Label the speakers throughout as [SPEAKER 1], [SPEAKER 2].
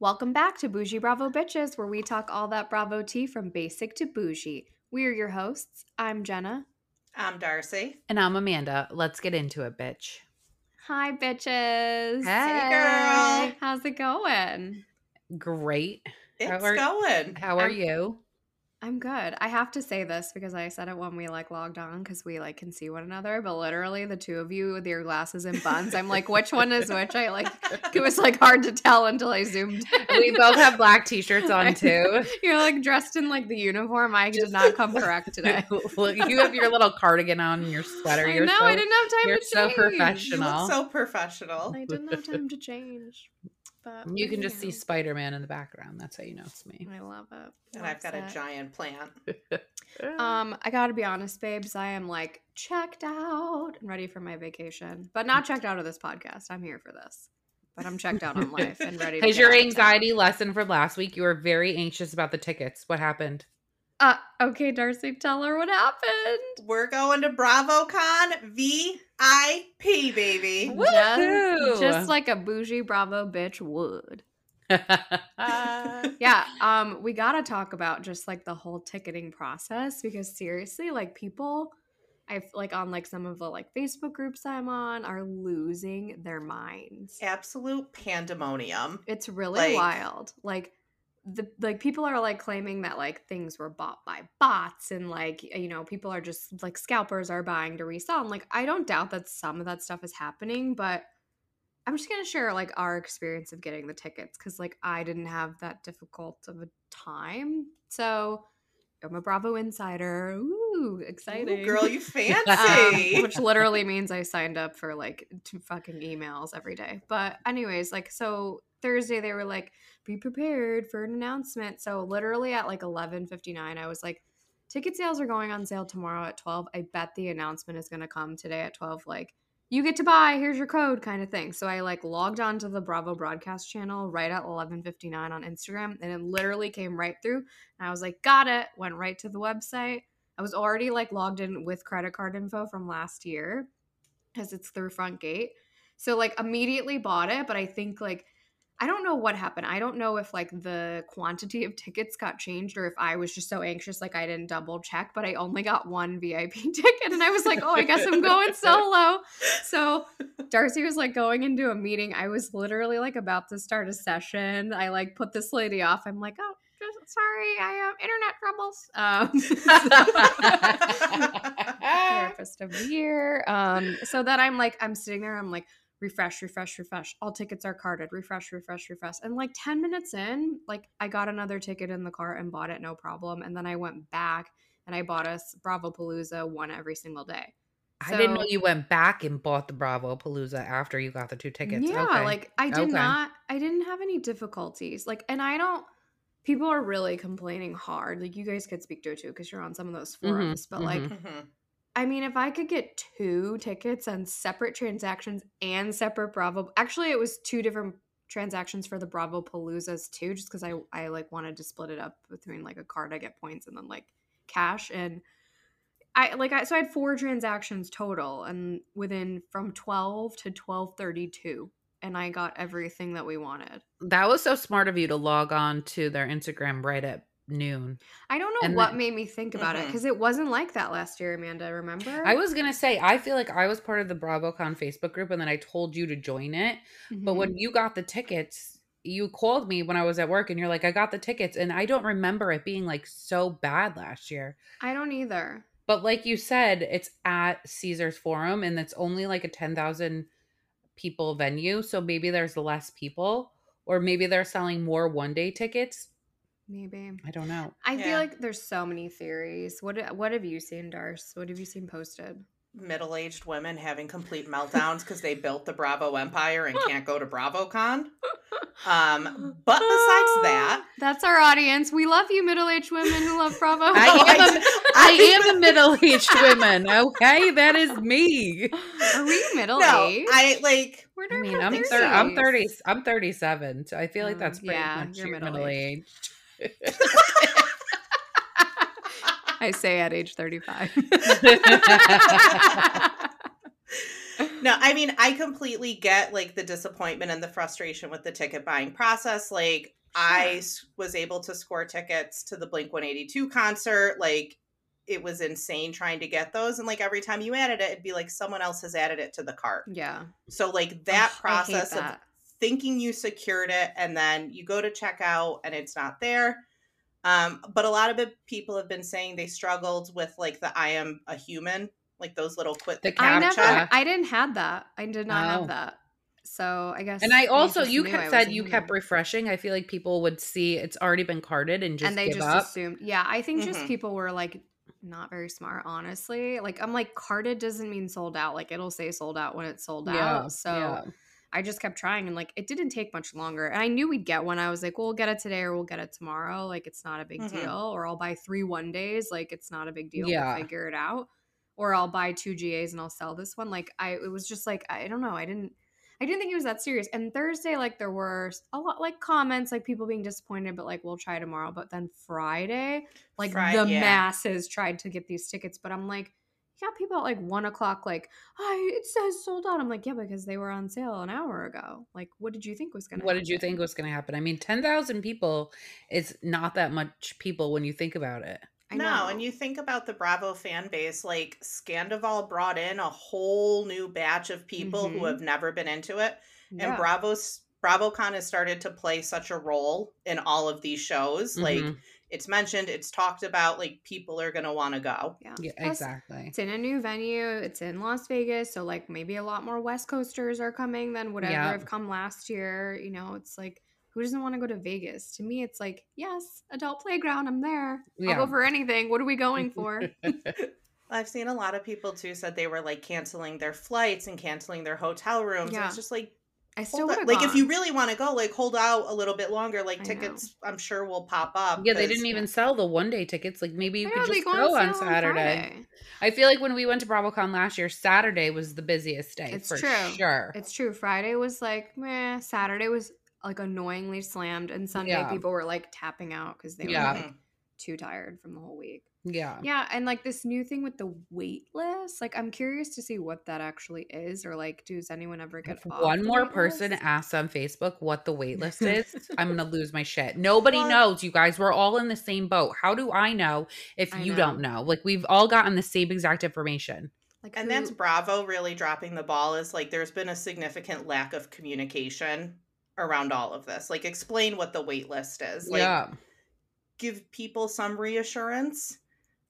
[SPEAKER 1] Welcome back to Bougie Bravo Bitches, where we talk all that Bravo tea from basic to bougie. We are your hosts. I'm Jenna.
[SPEAKER 2] I'm Darcy.
[SPEAKER 3] And I'm Amanda. Let's get into it, bitch.
[SPEAKER 1] Hi, bitches.
[SPEAKER 2] Hey, girl.
[SPEAKER 1] How's it going?
[SPEAKER 3] Great.
[SPEAKER 2] It's
[SPEAKER 3] are-
[SPEAKER 2] going.
[SPEAKER 3] How are
[SPEAKER 1] I'm-
[SPEAKER 3] you?
[SPEAKER 1] I'm good. I have to say this because I said it when we like logged on because we like can see one another, but literally the two of you with your glasses and buns, I'm like, which one is which? I like, it was like hard to tell until I zoomed in.
[SPEAKER 3] We both have black t-shirts
[SPEAKER 1] I
[SPEAKER 3] on too.
[SPEAKER 1] You're like dressed in like the uniform. I did not come correct today.
[SPEAKER 3] Look, you have your little cardigan on and your sweater.
[SPEAKER 1] I
[SPEAKER 3] You're
[SPEAKER 1] know.
[SPEAKER 3] so,
[SPEAKER 1] I didn't have time
[SPEAKER 3] you're
[SPEAKER 1] to
[SPEAKER 3] so
[SPEAKER 1] change.
[SPEAKER 2] you
[SPEAKER 3] professional.
[SPEAKER 2] look so professional.
[SPEAKER 1] I didn't have time to change. But
[SPEAKER 3] You can just
[SPEAKER 1] know,
[SPEAKER 3] see Spider-Man in the background. That's how you know it's me.
[SPEAKER 1] I love it.
[SPEAKER 2] And I've got a
[SPEAKER 1] Loves it.
[SPEAKER 2] giant plant.
[SPEAKER 1] Um, I gotta be honest, babes. I am like checked out and ready for my vacation, but not checked out of this podcast. I'm here for this, but I'm checked out on life and ready. to
[SPEAKER 3] Has
[SPEAKER 1] get
[SPEAKER 3] your
[SPEAKER 1] out of town.
[SPEAKER 3] anxiety lesson from last week? You were very anxious about the tickets. What happened?
[SPEAKER 1] Uh, okay, Darcy, tell her what happened.
[SPEAKER 2] We're going to BravoCon VIP, baby.
[SPEAKER 3] Woo!
[SPEAKER 1] Just,
[SPEAKER 3] Woohoo!
[SPEAKER 1] just like a bougie Bravo bitch would. yeah um we gotta talk about just like the whole ticketing process because seriously like people i've like on like some of the like facebook groups i'm on are losing their minds
[SPEAKER 2] Absolute pandemonium.
[SPEAKER 1] it's really
[SPEAKER 2] Like-
[SPEAKER 1] wild like the like people are like claiming that like things were bought by bots and like you know people are just like scalpers are buying to resell and like i don't doubt that some of that stuff is happening but i'm just gonna share like our experience of getting the tickets because like i didn't have that difficult of a time so i'm a bravo insider ooh exciting
[SPEAKER 2] Ooh, girl, you fancy.
[SPEAKER 1] um, which literally means I signed up for like two fucking emails every day. But anyways, like so Thursday they were like, be prepared for an announcement. So literally at like eleven fifty nine, I was like, ticket sales are going on sale tomorrow at twelve. I bet the announcement is gonna come today at twelve. Like. You get to buy. Here's your code, kind of thing. So I like logged on to the Bravo broadcast channel right at 11:59 on Instagram, and it literally came right through. And I was like, "Got it." Went right to the website, I was already like logged in with credit card info from last year because it's through front gate. So like immediately bought it, but I think like I don't know what happened. I don't know if like the quantity of tickets got changed or if I was just so anxious like I didn't double check, but I only got one VIP ticket and I was like, "Oh, I guess I'm going solo." So Darcy was like going into a meeting. I was literally like about to start a session. I like put this lady off. I'm like, "Oh, just, sorry, I have internet troubles." Um therapist of the year. Um, so then I'm like, I'm sitting there, I'm like, refresh, refresh, refresh. All tickets are carded. Refresh, refresh, refresh. And like 10 minutes in, like I got another ticket in the car and bought it, no problem. And then I went back and I bought us Bravo Palooza one every single day.
[SPEAKER 3] I didn't know
[SPEAKER 1] So-
[SPEAKER 3] you went back and bought the Bravo Palooza after you got the two tickets.
[SPEAKER 1] Yeah,
[SPEAKER 3] Okay.
[SPEAKER 1] like I did
[SPEAKER 3] Okay.
[SPEAKER 1] not I didn't have any difficulties. Like and I don't people are really complaining hard. Like you guys could speak to it too because you're on some of those forums, but like
[SPEAKER 3] mhm.
[SPEAKER 2] Mhm.
[SPEAKER 1] I mean, if I could get two tickets on separate transactions and separate Bravo, actually, it was two different transactions for the Bravo Paloozas too, just because I I like wanted to split it up between like a card I get points and then like cash and I like I so I had four transactions total and within from twelve to twelve thirty two, and I got everything that we wanted.
[SPEAKER 3] That was so smart of you to log on to their Instagram right at noon.
[SPEAKER 1] I don't know
[SPEAKER 3] And
[SPEAKER 1] what
[SPEAKER 3] the-
[SPEAKER 1] made me think about it
[SPEAKER 2] Mhm.
[SPEAKER 1] because it wasn't like that last year, Amanda. Remember?
[SPEAKER 3] I was gonna say, I feel like I was part of the BravoCon Facebook group, and then I told you to join it. But
[SPEAKER 1] Mhm.
[SPEAKER 3] when you got the tickets, you called me when I was at work, and you're like, "I got the tickets," and I don't remember it being like so bad last year.
[SPEAKER 1] Mm-hmm. I don't either.
[SPEAKER 3] But like you said, it's at Caesar's Forum, and it's only like a ten thousand people venue, so maybe there's less people, or maybe they're selling more one day tickets.
[SPEAKER 1] Maybe.
[SPEAKER 3] I don't know.
[SPEAKER 1] I feel
[SPEAKER 2] Yeah.
[SPEAKER 1] like there's so many theories. What what have you seen, Darce? What have you seen posted?
[SPEAKER 2] Middle-aged women having complete meltdowns because they built the Bravo Empire and can't go to BravoCon. Um, but besides that,
[SPEAKER 1] That's our audience. We love you, middle aged women who love Bravo.
[SPEAKER 3] I am. A, I am a middle-aged
[SPEAKER 2] I-
[SPEAKER 3] woman. Okay, that is me.
[SPEAKER 1] Are we middle
[SPEAKER 2] no,
[SPEAKER 1] aged?
[SPEAKER 2] I like
[SPEAKER 1] We're
[SPEAKER 3] I
[SPEAKER 1] not
[SPEAKER 3] mean, I'm
[SPEAKER 2] thirties.
[SPEAKER 3] thir- I'm thirty. I'm thirty-seven. So I feel
[SPEAKER 1] Oh,
[SPEAKER 3] like that's pretty
[SPEAKER 1] yeah,
[SPEAKER 3] much
[SPEAKER 1] you're
[SPEAKER 3] your middle,
[SPEAKER 1] middle-aged.
[SPEAKER 3] age.
[SPEAKER 1] I say at age 35.
[SPEAKER 2] No, I mean, I completely get like the disappointment and the frustration with the ticket buying process. Like, I
[SPEAKER 1] Sure.
[SPEAKER 2] s- was able to score tickets to the Blink 182 concert. Like, it was insane trying to get those. And like, every time you added it, it'd be like someone else has added it to the cart.
[SPEAKER 1] Yeah.
[SPEAKER 2] So, like, that
[SPEAKER 1] Ugh, I hate
[SPEAKER 2] process of
[SPEAKER 1] that.
[SPEAKER 2] thinking you secured it and then you go to check out and it's not there. Um, but a lot of it, people have been saying they struggled with like the I am a human, like those little quit
[SPEAKER 3] The
[SPEAKER 1] I
[SPEAKER 3] captcha.
[SPEAKER 1] never. I didn't have that. I did not
[SPEAKER 3] Oh.
[SPEAKER 1] have that. So I guess.
[SPEAKER 3] And I
[SPEAKER 1] they
[SPEAKER 3] also,
[SPEAKER 1] just
[SPEAKER 3] you
[SPEAKER 1] knew I
[SPEAKER 3] kept
[SPEAKER 1] was
[SPEAKER 3] said
[SPEAKER 1] a
[SPEAKER 3] you
[SPEAKER 1] human.
[SPEAKER 3] kept refreshing. I feel like people would see it's already been carded and just
[SPEAKER 1] and they
[SPEAKER 3] give
[SPEAKER 1] just
[SPEAKER 3] up. Mm-hmm.
[SPEAKER 1] assumed. Yeah, I think just
[SPEAKER 2] Mhm.
[SPEAKER 1] people were like not very smart, honestly. Like I'm like carded doesn't mean sold out. Like it'll say sold out when it's sold out. So
[SPEAKER 3] yeah.
[SPEAKER 1] I just kept trying, and like it didn't take much longer. And I knew we'd get one. I was like, well, we'll get it today, or we'll get it tomorrow. Like it's not a big
[SPEAKER 2] Mhm.
[SPEAKER 1] deal. Or I'll buy three one days. Like it's not a big deal.
[SPEAKER 3] Yeah.
[SPEAKER 1] We'll figure it out. Or I'll buy two GAs and I'll sell this one. Like I, it was just like I don't know. I didn't. I didn't think it was that serious. And Thursday, like there were a lot like comments, like people being disappointed, but like we'll try tomorrow. But then Friday, like
[SPEAKER 2] Fri-
[SPEAKER 1] the
[SPEAKER 2] yeah.
[SPEAKER 1] masses tried to get these tickets, but I'm like, you got people at like one o'clock, like, I it says sold out. I'm like, yeah, because they were on sale an hour ago. Like, what did you think was gonna?
[SPEAKER 3] What did you
[SPEAKER 1] happen?
[SPEAKER 3] think was going to happen? I mean, 10,000 people is not that much people when you think about it.
[SPEAKER 1] I
[SPEAKER 2] No,
[SPEAKER 1] know.
[SPEAKER 2] and you think about the Bravo fan base, like Scandival brought in a whole new batch of people who
[SPEAKER 1] Mhm.
[SPEAKER 2] have never been into it. And
[SPEAKER 1] Yeah.
[SPEAKER 2] Bravo's BravoCon has started to play such a role in all of these shows. Like
[SPEAKER 3] Mhm.
[SPEAKER 2] it's mentioned, it's talked about, like people are gonna wanna go.
[SPEAKER 1] yeah,
[SPEAKER 3] Yeah,
[SPEAKER 1] Plus,
[SPEAKER 3] exactly.
[SPEAKER 1] It's in a new venue. It's in Las Vegas, so like maybe a lot more West Coasters are coming than whatever
[SPEAKER 3] Yeah.
[SPEAKER 1] have come last year. You know, it's like who doesn't want to go to Vegas? To me, it's like yes, adult playground. I'm there. I'll
[SPEAKER 3] Yeah.
[SPEAKER 1] go for anything. What are we going for?
[SPEAKER 2] I've seen a lot of people too said they were like canceling their flights and canceling their hotel rooms. And
[SPEAKER 1] Yeah.
[SPEAKER 2] it's just like
[SPEAKER 1] I still
[SPEAKER 2] hold up.
[SPEAKER 1] would
[SPEAKER 2] like if you really want to go, like hold out a little bit longer. Like
[SPEAKER 1] I know.
[SPEAKER 2] tickets I'm sure will pop up.
[SPEAKER 3] Yeah, they
[SPEAKER 2] 'cause-
[SPEAKER 3] didn't even sell the one day tickets. Like maybe you could just go on Saturday.
[SPEAKER 1] Friday.
[SPEAKER 3] I feel like when we went to BravoCon last year, Saturday was the busiest day
[SPEAKER 1] It's
[SPEAKER 3] for
[SPEAKER 1] true.
[SPEAKER 3] sure.
[SPEAKER 1] It's true. Friday was like meh. Saturday was like annoyingly slammed, and Sunday
[SPEAKER 3] Yeah.
[SPEAKER 1] people were like tapping out because they
[SPEAKER 3] Yeah.
[SPEAKER 1] were
[SPEAKER 2] Mm-hmm.
[SPEAKER 1] like too tired from the whole week.
[SPEAKER 3] yeah.
[SPEAKER 1] Yeah, and like this new thing with the wait list, like I'm curious to see what that actually is, or like, does anyone ever get
[SPEAKER 3] If
[SPEAKER 1] off
[SPEAKER 3] one
[SPEAKER 1] the
[SPEAKER 3] more
[SPEAKER 1] wait
[SPEAKER 3] person
[SPEAKER 1] list?
[SPEAKER 3] asks on Facebook what the wait list is, I'm gonna lose my shit. Nobody
[SPEAKER 2] Well-
[SPEAKER 3] knows, you guys. We're all in the same boat. How do I know if
[SPEAKER 1] I
[SPEAKER 3] you don't know? Like we've all gotten the same exact information.
[SPEAKER 1] Like,
[SPEAKER 2] And that's
[SPEAKER 1] who-
[SPEAKER 2] Bravo really dropping the ball is like there's been a significant lack of communication around all of this. Like explain what the wait list is. Like
[SPEAKER 3] yeah.
[SPEAKER 2] give people some reassurance.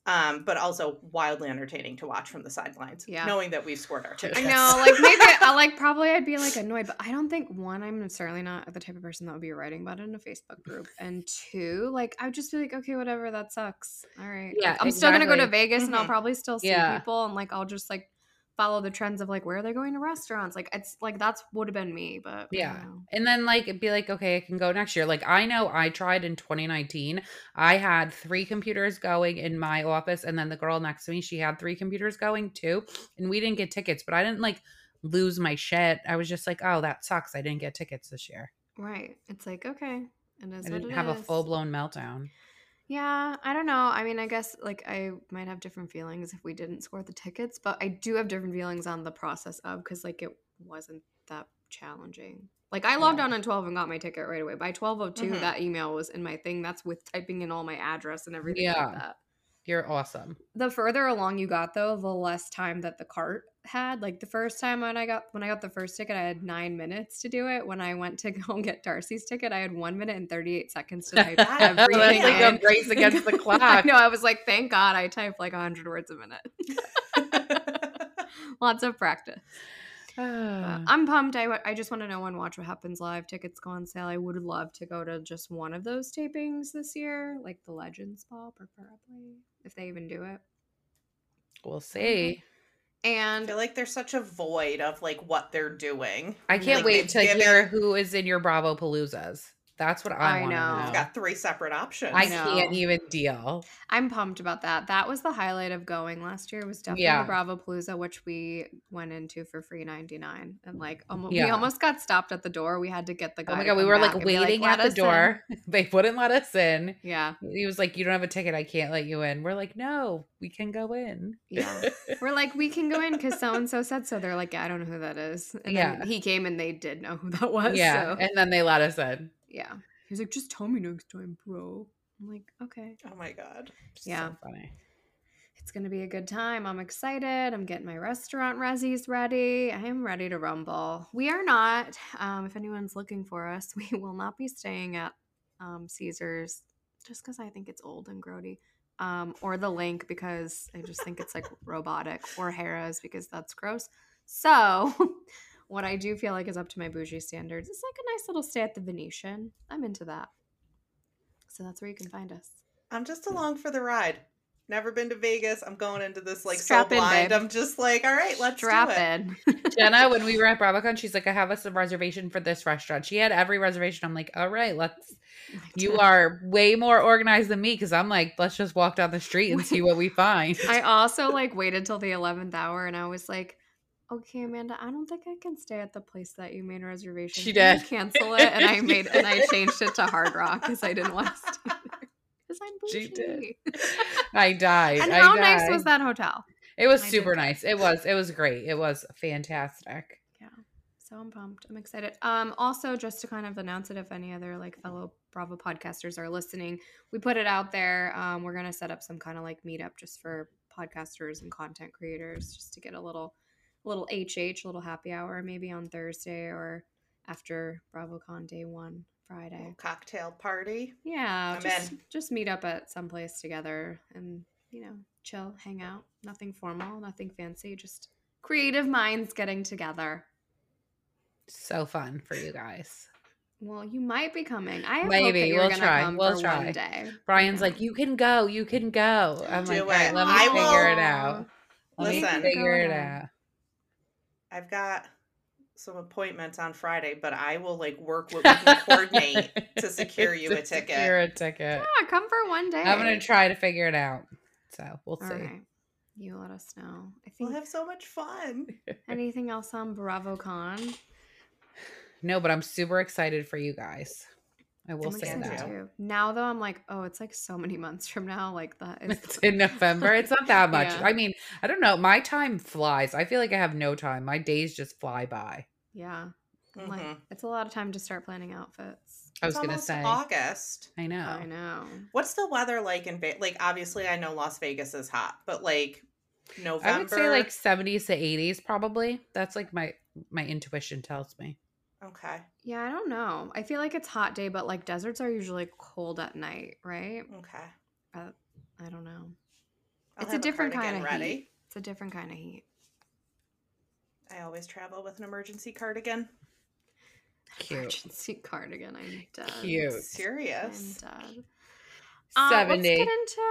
[SPEAKER 2] Um, but also wildly entertaining to watch from the sidelines.
[SPEAKER 1] Yeah.
[SPEAKER 2] Knowing that we've scored our tickets.
[SPEAKER 1] I know, like maybe I like probably I'd be like annoyed, but I don't think one, I'm certainly not the type of person that would be writing about it in a Facebook group, and two, like I would just be like, okay, whatever, that sucks. All right, Like,
[SPEAKER 3] Yeah,
[SPEAKER 1] I'm still gonna go to
[SPEAKER 3] exactly. Mm-hmm.
[SPEAKER 1] Vegas, and I'll
[SPEAKER 2] Mhm.
[SPEAKER 1] probably still see
[SPEAKER 3] Yeah.
[SPEAKER 1] people, and like I'll just like follow the trends of like where they're going to restaurants. Like it's like that's would have been me, but I don't
[SPEAKER 3] Yeah.
[SPEAKER 1] know.
[SPEAKER 3] And then like it'd be like, okay, I can go next year. Like I know I tried in 2019. I had three computers going in my office, and then the girl next to me, she had three computers going too. And we didn't get tickets, but I didn't like lose my shit. I was just like, oh, that sucks. I didn't get tickets this year.
[SPEAKER 1] Right. It's like, okay. It is
[SPEAKER 3] I
[SPEAKER 1] what
[SPEAKER 3] didn't
[SPEAKER 1] it
[SPEAKER 3] have a
[SPEAKER 1] is.
[SPEAKER 3] full blown meltdown.
[SPEAKER 1] Yeah, I don't know. I mean, I guess like I might have different feelings if we didn't score the tickets, but I do have different feelings on the process of because like it wasn't that challenging. Like I logged
[SPEAKER 3] Yeah. Mm-hmm.
[SPEAKER 1] on at twelve and got my ticket right away. By twelve oh two,
[SPEAKER 2] Mhm.
[SPEAKER 1] that email was in my thing. That's with typing in all my address and everything
[SPEAKER 3] Yeah.
[SPEAKER 1] like that.
[SPEAKER 3] You're awesome.
[SPEAKER 1] The further along you got though, the less time that the cart had. Like the first time when I got when I got the first ticket, I had nine minutes to do it. When I went to go and get Darcy's ticket, I had one minute and thirty eight seconds to type
[SPEAKER 3] That's
[SPEAKER 1] everything.
[SPEAKER 3] like a
[SPEAKER 1] in.
[SPEAKER 3] race against the
[SPEAKER 1] I
[SPEAKER 3] clock.
[SPEAKER 1] know. I was like, thank God I type like 100 words a minute. Lots of practice. But I'm pumped. I, w- I just want to know when Watch What Happens Live tickets go on sale. I would love to go to just one of those tapings this year, like the Legends Ball, preferably, if they even do it.
[SPEAKER 3] we'll see.
[SPEAKER 1] mm-hmm.
[SPEAKER 2] I
[SPEAKER 1] And
[SPEAKER 2] feel like there's such a void of like what they're doing.
[SPEAKER 3] I can't
[SPEAKER 2] Like,
[SPEAKER 3] wait
[SPEAKER 2] it's
[SPEAKER 3] to
[SPEAKER 2] giving-
[SPEAKER 3] hear who is in your Bravo Paloozas. That's what I,
[SPEAKER 1] I
[SPEAKER 3] want to
[SPEAKER 1] know.
[SPEAKER 3] know.
[SPEAKER 2] It's got three separate options.
[SPEAKER 3] I
[SPEAKER 1] know.
[SPEAKER 3] can't even deal.
[SPEAKER 1] I'm pumped about that. That was the highlight of going last year. Was definitely
[SPEAKER 3] Yeah.
[SPEAKER 1] the Bravo Palooza, which we went into for free ninety nine, and like almost we
[SPEAKER 3] Yeah.
[SPEAKER 1] almost got stopped at the door. We had to get the guy.
[SPEAKER 3] Oh my
[SPEAKER 1] to
[SPEAKER 3] god, we
[SPEAKER 1] come
[SPEAKER 3] were
[SPEAKER 1] back
[SPEAKER 3] like
[SPEAKER 1] and be
[SPEAKER 3] waiting
[SPEAKER 1] "Let
[SPEAKER 3] at
[SPEAKER 1] us
[SPEAKER 3] the
[SPEAKER 1] in."
[SPEAKER 3] door. They wouldn't let us in.
[SPEAKER 1] Yeah,
[SPEAKER 3] He was like, "You don't have a ticket. I can't let you in." We're like, "No, we can go in."
[SPEAKER 1] yeah. We're like, we can go in because so and so said so. They're like, yeah, I don't know who that is. And
[SPEAKER 3] Yeah.
[SPEAKER 1] then he came and they did know who that was.
[SPEAKER 3] yeah,
[SPEAKER 1] so-
[SPEAKER 3] and then they let us in.
[SPEAKER 1] yeah. He was like, just tell me next time, bro. I'm like, okay.
[SPEAKER 2] oh my god.
[SPEAKER 3] Which is so
[SPEAKER 1] Yeah.
[SPEAKER 3] funny.
[SPEAKER 1] It's gonna be a good time. I'm excited. I'm getting my restaurant resis ready. I am ready to rumble. We are not. Um, if anyone's looking for us, we will not be staying at um, Caesar's just because I think it's old and grody. Um, or the link because I just think it's like robotic, or Harrah's because that's gross. So, what I do feel like is up to my bougie standards. It's like a nice little stay at the Venetian. I'm into that. So that's where you can find us.
[SPEAKER 2] I'm just along for the ride. Never been to Vegas. I'm going into this like
[SPEAKER 1] Strap
[SPEAKER 2] so
[SPEAKER 1] in,
[SPEAKER 2] blind.
[SPEAKER 1] babe.
[SPEAKER 2] I'm just like, all right, let's
[SPEAKER 1] Strap
[SPEAKER 2] do it.
[SPEAKER 1] in.
[SPEAKER 3] Jenna, when we were at BravoCon, she's like, "I have us a reservation for this restaurant." She had every reservation. I'm like, "All right, let's." You are way more organized than me because I'm like, "Let's just walk down the street and see what we find."
[SPEAKER 1] I also like waited till the eleventh hour, and I was like, "Okay, Amanda, I don't think I can stay at the place that you made a reservation."
[SPEAKER 3] She
[SPEAKER 1] Can you
[SPEAKER 3] did.
[SPEAKER 1] cancel it, and I
[SPEAKER 3] She
[SPEAKER 1] made and I
[SPEAKER 3] did.
[SPEAKER 1] changed it to Hard Rock because I didn't want to stay because I'm bougie.
[SPEAKER 3] She did. I died.
[SPEAKER 1] And
[SPEAKER 3] I
[SPEAKER 1] how
[SPEAKER 3] died.
[SPEAKER 1] nice was that hotel?
[SPEAKER 3] It was
[SPEAKER 1] I did
[SPEAKER 3] super
[SPEAKER 1] that.
[SPEAKER 3] nice. It was. It was great. It was fantastic.
[SPEAKER 1] So I'm pumped. I'm excited. Um, also, just to kind of announce it, if any other like fellow Bravo podcasters are listening, we put it out there. Um, we're gonna set up some kind of like meetup just for podcasters and content creators, just to get a little, little HH, a little happy hour, maybe on Thursday or after BravoCon day one, Friday.
[SPEAKER 2] Cocktail party.
[SPEAKER 1] Yeah,
[SPEAKER 2] I'm
[SPEAKER 1] just
[SPEAKER 2] in.
[SPEAKER 1] just meet up at some place together and you know chill, hang out. Nothing formal, nothing fancy. Just creative minds getting together.
[SPEAKER 3] So fun for you guys.
[SPEAKER 1] Well, you might be coming. I have hope that
[SPEAKER 3] Maybe.
[SPEAKER 1] you're
[SPEAKER 3] We'll
[SPEAKER 1] gonna
[SPEAKER 3] try.
[SPEAKER 1] come
[SPEAKER 3] We'll
[SPEAKER 1] for
[SPEAKER 3] try.
[SPEAKER 1] one day.
[SPEAKER 3] Brian's
[SPEAKER 1] Yeah.
[SPEAKER 3] like, you can go, you can go. I'm
[SPEAKER 2] Do
[SPEAKER 3] like,
[SPEAKER 2] it.
[SPEAKER 3] all right, let me
[SPEAKER 2] I
[SPEAKER 3] figure
[SPEAKER 2] will-
[SPEAKER 3] it out. Let
[SPEAKER 2] Listen.
[SPEAKER 3] me figure it
[SPEAKER 1] Go.
[SPEAKER 3] out.
[SPEAKER 2] I've got some appointments on Friday, but I will like work what we can coordinate to secure you
[SPEAKER 3] To
[SPEAKER 2] a ticket.
[SPEAKER 3] Secure a ticket.
[SPEAKER 1] Yeah, come for one day.
[SPEAKER 3] I'm gonna try to figure it out. So we'll see.
[SPEAKER 1] All right. You let us know. I
[SPEAKER 2] We'll
[SPEAKER 1] think
[SPEAKER 2] have so much fun.
[SPEAKER 1] anything else on BravoCon?
[SPEAKER 3] No, but I'm super excited for you guys. I
[SPEAKER 2] Oh
[SPEAKER 3] will
[SPEAKER 1] I'm
[SPEAKER 3] say
[SPEAKER 1] excited
[SPEAKER 3] that.
[SPEAKER 1] too. Now though, I'm like, oh, it's like so many months from now. Like that
[SPEAKER 3] It's
[SPEAKER 1] is
[SPEAKER 3] in November. It's not that much.
[SPEAKER 1] Yeah.
[SPEAKER 3] I mean, I don't know. My time flies. I feel like I have no time. My days just fly by.
[SPEAKER 1] yeah. I'm Like
[SPEAKER 2] Mhm.
[SPEAKER 1] it's a lot of time to start planning outfits.
[SPEAKER 3] I was
[SPEAKER 2] It's
[SPEAKER 3] gonna
[SPEAKER 2] almost
[SPEAKER 3] say.
[SPEAKER 2] August.
[SPEAKER 3] I know.
[SPEAKER 1] I know.
[SPEAKER 2] What's the weather like in Vegas? Like, obviously, I know Las Vegas is hot, but like November.
[SPEAKER 3] I would say like 70s to 80s probably. That's like my my intuition tells me.
[SPEAKER 2] okay,
[SPEAKER 1] Yeah, I don't know. I feel like it's hot day, but like deserts are usually cold at night, right?
[SPEAKER 2] okay.
[SPEAKER 1] But I don't know.
[SPEAKER 2] I'll
[SPEAKER 1] It's a
[SPEAKER 2] have
[SPEAKER 1] different
[SPEAKER 2] cardigan
[SPEAKER 1] kinda heat. It's a different kind of heat.
[SPEAKER 2] I always travel with an emergency cardigan.
[SPEAKER 3] Cute.
[SPEAKER 1] Emergency cardigan. I'm dead.
[SPEAKER 3] Cute.
[SPEAKER 1] I'm
[SPEAKER 2] Serious.
[SPEAKER 1] dead. Uh,
[SPEAKER 3] 70.
[SPEAKER 1] Let's get into.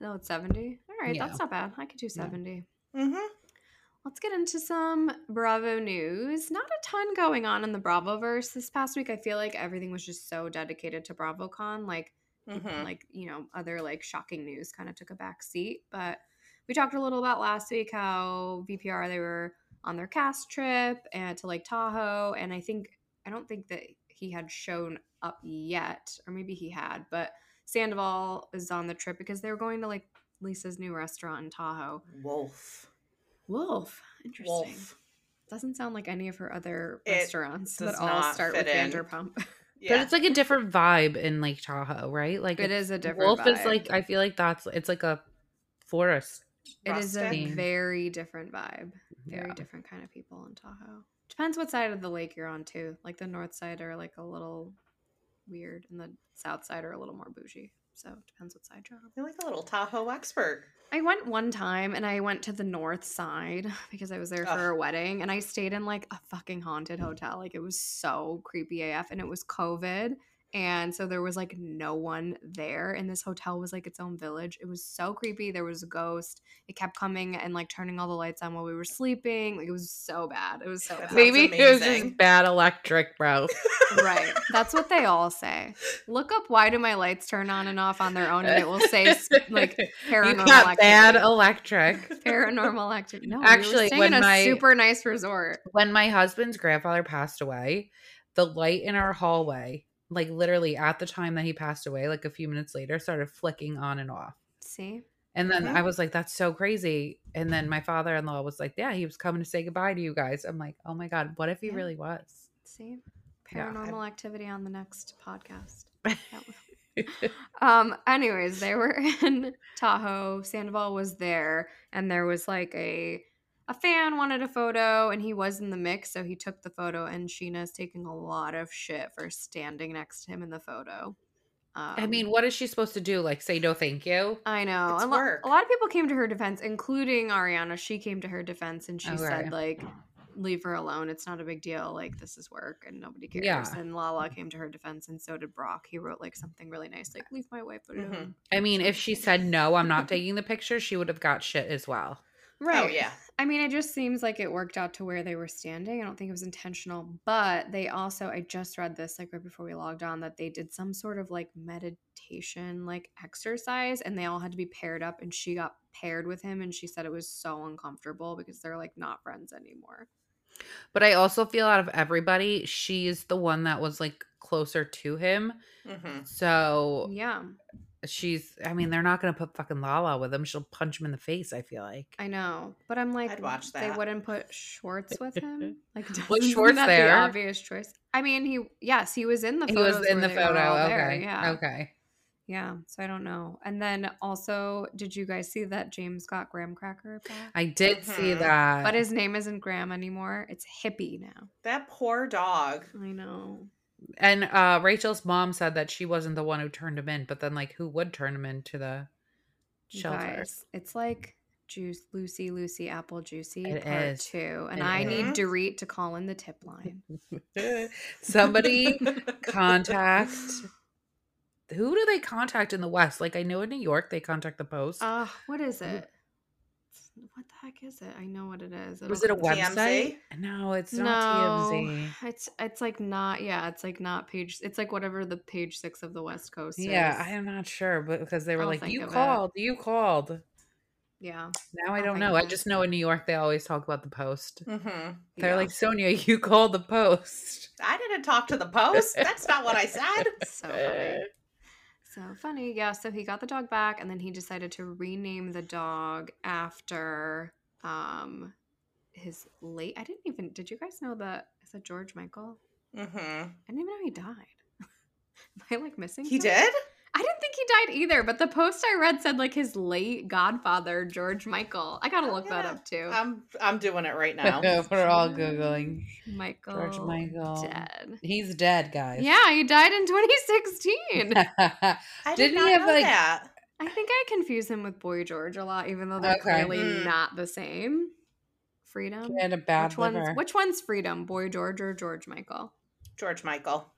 [SPEAKER 1] No, it's 70. All right,
[SPEAKER 3] Yeah.
[SPEAKER 1] that's not bad. I could do
[SPEAKER 3] No.
[SPEAKER 1] 70.
[SPEAKER 2] Mm-hmm.
[SPEAKER 1] Let's get into some Bravo news. Not a ton going on in the Bravoverse this past week. I feel like everything was just so dedicated to BravoCon. Like,
[SPEAKER 2] Mm-hmm.
[SPEAKER 1] like you know other like shocking news kind of took a back seat but we talked a little about last week how vpr they were on their cast trip and to lake tahoe and i think i don't think that he had shown up yet or maybe he had but sandoval is on the trip because they were going to like lisa's new restaurant in tahoe
[SPEAKER 2] Wolf.
[SPEAKER 1] wolf interesting
[SPEAKER 2] Wolf.
[SPEAKER 1] doesn't sound like any of her other
[SPEAKER 2] It
[SPEAKER 1] restaurants that
[SPEAKER 2] does
[SPEAKER 1] all
[SPEAKER 2] not
[SPEAKER 1] start
[SPEAKER 2] fit
[SPEAKER 1] with
[SPEAKER 2] in.
[SPEAKER 1] vanderpump
[SPEAKER 3] But
[SPEAKER 2] Yeah.
[SPEAKER 3] it's like a different vibe in Lake Tahoe, right? Like
[SPEAKER 1] it
[SPEAKER 3] it's-
[SPEAKER 1] is a different
[SPEAKER 3] Wolf is
[SPEAKER 1] vibe.
[SPEAKER 3] like I feel like that's it's like a forest.
[SPEAKER 1] It is a
[SPEAKER 2] Rustic.
[SPEAKER 3] Mm.
[SPEAKER 1] very different vibe. Very
[SPEAKER 3] Yeah.
[SPEAKER 1] different kind of people in Tahoe. Depends what side of the lake you're on too. Like the north side are like a little weird, and the south side are a little more bougie. So it depends what side you're on.
[SPEAKER 2] You're like a little Tahoe expert.
[SPEAKER 1] I went one time, and I went to the north side because I was there for a
[SPEAKER 2] Ugh.
[SPEAKER 1] wedding, and I stayed in like a fucking haunted hotel. Like it was so creepy AF, and it was COVID. And so there was like no one there. And this hotel was like its own village. It was so creepy. There was a ghost. It kept coming and like turning all the lights on while we were sleeping. Like it was so bad. It was so
[SPEAKER 2] That
[SPEAKER 1] bad.
[SPEAKER 2] sounds
[SPEAKER 3] Maybe it was
[SPEAKER 2] amazing.
[SPEAKER 3] just bad electric, bro.
[SPEAKER 1] right. That's what they all say. Look up why do my lights turn on and off on their own and Oh, it will say s- like
[SPEAKER 3] you
[SPEAKER 1] paranormal
[SPEAKER 3] got
[SPEAKER 1] activity.
[SPEAKER 3] bad electric.
[SPEAKER 1] paranormal activity. No, we were
[SPEAKER 3] Actually,
[SPEAKER 1] staying
[SPEAKER 3] when
[SPEAKER 1] at a
[SPEAKER 3] my-
[SPEAKER 1] super nice resort.
[SPEAKER 3] when my husband's grandfather passed away, the light in our hallway, like literally at the time that he passed away, like a few minutes later, started flicking on and off.
[SPEAKER 1] See?
[SPEAKER 3] And then
[SPEAKER 2] Mhm.
[SPEAKER 3] I was like, that's so crazy. And then my father in law was like, yeah, he was coming to say goodbye to you guys. I'm like, oh my God, what if he
[SPEAKER 1] Yeah.
[SPEAKER 3] really was?
[SPEAKER 1] See?
[SPEAKER 3] Yeah, I'm-
[SPEAKER 1] Paranormal activity on the next podcast. Um, anyways, they were in Tahoe. Sandoval was there, and there was like a a fan wanted a photo, and he was in the mix, so he took the photo. And Sheena's taking a lot of shit for standing next to him in the photo. Um,
[SPEAKER 3] I mean, what is she supposed to do? Like, say no, thank you?
[SPEAKER 1] I know.
[SPEAKER 2] It's
[SPEAKER 1] a, lo-
[SPEAKER 2] work.
[SPEAKER 1] a lot of people came to her defense, including Ariana. She came to her defense, and she
[SPEAKER 2] Oh,
[SPEAKER 3] Okay.
[SPEAKER 1] said like. Leave her alone. It's not a big deal. Like this is work, and nobody cares.
[SPEAKER 3] Yeah.
[SPEAKER 1] And Lala came to her defense, and so did Brock. He wrote like something really nice, like "Leave my wife alone."
[SPEAKER 2] Mhm.
[SPEAKER 3] I mean, if she said no, I'm not taking the picture, she would have got shit as well.
[SPEAKER 1] Right.
[SPEAKER 2] Oh yeah.
[SPEAKER 1] I mean, it just seems like it worked out to where they were standing. I don't think it was intentional, but they also, I just read this like right before we logged on that they did some sort of like meditation, like exercise, and they all had to be paired up. And she got paired with him, and she said it was so uncomfortable because they're like not friends anymore.
[SPEAKER 3] But I also feel out of everybody, she is the one that was like closer to him.
[SPEAKER 2] hmm
[SPEAKER 3] So
[SPEAKER 1] Yeah,
[SPEAKER 3] she's i mean they're not gonna put fucking lala with him she'll punch him in the face i feel like
[SPEAKER 1] I know, but I'm like,
[SPEAKER 2] I'd watch
[SPEAKER 1] They
[SPEAKER 2] that.
[SPEAKER 1] wouldn't put Schwartz with him. Like,
[SPEAKER 3] Was
[SPEAKER 1] doesn't
[SPEAKER 3] Schwartz
[SPEAKER 1] that
[SPEAKER 3] there?
[SPEAKER 1] The obvious choice. I mean, he yes, he was in the.
[SPEAKER 3] he was
[SPEAKER 1] photos
[SPEAKER 3] in
[SPEAKER 1] where they
[SPEAKER 3] the
[SPEAKER 1] were
[SPEAKER 3] photo
[SPEAKER 1] all
[SPEAKER 3] okay
[SPEAKER 1] there, yeah.
[SPEAKER 3] okay
[SPEAKER 1] Yeah, so I don't know. And then also, did you guys see that James got graham cracker? back?
[SPEAKER 3] i did see
[SPEAKER 2] Mhm.
[SPEAKER 3] that
[SPEAKER 1] Mm-hmm. But his name isn't Graham anymore. It's Hippie now.
[SPEAKER 2] That poor dog.
[SPEAKER 1] I know.
[SPEAKER 3] and uh rachel's mom said that she wasn't the one who turned him in but then like who would turn him into the
[SPEAKER 1] You
[SPEAKER 3] shelter
[SPEAKER 1] guys, it's like juice, Lucy, Lucy, apple juicy
[SPEAKER 3] It
[SPEAKER 1] part
[SPEAKER 3] is.
[SPEAKER 1] two. And
[SPEAKER 3] It
[SPEAKER 1] I
[SPEAKER 2] is.
[SPEAKER 1] need Dorit to call in the tip line.
[SPEAKER 3] somebody contact who do they contact in the west like i know in new york they contact the post
[SPEAKER 1] Uh, what is it? What the heck is it? I know what it is.
[SPEAKER 3] was it a
[SPEAKER 1] It'll come to-
[SPEAKER 3] website
[SPEAKER 2] TMZ?
[SPEAKER 3] no it's
[SPEAKER 1] No,
[SPEAKER 3] not tmz
[SPEAKER 1] it's it's like not yeah, it's like not page. It's like whatever the page six of the West Coast.
[SPEAKER 3] yeah
[SPEAKER 1] is.
[SPEAKER 3] i am not sure but because they were
[SPEAKER 1] I'll
[SPEAKER 3] like
[SPEAKER 1] think
[SPEAKER 3] you
[SPEAKER 1] of it.
[SPEAKER 3] called you called
[SPEAKER 1] yeah.
[SPEAKER 3] Now I
[SPEAKER 1] Oh
[SPEAKER 3] don't
[SPEAKER 1] my
[SPEAKER 3] know. I
[SPEAKER 1] goodness.
[SPEAKER 3] just know in New York they always talk about the post.
[SPEAKER 2] hmm
[SPEAKER 3] They're
[SPEAKER 1] yeah.
[SPEAKER 3] like, Sonia, you called the post.
[SPEAKER 2] I didn't talk to the post. That's not what I said.
[SPEAKER 1] so funny. So funny. Yeah. So he got the dog back and then he decided to rename the dog after um his late I didn't even did you guys know that is that George Michael?
[SPEAKER 2] hmm
[SPEAKER 1] I didn't even know he died. Am I like missing?
[SPEAKER 2] He
[SPEAKER 1] something?
[SPEAKER 2] did.
[SPEAKER 1] I didn't think he died either, but the post I read said like his late godfather, George Michael. I gotta look that
[SPEAKER 2] Yeah. Oh.
[SPEAKER 1] up too.
[SPEAKER 2] I'm I'm doing it right now.
[SPEAKER 3] We're all Googling.
[SPEAKER 1] George Michael.
[SPEAKER 3] George Michael.
[SPEAKER 1] Oh, Dead.
[SPEAKER 3] He's dead, guys.
[SPEAKER 1] Yeah, Um, he died in 2016.
[SPEAKER 2] I did
[SPEAKER 3] Didn't
[SPEAKER 2] not
[SPEAKER 3] he have,
[SPEAKER 2] know
[SPEAKER 3] like-
[SPEAKER 2] that.
[SPEAKER 1] I think I confuse him with Boy George a lot, even though they're
[SPEAKER 3] Okay.
[SPEAKER 1] clearly
[SPEAKER 2] Mm.
[SPEAKER 1] not the same. Freedom.
[SPEAKER 3] and a bad
[SPEAKER 1] which
[SPEAKER 3] liver.
[SPEAKER 1] one's which one's freedom? Boy George or George Michael?
[SPEAKER 2] George Michael.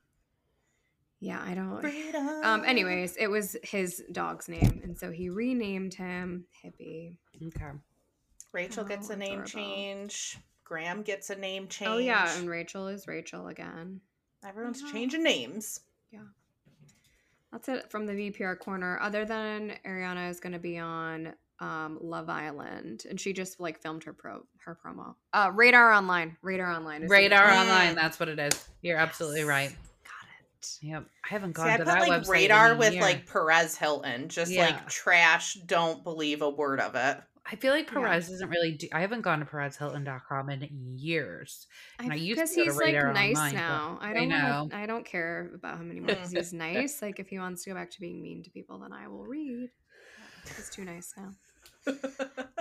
[SPEAKER 1] Yeah, I don't.
[SPEAKER 2] Freedom.
[SPEAKER 1] Um. Anyways, it was his dog's name, and so he renamed him Hippie.
[SPEAKER 3] okay.
[SPEAKER 2] Rachel
[SPEAKER 1] Oh,
[SPEAKER 2] gets a name
[SPEAKER 1] adorable.
[SPEAKER 2] change. Graham gets a name change.
[SPEAKER 1] Oh yeah, and Rachel is Rachel again.
[SPEAKER 2] everyone's
[SPEAKER 1] Yeah.
[SPEAKER 2] changing names.
[SPEAKER 1] That's it from the VPR corner. Other than Ariana is going to be on um, Love Island, and she just like filmed her pro her promo. Uh, Radar Online. Radar Online. is the name.
[SPEAKER 3] Radar
[SPEAKER 2] Mm.
[SPEAKER 3] online, that's what it is. You're absolutely
[SPEAKER 1] Yes.
[SPEAKER 3] right.
[SPEAKER 1] Got it.
[SPEAKER 3] Yep. I haven't
[SPEAKER 2] See,
[SPEAKER 3] gone
[SPEAKER 2] I
[SPEAKER 3] to
[SPEAKER 2] put
[SPEAKER 3] that
[SPEAKER 2] like
[SPEAKER 3] website
[SPEAKER 2] radar
[SPEAKER 3] in a
[SPEAKER 2] with
[SPEAKER 3] year.
[SPEAKER 2] like Perez Hilton, just
[SPEAKER 3] Yeah.
[SPEAKER 2] like trash. Don't believe a word of it.
[SPEAKER 3] I feel like
[SPEAKER 1] Yeah.
[SPEAKER 3] Perez doesn't really do I haven't gone to PerezHilton.com in years. And I used to
[SPEAKER 1] because
[SPEAKER 3] go to
[SPEAKER 1] he's like
[SPEAKER 3] Radar
[SPEAKER 1] nice
[SPEAKER 3] Online, but
[SPEAKER 1] now. I
[SPEAKER 3] I
[SPEAKER 1] don't
[SPEAKER 3] know.
[SPEAKER 1] wanna, I don't care about him anymore because he's nice. Like if he wants to go back to being mean to people, then I will read. He's too nice now.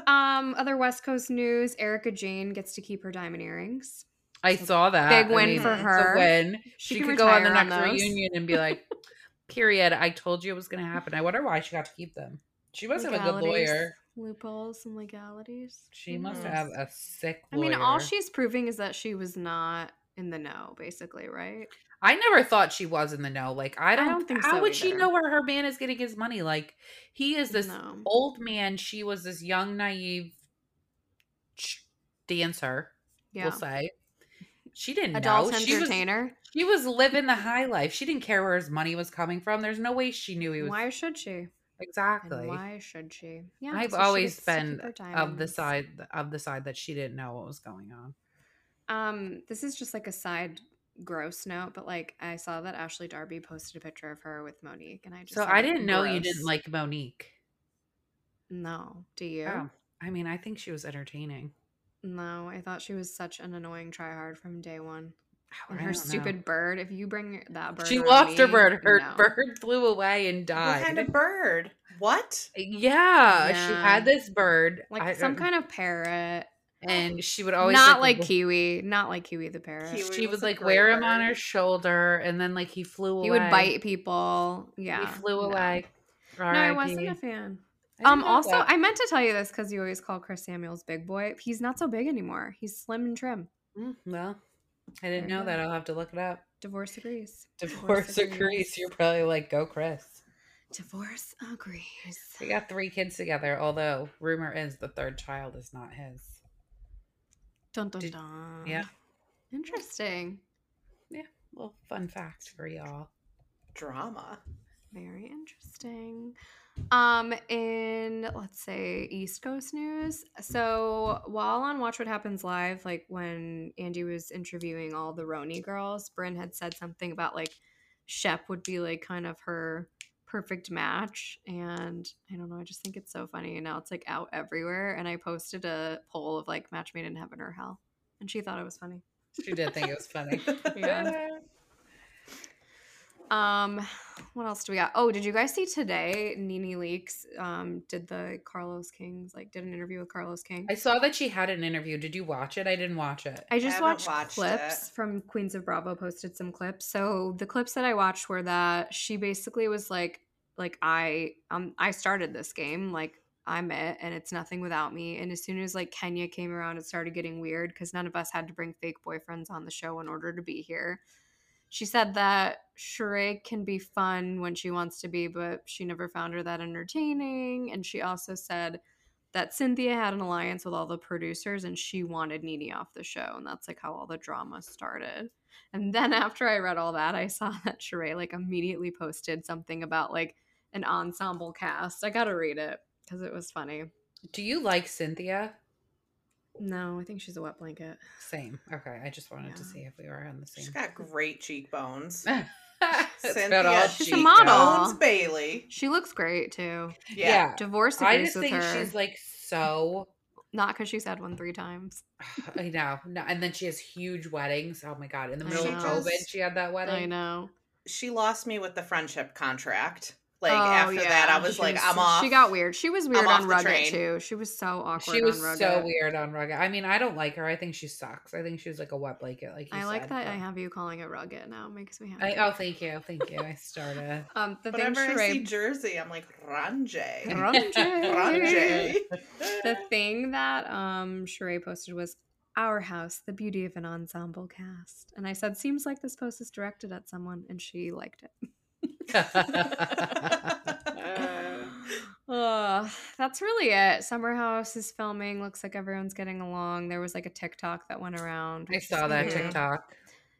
[SPEAKER 1] Um, other West Coast news: Erica Jane gets to keep her diamond earrings.
[SPEAKER 3] I saw that. I
[SPEAKER 1] Big win
[SPEAKER 3] mean,
[SPEAKER 1] for
[SPEAKER 3] it's a
[SPEAKER 1] her.
[SPEAKER 3] win. she, could go on the
[SPEAKER 1] retire
[SPEAKER 3] next
[SPEAKER 1] those.
[SPEAKER 3] reunion and be like, "Period. I told you it was going to happen." I wonder why she got to keep them. She must have a good
[SPEAKER 1] Legalities,
[SPEAKER 3] lawyer.
[SPEAKER 1] Loopholes and legalities.
[SPEAKER 3] She
[SPEAKER 1] Who
[SPEAKER 3] must
[SPEAKER 2] Mm-hmm.
[SPEAKER 1] knows?
[SPEAKER 3] have a sick.
[SPEAKER 1] I
[SPEAKER 3] Lawyer.
[SPEAKER 1] mean, all she's proving is that she was not in the know, basically, right?
[SPEAKER 3] I never thought she was in the know. Like I don't,
[SPEAKER 1] don't think
[SPEAKER 3] how
[SPEAKER 1] so
[SPEAKER 3] would she
[SPEAKER 1] either.
[SPEAKER 3] know where her man is getting his money? Like he is this
[SPEAKER 1] No.
[SPEAKER 3] old man. She was this young, naive ch- dancer.
[SPEAKER 1] Yeah.
[SPEAKER 3] We'll say she didn't
[SPEAKER 1] Adult
[SPEAKER 3] know. She was
[SPEAKER 1] entertainer.
[SPEAKER 3] she was living the high life. She didn't care where his money was coming from. There's no way she knew he was
[SPEAKER 1] Why should she?
[SPEAKER 3] exactly
[SPEAKER 1] And why should she? Yeah,
[SPEAKER 3] I've
[SPEAKER 1] so she
[SPEAKER 3] always
[SPEAKER 1] gets to keep
[SPEAKER 3] been
[SPEAKER 1] her
[SPEAKER 3] of the
[SPEAKER 1] diamonds.
[SPEAKER 3] side of the side that she didn't know what was going on.
[SPEAKER 1] Um, this is just like a side gross note, but like I saw that Ashley Darby posted a picture of her with Monique, and I just
[SPEAKER 3] So
[SPEAKER 1] said,
[SPEAKER 3] I didn't know you
[SPEAKER 1] gross.
[SPEAKER 3] didn't like Monique.
[SPEAKER 1] No, do you?
[SPEAKER 3] Oh, I mean, I think she was entertaining.
[SPEAKER 1] No, I thought she was such an annoying tryhard from day one.
[SPEAKER 3] Oh,
[SPEAKER 1] And
[SPEAKER 3] I
[SPEAKER 1] her
[SPEAKER 3] don't know.
[SPEAKER 1] stupid bird. If you bring that bird,
[SPEAKER 3] She
[SPEAKER 1] on
[SPEAKER 3] lost her
[SPEAKER 1] me,
[SPEAKER 3] bird. Her
[SPEAKER 1] no.
[SPEAKER 3] bird flew away and died.
[SPEAKER 2] What kind of bird? What?
[SPEAKER 3] yeah, she
[SPEAKER 1] Yeah.
[SPEAKER 3] had this bird,
[SPEAKER 1] like
[SPEAKER 3] I- er,
[SPEAKER 1] some kind of parrot,
[SPEAKER 3] and she would always
[SPEAKER 1] not like, kiwi, not like kiwi the parrot.
[SPEAKER 2] Kiwi
[SPEAKER 3] She
[SPEAKER 2] was
[SPEAKER 3] would
[SPEAKER 2] a
[SPEAKER 3] like
[SPEAKER 2] great
[SPEAKER 3] wear him on
[SPEAKER 2] bird.
[SPEAKER 3] her shoulder, and then like he flew away.
[SPEAKER 1] He would bite people. Yeah,
[SPEAKER 3] He flew
[SPEAKER 1] no.
[SPEAKER 3] away.
[SPEAKER 1] No, I wasn't a fan. Um, also, I meant to tell you this because you always call Chris Samuels big boy. He's not so big anymore. He's slim and trim.
[SPEAKER 3] Mm, well, I didn't
[SPEAKER 1] There you
[SPEAKER 3] know that.
[SPEAKER 1] go.
[SPEAKER 3] I'll have to look it up.
[SPEAKER 1] Divorce agrees.
[SPEAKER 3] Divorce agrees. You're probably like, go, Chris.
[SPEAKER 1] Divorce agrees.
[SPEAKER 3] They got three kids together. Although rumor is the third child is not his.
[SPEAKER 1] Dun dun
[SPEAKER 3] Did-
[SPEAKER 1] dun.
[SPEAKER 3] yeah.
[SPEAKER 1] Interesting.
[SPEAKER 3] Well, fun fact for y'all.
[SPEAKER 2] Drama.
[SPEAKER 1] Very interesting. Um, in let's say East Coast news. So while on Watch What Happens Live, like when Andy was interviewing all the Roni girls, Bryn had said something about like Shep would be like kind of her perfect match. And I don't know, I just think it's so funny. And now it's like out everywhere. And I posted a poll of like match made in heaven or hell. And she thought it was funny.
[SPEAKER 3] She did think it was funny.
[SPEAKER 1] Yeah. Um, what else do we got? Oh, did you guys see today? Nene Leaks um did the Carlos Kings like did an interview with Carlos King.
[SPEAKER 3] I saw that she had an interview. Did you watch it? I didn't watch it.
[SPEAKER 1] I just
[SPEAKER 2] haven't
[SPEAKER 1] watched,
[SPEAKER 2] watched
[SPEAKER 1] clips
[SPEAKER 2] it.
[SPEAKER 1] from Queens of Bravo posted some clips. So the clips that I watched were that she basically was like like I um I started this game like I'm it and it's nothing without me. And as soon as like Kenya came around, it started getting weird because none of us had to bring fake boyfriends on the show in order to be here. She said that Sheree can be fun when she wants to be, but she never found her that entertaining. And she also said that Cynthia had an alliance with all the producers and she wanted Nene off the show. And that's like how all the drama started. And then after I read all that, I saw that Sheree like immediately posted something about like an ensemble cast. I gotta read it because it was funny.
[SPEAKER 3] Do you like Cynthia?
[SPEAKER 1] No, I think she's a wet blanket.
[SPEAKER 3] Same. Okay. I just wanted to
[SPEAKER 1] Yeah.
[SPEAKER 3] see if we were on the
[SPEAKER 2] She's
[SPEAKER 3] same.
[SPEAKER 2] got great cheekbones.
[SPEAKER 3] It's about
[SPEAKER 2] Cynthia,
[SPEAKER 3] all
[SPEAKER 2] she's
[SPEAKER 1] a
[SPEAKER 3] she
[SPEAKER 1] model.
[SPEAKER 3] knows.
[SPEAKER 2] Owns Bailey.
[SPEAKER 1] She looks great too.
[SPEAKER 3] Yeah.
[SPEAKER 2] Yeah.
[SPEAKER 1] Divorce
[SPEAKER 3] I
[SPEAKER 1] agrees
[SPEAKER 3] just
[SPEAKER 1] with
[SPEAKER 3] think
[SPEAKER 1] her.
[SPEAKER 3] she's like so.
[SPEAKER 1] Not because she's had one three times.
[SPEAKER 3] I know. No, and then she has huge weddings. Oh my god! In the
[SPEAKER 1] I
[SPEAKER 3] middle of
[SPEAKER 1] know.
[SPEAKER 3] COVID, she had that wedding.
[SPEAKER 1] I know.
[SPEAKER 2] She lost me with the friendship contract. Like
[SPEAKER 1] Oh,
[SPEAKER 2] after that,
[SPEAKER 1] yeah.
[SPEAKER 2] I was
[SPEAKER 1] She
[SPEAKER 2] like, I'm
[SPEAKER 1] so-
[SPEAKER 2] off.
[SPEAKER 1] She got weird. She was weird
[SPEAKER 2] off
[SPEAKER 1] on
[SPEAKER 2] the
[SPEAKER 1] Rugged
[SPEAKER 2] train.
[SPEAKER 1] too. She was so awkward
[SPEAKER 3] She was
[SPEAKER 1] on Rugged.
[SPEAKER 3] so weird on Rugged. I mean, I don't like her. I think she sucks. I think she was like a wet blanket. Like you
[SPEAKER 1] I like
[SPEAKER 3] said,
[SPEAKER 1] that I
[SPEAKER 3] but-
[SPEAKER 1] have you calling it rugged now. It makes me happy.
[SPEAKER 3] I, oh, thank you, thank you. I started.
[SPEAKER 1] um, the thing
[SPEAKER 2] Whenever I see
[SPEAKER 1] Sheree,
[SPEAKER 2] Jersey, I'm like, Ranjay.
[SPEAKER 1] Grunge.
[SPEAKER 2] Ranjay.
[SPEAKER 1] the thing that um Sheree posted was our house, the beauty of an ensemble cast. And I said, seems like this post is directed at someone, and she liked it.
[SPEAKER 3] Uh.
[SPEAKER 1] Ugh, that's really it. Summer House is filming. Looks like everyone's getting along. There was like a TikTok that went around.
[SPEAKER 3] I
[SPEAKER 1] which is
[SPEAKER 3] saw that
[SPEAKER 1] cute.
[SPEAKER 2] Mhm.
[SPEAKER 3] TikTok.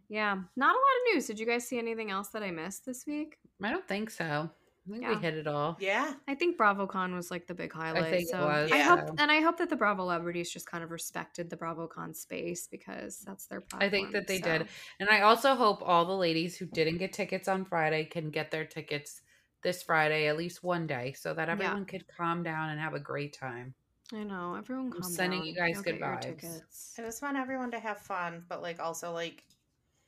[SPEAKER 1] Yeah, not a lot of news. Did you guys see anything else that I missed this week?
[SPEAKER 3] I don't think so. I think we
[SPEAKER 1] Yeah.
[SPEAKER 3] hit it all.
[SPEAKER 2] yeah.
[SPEAKER 1] I think BravoCon was like the big highlight.
[SPEAKER 3] think it
[SPEAKER 1] so
[SPEAKER 3] was,
[SPEAKER 1] I
[SPEAKER 2] yeah.
[SPEAKER 1] hope, and I hope that the Bravo celebrities just kind of respected the BravoCon space because that's their platform.
[SPEAKER 3] I think that they
[SPEAKER 1] so.
[SPEAKER 3] did. And I also hope all the ladies who didn't get tickets on Friday can get their tickets this Friday, at least one day, so that
[SPEAKER 1] Yeah.
[SPEAKER 3] everyone could calm down and have a great time.
[SPEAKER 1] I know everyone.
[SPEAKER 3] I'm
[SPEAKER 1] Calm
[SPEAKER 3] sending
[SPEAKER 1] down.
[SPEAKER 3] you guys
[SPEAKER 1] You'll get
[SPEAKER 3] good
[SPEAKER 1] your
[SPEAKER 3] vibes.
[SPEAKER 1] tickets.
[SPEAKER 2] I just want everyone to have fun, but like also like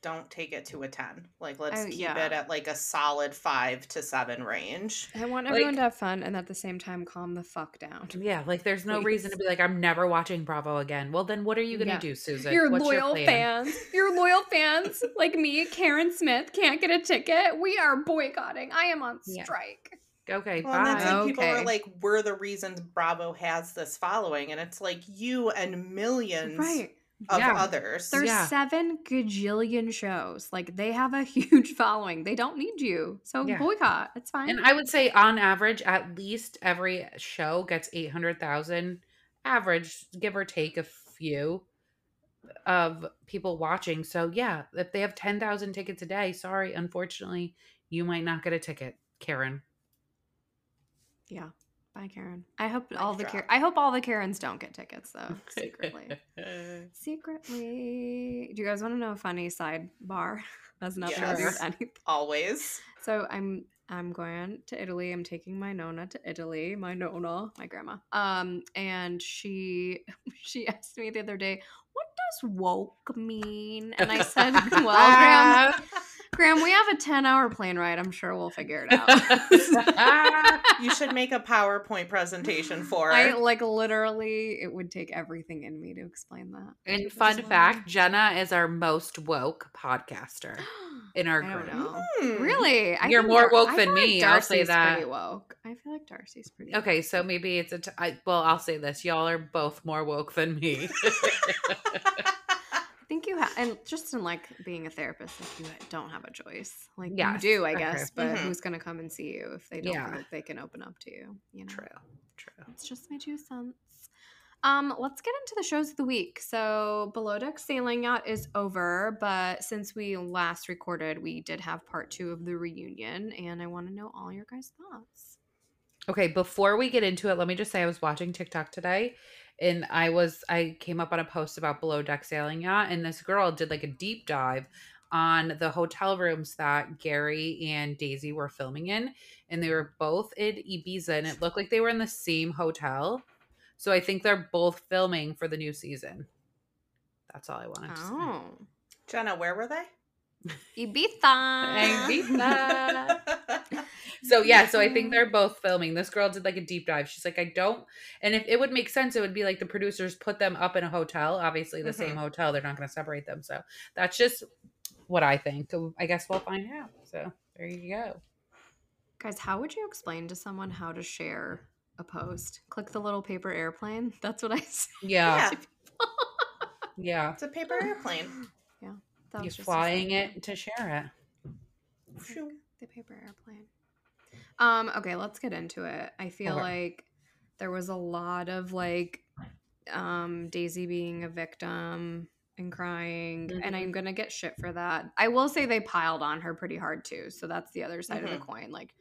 [SPEAKER 2] don't take it to a ten. Like let's
[SPEAKER 1] Oh,
[SPEAKER 2] keep
[SPEAKER 1] yeah.
[SPEAKER 2] it at like a solid five to seven range.
[SPEAKER 1] I want
[SPEAKER 3] Like-
[SPEAKER 1] everyone to have fun and at the same time calm the fuck down.
[SPEAKER 3] Yeah, like there's no reason to be like, I'm never watching Bravo again. Well, then what are you gonna
[SPEAKER 1] Yeah.
[SPEAKER 3] do, Susan?
[SPEAKER 1] Your
[SPEAKER 3] What's
[SPEAKER 1] loyal
[SPEAKER 3] plan?
[SPEAKER 1] fans, your loyal fans like me, Karen Smith, can't get a ticket. We are boycotting. I am on
[SPEAKER 3] Yeah.
[SPEAKER 1] strike.
[SPEAKER 3] Okay,
[SPEAKER 2] Well, and that's
[SPEAKER 3] bye.
[SPEAKER 2] like people are
[SPEAKER 1] Okay.
[SPEAKER 2] like, we're the reason Bravo has this following, and it's like you and millions
[SPEAKER 1] Right.
[SPEAKER 2] of
[SPEAKER 3] Yeah.
[SPEAKER 2] others.
[SPEAKER 1] There's
[SPEAKER 3] Yeah.
[SPEAKER 1] seven gajillion shows. Like they have a huge following. They don't need you. So
[SPEAKER 3] Yeah.
[SPEAKER 1] boycott. It's fine.
[SPEAKER 3] And I would say, on average, at least every show gets eight hundred thousand, average, give or take a few, of people watching. So yeah, if they have ten thousand tickets a day, sorry, unfortunately, you might not get a ticket, Karen.
[SPEAKER 1] yeah. Bye, Karen. I hope all the
[SPEAKER 2] drop.
[SPEAKER 1] Kar- I hope all the Karens don't get tickets though. Secretly. secretly do you guys want to know a funny sidebar that's nothing to do with
[SPEAKER 2] Sure.
[SPEAKER 1] anything
[SPEAKER 2] Always.
[SPEAKER 1] so i'm i'm going to italy i'm taking my nona to italy my nona my grandma um and she she asked me the other day what does woke mean and i said well graham, graham we have a 10 hour plane ride i'm sure we'll figure it out
[SPEAKER 2] You should make a PowerPoint presentation for
[SPEAKER 1] I
[SPEAKER 2] her.
[SPEAKER 1] like literally it would take everything in me to explain that.
[SPEAKER 3] and
[SPEAKER 1] Which is
[SPEAKER 3] fun
[SPEAKER 1] why-
[SPEAKER 3] fact: Jenna is our most woke podcaster in our
[SPEAKER 1] I don't
[SPEAKER 3] group.
[SPEAKER 1] know.
[SPEAKER 2] Hmm.
[SPEAKER 1] Really?
[SPEAKER 3] You're
[SPEAKER 1] think
[SPEAKER 3] more
[SPEAKER 1] Dar-
[SPEAKER 3] woke
[SPEAKER 1] I
[SPEAKER 3] than
[SPEAKER 1] feel like
[SPEAKER 3] me, I'll say
[SPEAKER 1] Darcy's
[SPEAKER 3] that.
[SPEAKER 1] Pretty woke. I feel like Darcy's pretty. woke.
[SPEAKER 3] Okay, so maybe it's a. T- I, well, I'll say this: y'all are both more woke than me.
[SPEAKER 1] I think you have, and just in like being a therapist, like you don't have a choice. Like
[SPEAKER 3] Yes,
[SPEAKER 1] you do, I
[SPEAKER 3] okay.
[SPEAKER 1] guess, but
[SPEAKER 2] Mhm.
[SPEAKER 1] who's gonna come and see you if they don't
[SPEAKER 3] Yeah.
[SPEAKER 1] feel like they can open up to you? You know,
[SPEAKER 3] true, true.
[SPEAKER 1] it's just my two cents. Um, let's get into the shows of the week. So, Below Deck Sailing Yacht is over, but since we last recorded, we did have part two of the reunion, and I want to know all your guys' thoughts.
[SPEAKER 3] Okay, before we get into it, let me just say I was watching TikTok today and I was I came up on a post about below deck sailing yacht and this girl did like a deep dive on the hotel rooms that Gary and Daisy were filming in and they were both in Ibiza and it looked like they were in the same hotel. So I think they're both filming for the new season. That's all I wanted to
[SPEAKER 1] Oh,
[SPEAKER 2] Jenna, where were they?
[SPEAKER 1] Ibiza.
[SPEAKER 3] say. Ibiza. So yeah, so I think they're both filming. This girl did like a deep dive. She's like, I don't, and if it would make sense, it would be like the producers put them up in a hotel, obviously the same hotel. They're not going to separate them. So that's just what I think. So I guess we'll find out. So there you go.
[SPEAKER 1] Guys, how would you explain to someone how to share a post? Click the little paper airplane. That's what I said.
[SPEAKER 3] Yeah,
[SPEAKER 2] yeah,
[SPEAKER 3] yeah.
[SPEAKER 2] it's a paper airplane.
[SPEAKER 1] Yeah. That
[SPEAKER 3] You're
[SPEAKER 1] just a
[SPEAKER 3] flying
[SPEAKER 1] second.
[SPEAKER 3] it to share
[SPEAKER 2] Phew.
[SPEAKER 1] The paper airplane. Um, okay, let's get into it. I feel
[SPEAKER 3] Okay.
[SPEAKER 1] like there was a lot of like um Daisy being a victim and crying, and
[SPEAKER 3] Mhm.
[SPEAKER 1] I'm gonna get shit for that. I will say they piled on her pretty hard too, so that's the other side
[SPEAKER 3] Mm-hmm.
[SPEAKER 1] of the coin. Like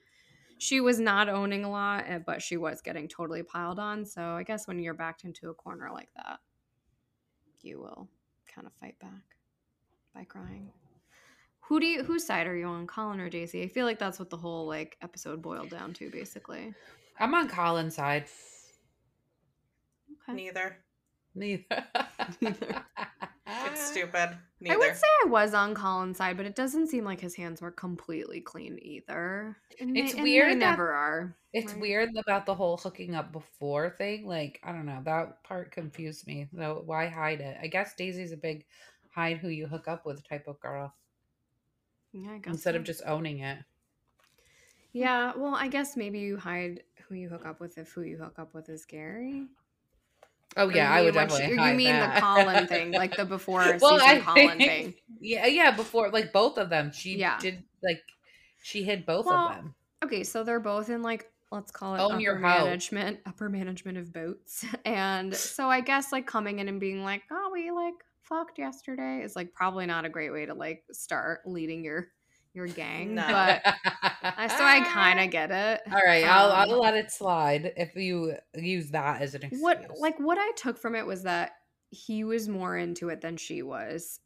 [SPEAKER 1] she was not owning a lot, eh, but she was getting totally piled on. So I guess when you're backed into a corner like that, you will kind of fight back by crying. Who do you whose side are you on, Colin or Daisy? I feel like that's what the whole like episode boiled down to, basically.
[SPEAKER 3] it. I'm on Colin's side.
[SPEAKER 1] Okay.
[SPEAKER 2] Neither.
[SPEAKER 3] Neither.
[SPEAKER 1] Neither.
[SPEAKER 2] It's stupid. Neither.
[SPEAKER 1] I would say I was on Colin's side, but it doesn't seem like his hands were completely clean either. And
[SPEAKER 3] It's
[SPEAKER 1] and
[SPEAKER 3] weird that-
[SPEAKER 1] never are.
[SPEAKER 3] It's
[SPEAKER 1] Right.
[SPEAKER 3] weird about the whole hooking up before thing. Like, I don't know. That part confused me. So why hide it? I guess Daisy's a big hide who you hook up with type of girl
[SPEAKER 1] Yeah, I guess
[SPEAKER 3] instead of
[SPEAKER 1] so.
[SPEAKER 3] just owning it.
[SPEAKER 1] yeah. Well, I guess maybe you hide who you hook up with if who you hook up with is Gary.
[SPEAKER 3] Oh
[SPEAKER 1] Or
[SPEAKER 3] yeah,
[SPEAKER 1] you
[SPEAKER 3] I
[SPEAKER 1] mean
[SPEAKER 3] would
[SPEAKER 1] when she-
[SPEAKER 3] definitely.
[SPEAKER 1] or you
[SPEAKER 3] hide
[SPEAKER 1] mean the
[SPEAKER 3] that.
[SPEAKER 1] Colin thing, like the before season
[SPEAKER 3] I
[SPEAKER 1] Colin
[SPEAKER 3] think-
[SPEAKER 1] thing.
[SPEAKER 3] Yeah, yeah. Before, like both of them, she
[SPEAKER 1] Yeah.
[SPEAKER 3] did like she hid both
[SPEAKER 1] Well,
[SPEAKER 3] of them.
[SPEAKER 1] Okay, so they're both in like let's call it
[SPEAKER 3] Own
[SPEAKER 1] upper
[SPEAKER 3] your hoe.
[SPEAKER 1] management, upper management of boats. And so I guess like coming in and being like, "Oh, we like fucked yesterday" is like probably not a great way to like start leading your your gang,
[SPEAKER 2] No.
[SPEAKER 1] but I so I kind of get it.
[SPEAKER 3] All right, I'll, I'll
[SPEAKER 1] um,
[SPEAKER 3] let it slide if you use that as an excuse.
[SPEAKER 1] What like what I took from it was that he was more into it than she was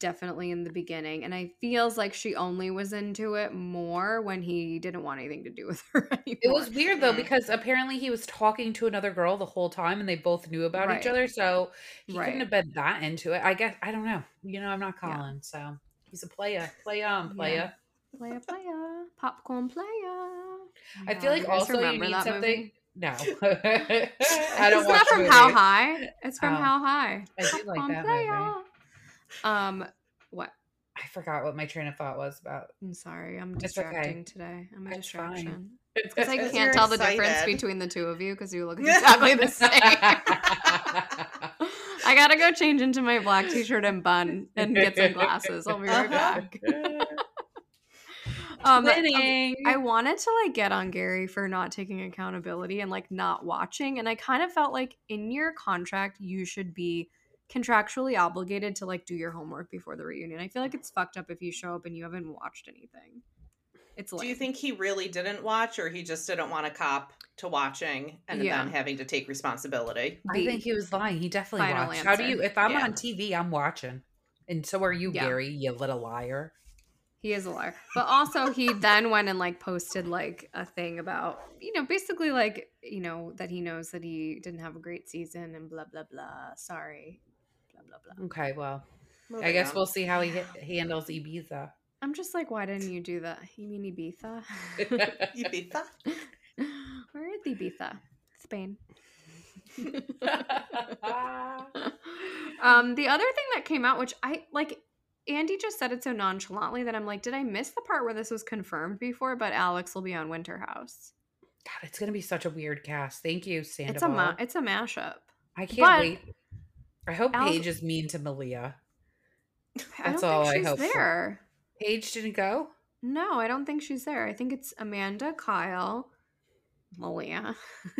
[SPEAKER 1] definitely in the beginning and I feels like she only was into it more when he didn't want anything to do with her anymore.
[SPEAKER 3] It was weird though
[SPEAKER 2] Mhm.
[SPEAKER 3] because apparently he was talking to another girl the whole time and they both knew about
[SPEAKER 1] Right.
[SPEAKER 3] each other. So he
[SPEAKER 1] Right.
[SPEAKER 3] couldn't have been that into it. I guess I don't know. You know, I'm not
[SPEAKER 1] Yeah.
[SPEAKER 3] Colin, so he's a player. Play on,
[SPEAKER 1] Yeah.
[SPEAKER 3] player.
[SPEAKER 1] Playa Playa, popcorn playa. Oh
[SPEAKER 3] I feel like also you need something. No. I
[SPEAKER 1] I
[SPEAKER 3] don't
[SPEAKER 1] it's
[SPEAKER 3] watch
[SPEAKER 1] not from
[SPEAKER 3] movies.
[SPEAKER 1] How High. It's from
[SPEAKER 3] Oh.
[SPEAKER 1] How High.
[SPEAKER 3] I do like that movie.
[SPEAKER 1] Um, what?
[SPEAKER 3] I forgot what my train of thought was about.
[SPEAKER 1] I'm sorry. I'm
[SPEAKER 3] It's okay.
[SPEAKER 1] distracting today. I'm a
[SPEAKER 3] That's fine.
[SPEAKER 1] distraction. It's because I
[SPEAKER 2] Because
[SPEAKER 1] can't
[SPEAKER 2] you're
[SPEAKER 1] tell the difference
[SPEAKER 2] excited.
[SPEAKER 1] between the two of you because you look exactly the same. I gotta go change into my black t-shirt and bun and get some glasses. I'll be
[SPEAKER 2] Uh-huh.
[SPEAKER 1] right back. Um, um,
[SPEAKER 3] Winning.
[SPEAKER 1] I wanted to like get on Gary for not taking accountability and like not watching, and I kind of felt like in your contract you should be contractually obligated to like do your homework before the reunion. I feel like it's fucked up if you show up and you haven't watched anything. It's like
[SPEAKER 2] Do you think he really didn't watch, or he just didn't want to cop to watching and
[SPEAKER 1] Yeah.
[SPEAKER 2] then having to take responsibility?
[SPEAKER 3] I think he was lying. He definitely
[SPEAKER 1] Final
[SPEAKER 3] watched. How do
[SPEAKER 1] answer.
[SPEAKER 3] you? If I'm
[SPEAKER 2] Yeah.
[SPEAKER 3] on TV, I'm watching, and so are you,
[SPEAKER 1] Yeah.
[SPEAKER 3] Gary. You little liar.
[SPEAKER 1] He is a liar. But also he then went and like posted like a thing about, you know, basically like, you know, that he knows that he didn't have a great season and blah blah blah. Sorry. Blah blah blah.
[SPEAKER 3] Okay, well,
[SPEAKER 1] Oh,
[SPEAKER 3] I
[SPEAKER 2] Moving
[SPEAKER 3] guess
[SPEAKER 2] on.
[SPEAKER 3] we'll see how he ha- handles Ibiza.
[SPEAKER 1] I'm just like, why didn't you do that? You mean Ibiza?
[SPEAKER 2] Ibiza.
[SPEAKER 1] Where is Ibiza? Spain. um, the other thing that came out, which I like, Andy just said it so nonchalantly that I'm like, did I miss the part where this was confirmed before? But Alex will be on Winter House.
[SPEAKER 3] God, it's gonna be such a weird cast. Thank you, Sandoval.
[SPEAKER 1] It's a ma- it's a mashup.
[SPEAKER 3] I can't
[SPEAKER 1] but-
[SPEAKER 3] wait. I hope
[SPEAKER 1] Al-
[SPEAKER 3] Paige is mean to Malia.
[SPEAKER 1] I don't
[SPEAKER 3] That's
[SPEAKER 1] think
[SPEAKER 3] all I
[SPEAKER 1] she's
[SPEAKER 3] hope for.
[SPEAKER 1] there.
[SPEAKER 3] Paige didn't go.
[SPEAKER 1] No, I don't think she's there. I think it's Amanda, Kyle, Malia,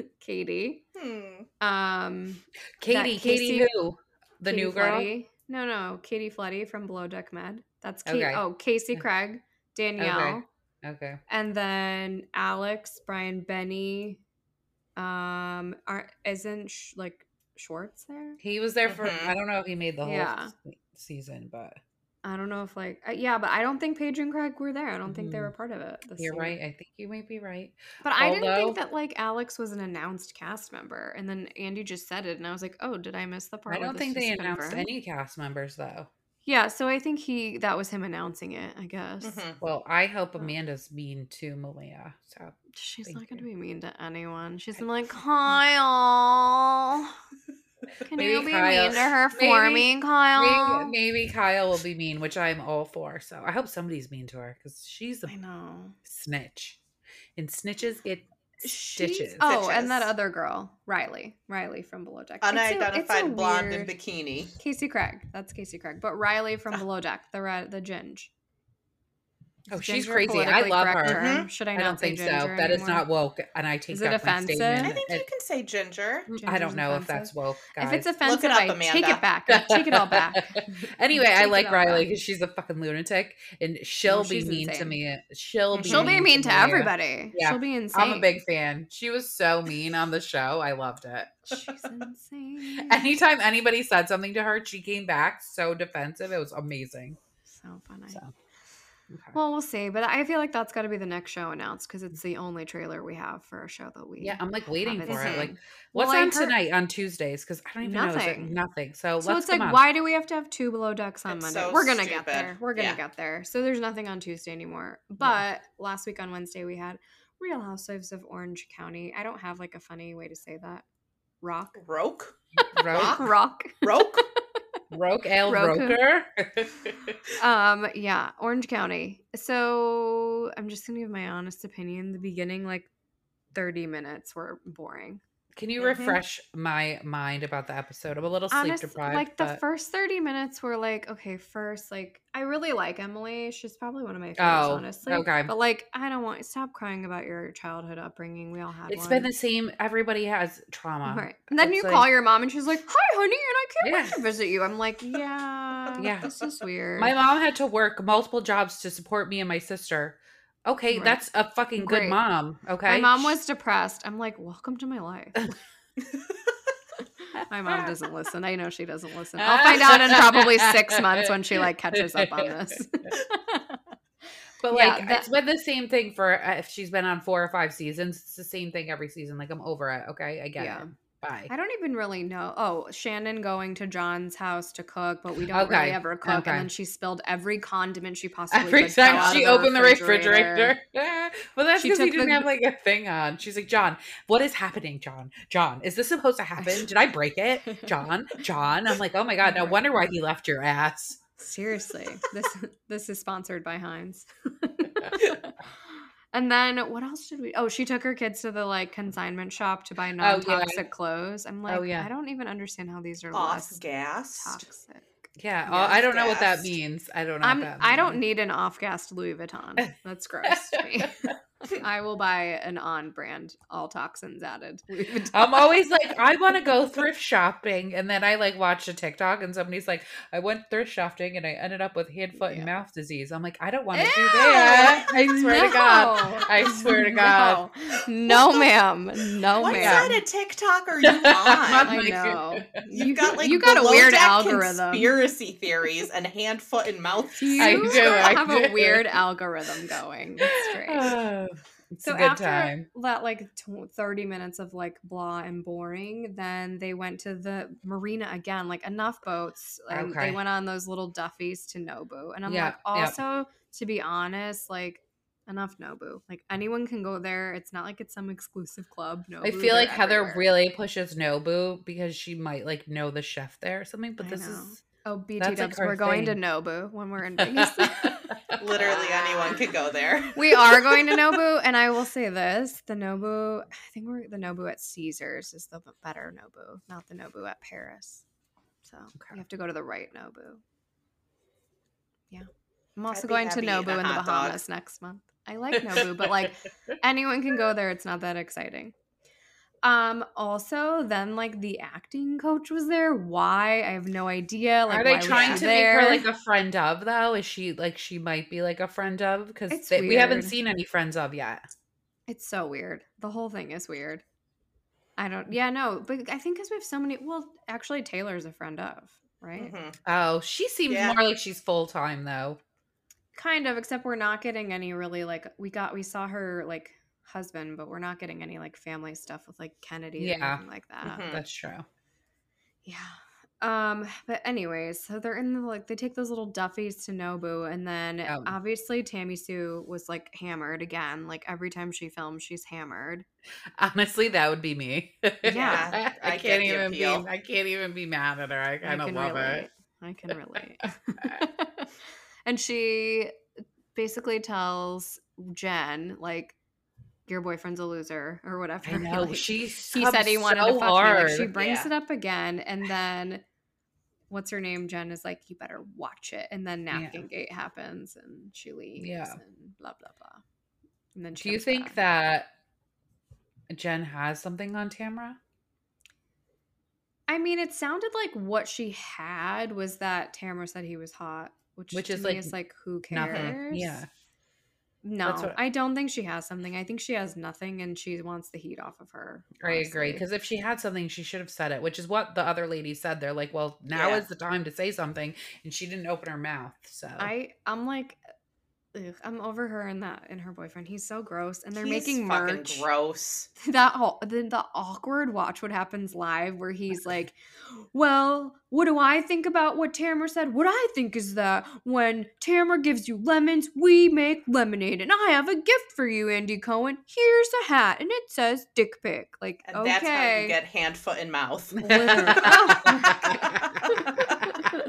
[SPEAKER 1] Katie,
[SPEAKER 2] Hmm.
[SPEAKER 1] um,
[SPEAKER 3] Katie, Katie,
[SPEAKER 1] Casey-
[SPEAKER 3] who? The
[SPEAKER 1] Katie
[SPEAKER 3] new girl.
[SPEAKER 1] Fletty. No, no, Katie Fletty from Below Deck Med. That's Kate.
[SPEAKER 3] Okay.
[SPEAKER 1] Oh, Casey Craig, Danielle,
[SPEAKER 3] Okay.
[SPEAKER 1] and then Alex, Brian, Benny. Um, are isn't sh- like Schwartz there?
[SPEAKER 3] He was there for.
[SPEAKER 2] Mhm.
[SPEAKER 3] I don't know if he made the whole
[SPEAKER 1] Mm-hmm. Yeah.
[SPEAKER 3] se- season, but
[SPEAKER 1] I don't know if like uh, yeah, but I don't think Paige and Craig were there. I don't think they
[SPEAKER 3] Mhm.
[SPEAKER 1] were part of it. This
[SPEAKER 3] you're
[SPEAKER 1] year.
[SPEAKER 3] right. I think you might be right.
[SPEAKER 1] But I didn't
[SPEAKER 3] Although-
[SPEAKER 1] think that like Alex was an announced cast member, and then Andy just said it, and I was like, "Oh, did I miss the part?"
[SPEAKER 3] I
[SPEAKER 1] where
[SPEAKER 3] don't
[SPEAKER 1] this
[SPEAKER 3] think
[SPEAKER 1] was
[SPEAKER 3] they announced
[SPEAKER 1] confirmed?
[SPEAKER 3] any cast members though.
[SPEAKER 1] Yeah, so I think he that was him announcing it. I guess
[SPEAKER 2] Mhm.
[SPEAKER 3] Well, I hope
[SPEAKER 1] Oh.
[SPEAKER 3] Amanda's mean to Malia. So
[SPEAKER 1] she's
[SPEAKER 3] Thank
[SPEAKER 1] not going to
[SPEAKER 3] you.
[SPEAKER 1] be mean to anyone. She's
[SPEAKER 3] I- Mm.
[SPEAKER 1] been like Kyle. Can
[SPEAKER 3] Maybe
[SPEAKER 1] you be
[SPEAKER 3] Kyle-
[SPEAKER 1] mean to her for
[SPEAKER 3] maybe-
[SPEAKER 1] me, Kyle?
[SPEAKER 3] maybe, maybe Kyle will be mean, which I'm all for. So I hope somebody's mean to her because she's a
[SPEAKER 1] I know.
[SPEAKER 3] snitch, and snitches get
[SPEAKER 1] She's-
[SPEAKER 3] stitches.
[SPEAKER 1] Oh, and that
[SPEAKER 2] Stitches.
[SPEAKER 1] other girl, Riley. Riley from Below Deck. It's a- it's a
[SPEAKER 2] Unidentified blonde
[SPEAKER 1] weird-
[SPEAKER 2] in bikini.
[SPEAKER 1] Casey Craig. That's Casey Craig. But Riley from
[SPEAKER 2] Ah.
[SPEAKER 1] Below Deck, the red, the ginge.
[SPEAKER 3] Oh,
[SPEAKER 1] Is
[SPEAKER 3] she's
[SPEAKER 1] ginger a
[SPEAKER 3] crazy. I
[SPEAKER 1] politically
[SPEAKER 3] love
[SPEAKER 1] correct
[SPEAKER 3] her.
[SPEAKER 1] term?
[SPEAKER 2] Mhm.
[SPEAKER 1] Should I
[SPEAKER 3] I,
[SPEAKER 1] not
[SPEAKER 3] don't
[SPEAKER 1] say
[SPEAKER 3] think so.
[SPEAKER 1] ginger
[SPEAKER 3] That is
[SPEAKER 1] anymore?
[SPEAKER 3] not woke, and I take
[SPEAKER 1] Is it
[SPEAKER 3] back my
[SPEAKER 1] offensive?
[SPEAKER 3] statement.
[SPEAKER 2] I think you
[SPEAKER 3] It-
[SPEAKER 2] can say ginger.
[SPEAKER 3] I
[SPEAKER 1] Ginger's
[SPEAKER 3] don't know if
[SPEAKER 1] offensive.
[SPEAKER 3] that's woke. Guys.
[SPEAKER 1] If it's
[SPEAKER 2] Look
[SPEAKER 1] offensive,
[SPEAKER 2] it up,
[SPEAKER 1] I take
[SPEAKER 2] Amanda.
[SPEAKER 1] it back. I take it all back.
[SPEAKER 3] Anyway, I
[SPEAKER 1] Take it
[SPEAKER 3] like
[SPEAKER 1] all
[SPEAKER 3] Riley
[SPEAKER 1] back.
[SPEAKER 3] because she's a fucking lunatic, and she'll be
[SPEAKER 1] she's
[SPEAKER 3] mean to
[SPEAKER 1] insane.
[SPEAKER 3] me. She'll be
[SPEAKER 1] She'll be mean to
[SPEAKER 3] Malia.
[SPEAKER 1] everybody.
[SPEAKER 3] Yeah.
[SPEAKER 1] She'll be insane.
[SPEAKER 3] I'm a big fan. She was so mean on the show. I loved it.
[SPEAKER 1] She's insane.
[SPEAKER 3] Anytime anybody said something to her, she came back so defensive. It was amazing.
[SPEAKER 1] So funny.
[SPEAKER 3] So, okay.
[SPEAKER 1] Well, we'll see, but I feel like that's got to be the next show announced because it's the only trailer we have for a show that we.
[SPEAKER 3] yeah, I'm like waiting
[SPEAKER 1] haven't
[SPEAKER 3] for it. Like,
[SPEAKER 1] seen.
[SPEAKER 3] what's
[SPEAKER 1] Well, I
[SPEAKER 3] on
[SPEAKER 1] heard-
[SPEAKER 3] tonight on Tuesdays? Because I don't even know. Is it
[SPEAKER 1] Nothing.
[SPEAKER 3] nothing. So,
[SPEAKER 1] So
[SPEAKER 3] let's
[SPEAKER 1] it's like,
[SPEAKER 3] come on.
[SPEAKER 1] why do we have to have two below decks on
[SPEAKER 2] It's
[SPEAKER 1] Monday?
[SPEAKER 2] so
[SPEAKER 1] We're gonna get
[SPEAKER 2] stupid.
[SPEAKER 1] there. We're gonna
[SPEAKER 2] Yeah.
[SPEAKER 1] get there. So there's nothing on Tuesday anymore.
[SPEAKER 3] Yeah.
[SPEAKER 1] But last week on Wednesday we had Real Housewives of Orange County. I don't have like a funny way to say that. Rock,
[SPEAKER 2] Roke?
[SPEAKER 3] Roke,
[SPEAKER 1] rock.
[SPEAKER 2] Roke?
[SPEAKER 3] Roke L.
[SPEAKER 1] Roku.
[SPEAKER 3] Roker.
[SPEAKER 1] Um, yeah, Orange County. So I'm just gonna give my honest opinion. The beginning like 30 minutes were boring.
[SPEAKER 3] Can you
[SPEAKER 2] Mhm.
[SPEAKER 3] refresh my mind about the episode? I'm a little sleep
[SPEAKER 1] Mm-hmm. Honest-
[SPEAKER 3] deprived.
[SPEAKER 1] like the
[SPEAKER 3] but-
[SPEAKER 1] first 30 minutes were like okay first like i really like emily she's probably one of my favorites
[SPEAKER 3] Oh,
[SPEAKER 1] honestly
[SPEAKER 3] okay.
[SPEAKER 1] but like i don't want stop crying about your childhood upbringing we all had
[SPEAKER 3] It's
[SPEAKER 1] one.
[SPEAKER 3] been the same. Everybody has trauma.
[SPEAKER 1] right and then
[SPEAKER 3] It's
[SPEAKER 1] you
[SPEAKER 3] like-
[SPEAKER 1] call your mom and she's like hi honey and i can't
[SPEAKER 3] Yeah.
[SPEAKER 1] wait to visit you i'm like yeah
[SPEAKER 3] Yeah.
[SPEAKER 1] this is weird
[SPEAKER 3] My mom had to work multiple jobs to support me and my sister. Okay,
[SPEAKER 1] Right.
[SPEAKER 3] that's a fucking
[SPEAKER 1] Great.
[SPEAKER 3] good mom. Okay.
[SPEAKER 1] my mom was depressed i'm like welcome to my life my mom doesn't listen i know she doesn't listen i'll find out in probably six months when she like catches up on this
[SPEAKER 3] But
[SPEAKER 1] Yeah,
[SPEAKER 3] like,
[SPEAKER 1] that-
[SPEAKER 3] it's been the same thing for uh, if she's been on four or five seasons. It's the same thing every season. Like, I'm over it. Okay, I get
[SPEAKER 1] Yeah.
[SPEAKER 3] it. Bye.
[SPEAKER 1] I don't even really know. Oh, Shannon going to John's house to cook, but we don't
[SPEAKER 3] Okay,
[SPEAKER 1] really ever cook.
[SPEAKER 3] okay.
[SPEAKER 1] And then she spilled every condiment she possibly
[SPEAKER 3] Every
[SPEAKER 1] could. fell
[SPEAKER 3] time
[SPEAKER 1] out
[SPEAKER 3] she
[SPEAKER 1] of
[SPEAKER 3] opened the refrigerator. well, that's
[SPEAKER 1] She
[SPEAKER 3] because he
[SPEAKER 1] took the-
[SPEAKER 3] didn't have like a thing on. She's like, John, what is happening, John? John, is this supposed to happen? Did I break it? John, John. I'm like, oh my God, no
[SPEAKER 1] Right.
[SPEAKER 3] wonder why he left your ass.
[SPEAKER 1] Seriously, this this is sponsored by Heinz. And then what else did we? Oh, she took her kids to the like consignment shop to buy non-toxic clothes. I'm like,
[SPEAKER 3] Oh, yeah.
[SPEAKER 1] I don't even understand how these are
[SPEAKER 2] Off
[SPEAKER 1] less
[SPEAKER 2] gas.
[SPEAKER 1] toxic.
[SPEAKER 3] Yeah, all- I
[SPEAKER 2] Yes,
[SPEAKER 3] don't know what that
[SPEAKER 2] gassed.
[SPEAKER 3] means. I don't know.
[SPEAKER 1] I'm.
[SPEAKER 3] what that
[SPEAKER 1] Um, I don't
[SPEAKER 3] means.
[SPEAKER 1] need an off-gassed Louis Vuitton. That's gross to me. I will buy an on-brand, all toxins added. Louis Vuitton.
[SPEAKER 3] I'm always like, I want to go thrift shopping, and then I like watch a TikTok, and somebody's like, I went thrift shopping, and I ended up with hand, foot,
[SPEAKER 1] Yeah.
[SPEAKER 3] and mouth disease. I'm like, I don't want to do
[SPEAKER 1] Ew!
[SPEAKER 3] that. I swear to God.
[SPEAKER 1] No.
[SPEAKER 3] I swear to God.
[SPEAKER 1] No, No, ma'am. No,
[SPEAKER 2] what
[SPEAKER 1] ma'am.
[SPEAKER 2] side of TikTok are you on?
[SPEAKER 1] I
[SPEAKER 3] Like,
[SPEAKER 1] know.
[SPEAKER 2] You've
[SPEAKER 1] You
[SPEAKER 2] got like
[SPEAKER 1] you got a
[SPEAKER 2] below
[SPEAKER 1] weird
[SPEAKER 2] deck
[SPEAKER 1] algorithm.
[SPEAKER 2] conspiracy theories, and hand, foot, and mouth.
[SPEAKER 1] You
[SPEAKER 3] I
[SPEAKER 2] disease.
[SPEAKER 3] do, I
[SPEAKER 1] have a
[SPEAKER 3] do.
[SPEAKER 1] weird algorithm going. That's great.
[SPEAKER 3] Oh, it's
[SPEAKER 1] so
[SPEAKER 3] a good
[SPEAKER 1] after
[SPEAKER 3] time.
[SPEAKER 1] that, like tw- thirty minutes of like blah and boring, then they went to the marina again. Like enough boats, and
[SPEAKER 3] Okay.
[SPEAKER 1] they went on those little Duffies to Nobu. And I'm
[SPEAKER 3] Yeah,
[SPEAKER 1] like,
[SPEAKER 3] yeah.
[SPEAKER 1] also to be honest, like enough Nobu. Like anyone can go there. It's not like it's some exclusive club. No,
[SPEAKER 3] I feel like Heather really pushes Nobu because she might like know the chef there or something. But
[SPEAKER 1] I
[SPEAKER 3] this
[SPEAKER 1] know.
[SPEAKER 3] is
[SPEAKER 1] Oh, BT
[SPEAKER 3] That's, like,
[SPEAKER 1] dubs,
[SPEAKER 3] her
[SPEAKER 1] we're going to
[SPEAKER 3] thing.
[SPEAKER 1] Nobu when we're in Vegas.
[SPEAKER 2] Literally
[SPEAKER 3] Ah.
[SPEAKER 2] anyone could go there.
[SPEAKER 1] we are going to Nobu, and I will say this: the Nobu, I think we're the Nobu at Caesars is the better Nobu, not the Nobu at Paris. So
[SPEAKER 3] Okay.
[SPEAKER 1] you have to go to the right Nobu. Yeah, I'm
[SPEAKER 2] I'd
[SPEAKER 1] also
[SPEAKER 2] be
[SPEAKER 1] going to
[SPEAKER 2] happy eating
[SPEAKER 1] Nobu
[SPEAKER 2] a
[SPEAKER 1] in the
[SPEAKER 2] hot dog.
[SPEAKER 1] Bahamas next month. I like Nobu, but like anyone can go there. It's not that exciting. Um. Also, then like the acting coach was there. Why? I have no idea. Like, why
[SPEAKER 3] Are they
[SPEAKER 1] was
[SPEAKER 3] trying
[SPEAKER 1] she
[SPEAKER 3] to
[SPEAKER 1] there?
[SPEAKER 3] make her like a friend of though? Is she like she might be like a friend of because
[SPEAKER 1] It's
[SPEAKER 3] we haven't
[SPEAKER 1] weird.
[SPEAKER 3] seen any friends of yet.
[SPEAKER 1] It's so weird. The whole thing is weird. I don't. Yeah, no, but I think because we have so many. Well, actually, Taylor's a friend of, right?
[SPEAKER 2] Mhm.
[SPEAKER 3] Oh, she seems
[SPEAKER 2] Yeah.
[SPEAKER 3] more like she's full time though.
[SPEAKER 1] Kind of, except we're not getting any really like we got we saw her like husband, but we're not getting any like family stuff with like Kennedy or
[SPEAKER 3] Yeah. Mm-hmm.
[SPEAKER 1] anything like that.
[SPEAKER 2] Mhm.
[SPEAKER 3] That's true.
[SPEAKER 1] Yeah. Um, but anyways, so they're in the like they take those little Duffies to Nobu, and then
[SPEAKER 3] Oh.
[SPEAKER 1] obviously Tammy Sue was like hammered again. Like every time she films, she's hammered.
[SPEAKER 3] Honestly, that would be me.
[SPEAKER 1] Yeah,
[SPEAKER 3] I,
[SPEAKER 2] I get
[SPEAKER 3] can't
[SPEAKER 2] the
[SPEAKER 3] even be.
[SPEAKER 2] appeal.
[SPEAKER 3] I can't even be mad at her. I kind of love
[SPEAKER 1] relate.
[SPEAKER 3] it.
[SPEAKER 1] I can relate. and she basically tells Jen, like, your boyfriend's a loser or whatever.
[SPEAKER 3] I know.
[SPEAKER 1] Like,
[SPEAKER 3] she
[SPEAKER 1] he said he wanted to fuck me. Like, she brings
[SPEAKER 2] Yeah.
[SPEAKER 1] it up again, and then what's her name? Jen is like, you better watch it. And then
[SPEAKER 3] Yeah.
[SPEAKER 1] Napkin Gate happens, and she leaves.
[SPEAKER 3] Yeah.
[SPEAKER 1] And blah blah blah. And then she
[SPEAKER 3] Do you
[SPEAKER 1] comes
[SPEAKER 3] think
[SPEAKER 1] back.
[SPEAKER 3] that Jen has something on Tamara?
[SPEAKER 1] I mean, it sounded like what she had was that Tamara said he was hot, which,
[SPEAKER 3] Which
[SPEAKER 1] to
[SPEAKER 3] is,
[SPEAKER 1] me
[SPEAKER 3] like,
[SPEAKER 1] is like who cares?
[SPEAKER 3] Nothing. Yeah.
[SPEAKER 1] No,
[SPEAKER 3] what-
[SPEAKER 1] I don't think she has something. I think she has nothing, and she wants the heat off of her.
[SPEAKER 3] I agree.
[SPEAKER 1] honestly.
[SPEAKER 3] Because if she had something, she should have said it, which is what the other lady said. They're like, well, now
[SPEAKER 2] Yeah.
[SPEAKER 3] is the time to say something. And she didn't open her mouth. So
[SPEAKER 1] I I'm like, ugh, I'm over her and that and her boyfriend. He's so gross, and they're
[SPEAKER 2] He's
[SPEAKER 1] making
[SPEAKER 2] fucking
[SPEAKER 1] merch.
[SPEAKER 2] gross.
[SPEAKER 1] That whole the, the awkward watch what happens live where he's like, "Well, what do I think about what Tamara said? What I think is that when Tamara gives you lemons, we make lemonade, and I have a gift for you, Andy Cohen. Here's a hat, and it says dick pic. Like,
[SPEAKER 2] And
[SPEAKER 1] okay,
[SPEAKER 2] that's how you get hand, foot, and mouth.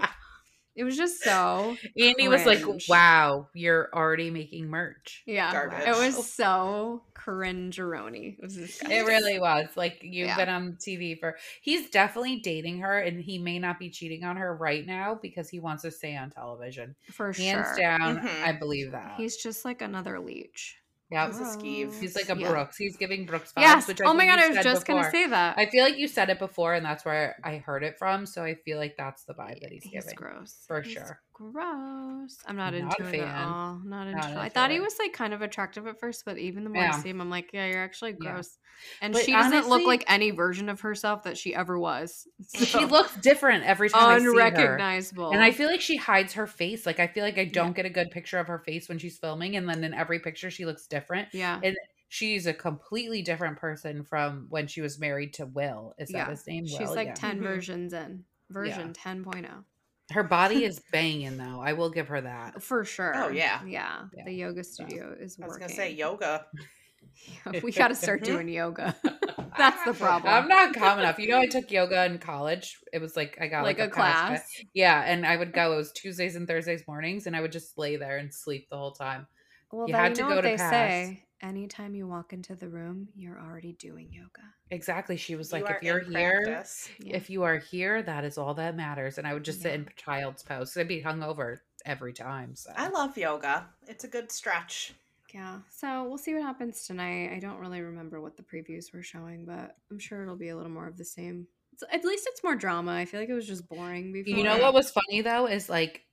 [SPEAKER 1] it was just so
[SPEAKER 3] Andy was like,
[SPEAKER 1] Cringe.
[SPEAKER 3] wow, you're already making merch.
[SPEAKER 1] yeah.
[SPEAKER 2] Garbage.
[SPEAKER 1] It was so cringeroni. It was disgusting.
[SPEAKER 3] It really was. Like you've
[SPEAKER 1] Yeah.
[SPEAKER 3] been on TV for he's definitely dating her and he may not be cheating on her right now because he wants to stay on television.
[SPEAKER 1] for
[SPEAKER 3] Hands
[SPEAKER 1] sure. Mm-hmm.
[SPEAKER 3] down,
[SPEAKER 2] Mhm.
[SPEAKER 3] I believe that. He's
[SPEAKER 1] He's just like another leech.
[SPEAKER 3] yeah.
[SPEAKER 2] He's a skeeve.
[SPEAKER 3] He's like a
[SPEAKER 1] Yeah.
[SPEAKER 3] Brooks. He's giving Brooks vibes,
[SPEAKER 1] Yes.
[SPEAKER 3] which I
[SPEAKER 1] Oh my
[SPEAKER 3] think
[SPEAKER 1] god,
[SPEAKER 3] you
[SPEAKER 1] I was
[SPEAKER 3] said
[SPEAKER 1] just
[SPEAKER 3] before.
[SPEAKER 1] gonna say that.
[SPEAKER 3] I feel like you said it before, and that's where I heard it from. So I feel like that's the vibe that he's,
[SPEAKER 1] He's
[SPEAKER 3] giving.
[SPEAKER 1] gross
[SPEAKER 3] for
[SPEAKER 1] He's
[SPEAKER 3] sure.
[SPEAKER 1] Gross. I'm not
[SPEAKER 3] Not
[SPEAKER 1] into
[SPEAKER 3] a
[SPEAKER 1] it
[SPEAKER 3] fan.
[SPEAKER 1] at all. Not into.
[SPEAKER 3] Not
[SPEAKER 1] it.
[SPEAKER 3] into
[SPEAKER 1] I thought he
[SPEAKER 3] it.
[SPEAKER 1] was like kind of attractive at first, but even the more
[SPEAKER 3] Yeah.
[SPEAKER 1] I see him, I'm like, yeah, you're actually
[SPEAKER 3] Yeah.
[SPEAKER 1] gross. And
[SPEAKER 3] But
[SPEAKER 1] she doesn't
[SPEAKER 3] honestly-
[SPEAKER 1] look like any version of herself that she ever was.
[SPEAKER 3] She
[SPEAKER 1] So,
[SPEAKER 3] looks different every time I see her.
[SPEAKER 1] unrecognizable.
[SPEAKER 3] And I feel like she hides her face. Like I feel like I don't get a good picture of her face when she's filming, and then in every picture she looks different.
[SPEAKER 1] yeah.
[SPEAKER 3] She's a completely different person from when she was married to Will. Is that
[SPEAKER 1] Yeah.
[SPEAKER 3] his name?
[SPEAKER 1] She's
[SPEAKER 3] Will,
[SPEAKER 1] like
[SPEAKER 3] yeah. Mm-hmm.
[SPEAKER 1] 10
[SPEAKER 2] Mhm.
[SPEAKER 1] versions in. Version oh. 10.0.
[SPEAKER 3] her body is banging though. I will give her that.
[SPEAKER 1] For sure.
[SPEAKER 2] yeah.
[SPEAKER 1] Yeah.
[SPEAKER 3] Oh, Yeah.
[SPEAKER 1] The yoga studio is
[SPEAKER 2] I was
[SPEAKER 1] working.
[SPEAKER 2] gonna say yoga.
[SPEAKER 1] we got to start
[SPEAKER 2] Mhm.
[SPEAKER 1] doing yoga. That's the problem.
[SPEAKER 3] I'm not calm enough. You know, I took yoga in college. It was like I got
[SPEAKER 1] like,
[SPEAKER 3] like,
[SPEAKER 1] a
[SPEAKER 3] pass, but-
[SPEAKER 1] class.
[SPEAKER 3] Yeah, and I would go. It was Tuesdays and Thursdays mornings, and I would just lay there and sleep the whole time.
[SPEAKER 1] Well,
[SPEAKER 3] You
[SPEAKER 1] then
[SPEAKER 3] had
[SPEAKER 1] you
[SPEAKER 3] to
[SPEAKER 1] know
[SPEAKER 3] go
[SPEAKER 1] what
[SPEAKER 3] to
[SPEAKER 1] they
[SPEAKER 3] pass.
[SPEAKER 1] say. anytime you walk into the room, you're already doing yoga.
[SPEAKER 3] Exactly. She was
[SPEAKER 2] You
[SPEAKER 3] like,
[SPEAKER 2] are
[SPEAKER 3] if you're
[SPEAKER 2] in
[SPEAKER 3] here,
[SPEAKER 2] practice.
[SPEAKER 1] Yeah.
[SPEAKER 3] if you are here, that is all that matters. And I would just sit
[SPEAKER 1] Yeah.
[SPEAKER 3] in child's pose. I'd be hungover every time. So
[SPEAKER 2] I love yoga. It's a good stretch.
[SPEAKER 1] Yeah. So we'll see what happens tonight. I don't really remember what the previews were showing, but I'm sure it'll be a little more of the same. It's, at least it's more drama. I feel like it was just boring before.
[SPEAKER 3] You know
[SPEAKER 2] Right.
[SPEAKER 3] what was funny though is like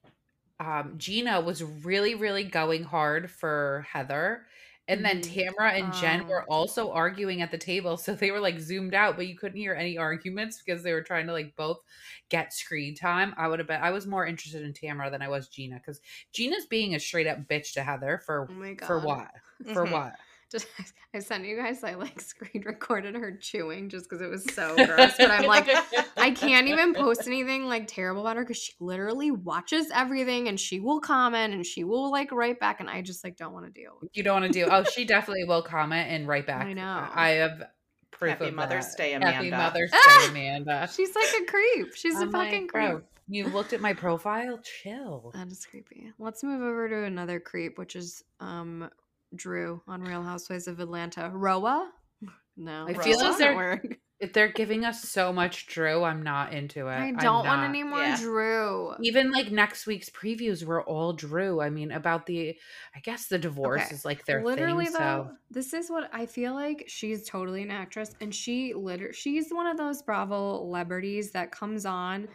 [SPEAKER 3] um Gina was really really going hard for Heather and then
[SPEAKER 1] Mhm.
[SPEAKER 3] Tamara and Jen were
[SPEAKER 1] Oh.
[SPEAKER 3] also arguing at the table so they were like zoomed out but you couldn't hear any arguments because they were trying to like both get screen time. I would have been I was more interested in Tamara than I was Gina cuz Gina's being a straight up bitch to Heather for
[SPEAKER 1] Oh my god. Mm-hmm.
[SPEAKER 3] for what? For
[SPEAKER 2] Mhm.
[SPEAKER 3] what?
[SPEAKER 1] Just, I sent you guys. I like screen recorded her chewing just because it was so gross. But I'm like, I can't even post anything like terrible about her because she literally watches everything and she will comment and she will like write back and I just like don't want to deal with.
[SPEAKER 3] You don't want to do. Oh, she definitely will comment and right back.
[SPEAKER 1] I know.
[SPEAKER 3] I have proof
[SPEAKER 2] Happy
[SPEAKER 3] of
[SPEAKER 2] Mother's
[SPEAKER 3] that.
[SPEAKER 2] Day,
[SPEAKER 3] Happy
[SPEAKER 2] Amanda.
[SPEAKER 3] Mother's
[SPEAKER 1] Ah!
[SPEAKER 3] Day, Amanda.
[SPEAKER 1] it. She's like a creep. She's
[SPEAKER 3] I'm
[SPEAKER 1] a
[SPEAKER 3] like,
[SPEAKER 1] fucking
[SPEAKER 3] "Bro,
[SPEAKER 1] creep.
[SPEAKER 3] You looked at my profile. Chill.
[SPEAKER 1] That is creepy. Let's move over to another creep, which is um Drew on Real Housewives of Atlanta. Roa? No,
[SPEAKER 3] I
[SPEAKER 1] that
[SPEAKER 2] feel as
[SPEAKER 1] doesn't
[SPEAKER 3] they're-
[SPEAKER 1] work.
[SPEAKER 3] If they're giving us so much Drew, I'm not into it.
[SPEAKER 1] I
[SPEAKER 3] I'm
[SPEAKER 1] don't want
[SPEAKER 3] not.
[SPEAKER 1] any more
[SPEAKER 2] Yeah.
[SPEAKER 1] Drew.
[SPEAKER 3] Even like next week's previews were all Drew. I mean, about the, I guess the divorce
[SPEAKER 1] Okay.
[SPEAKER 3] is like their
[SPEAKER 1] literally
[SPEAKER 3] thing.
[SPEAKER 1] though
[SPEAKER 3] so
[SPEAKER 1] this is what i feel like she's totally an actress and she literally she's one of those bravo celebrities that comes on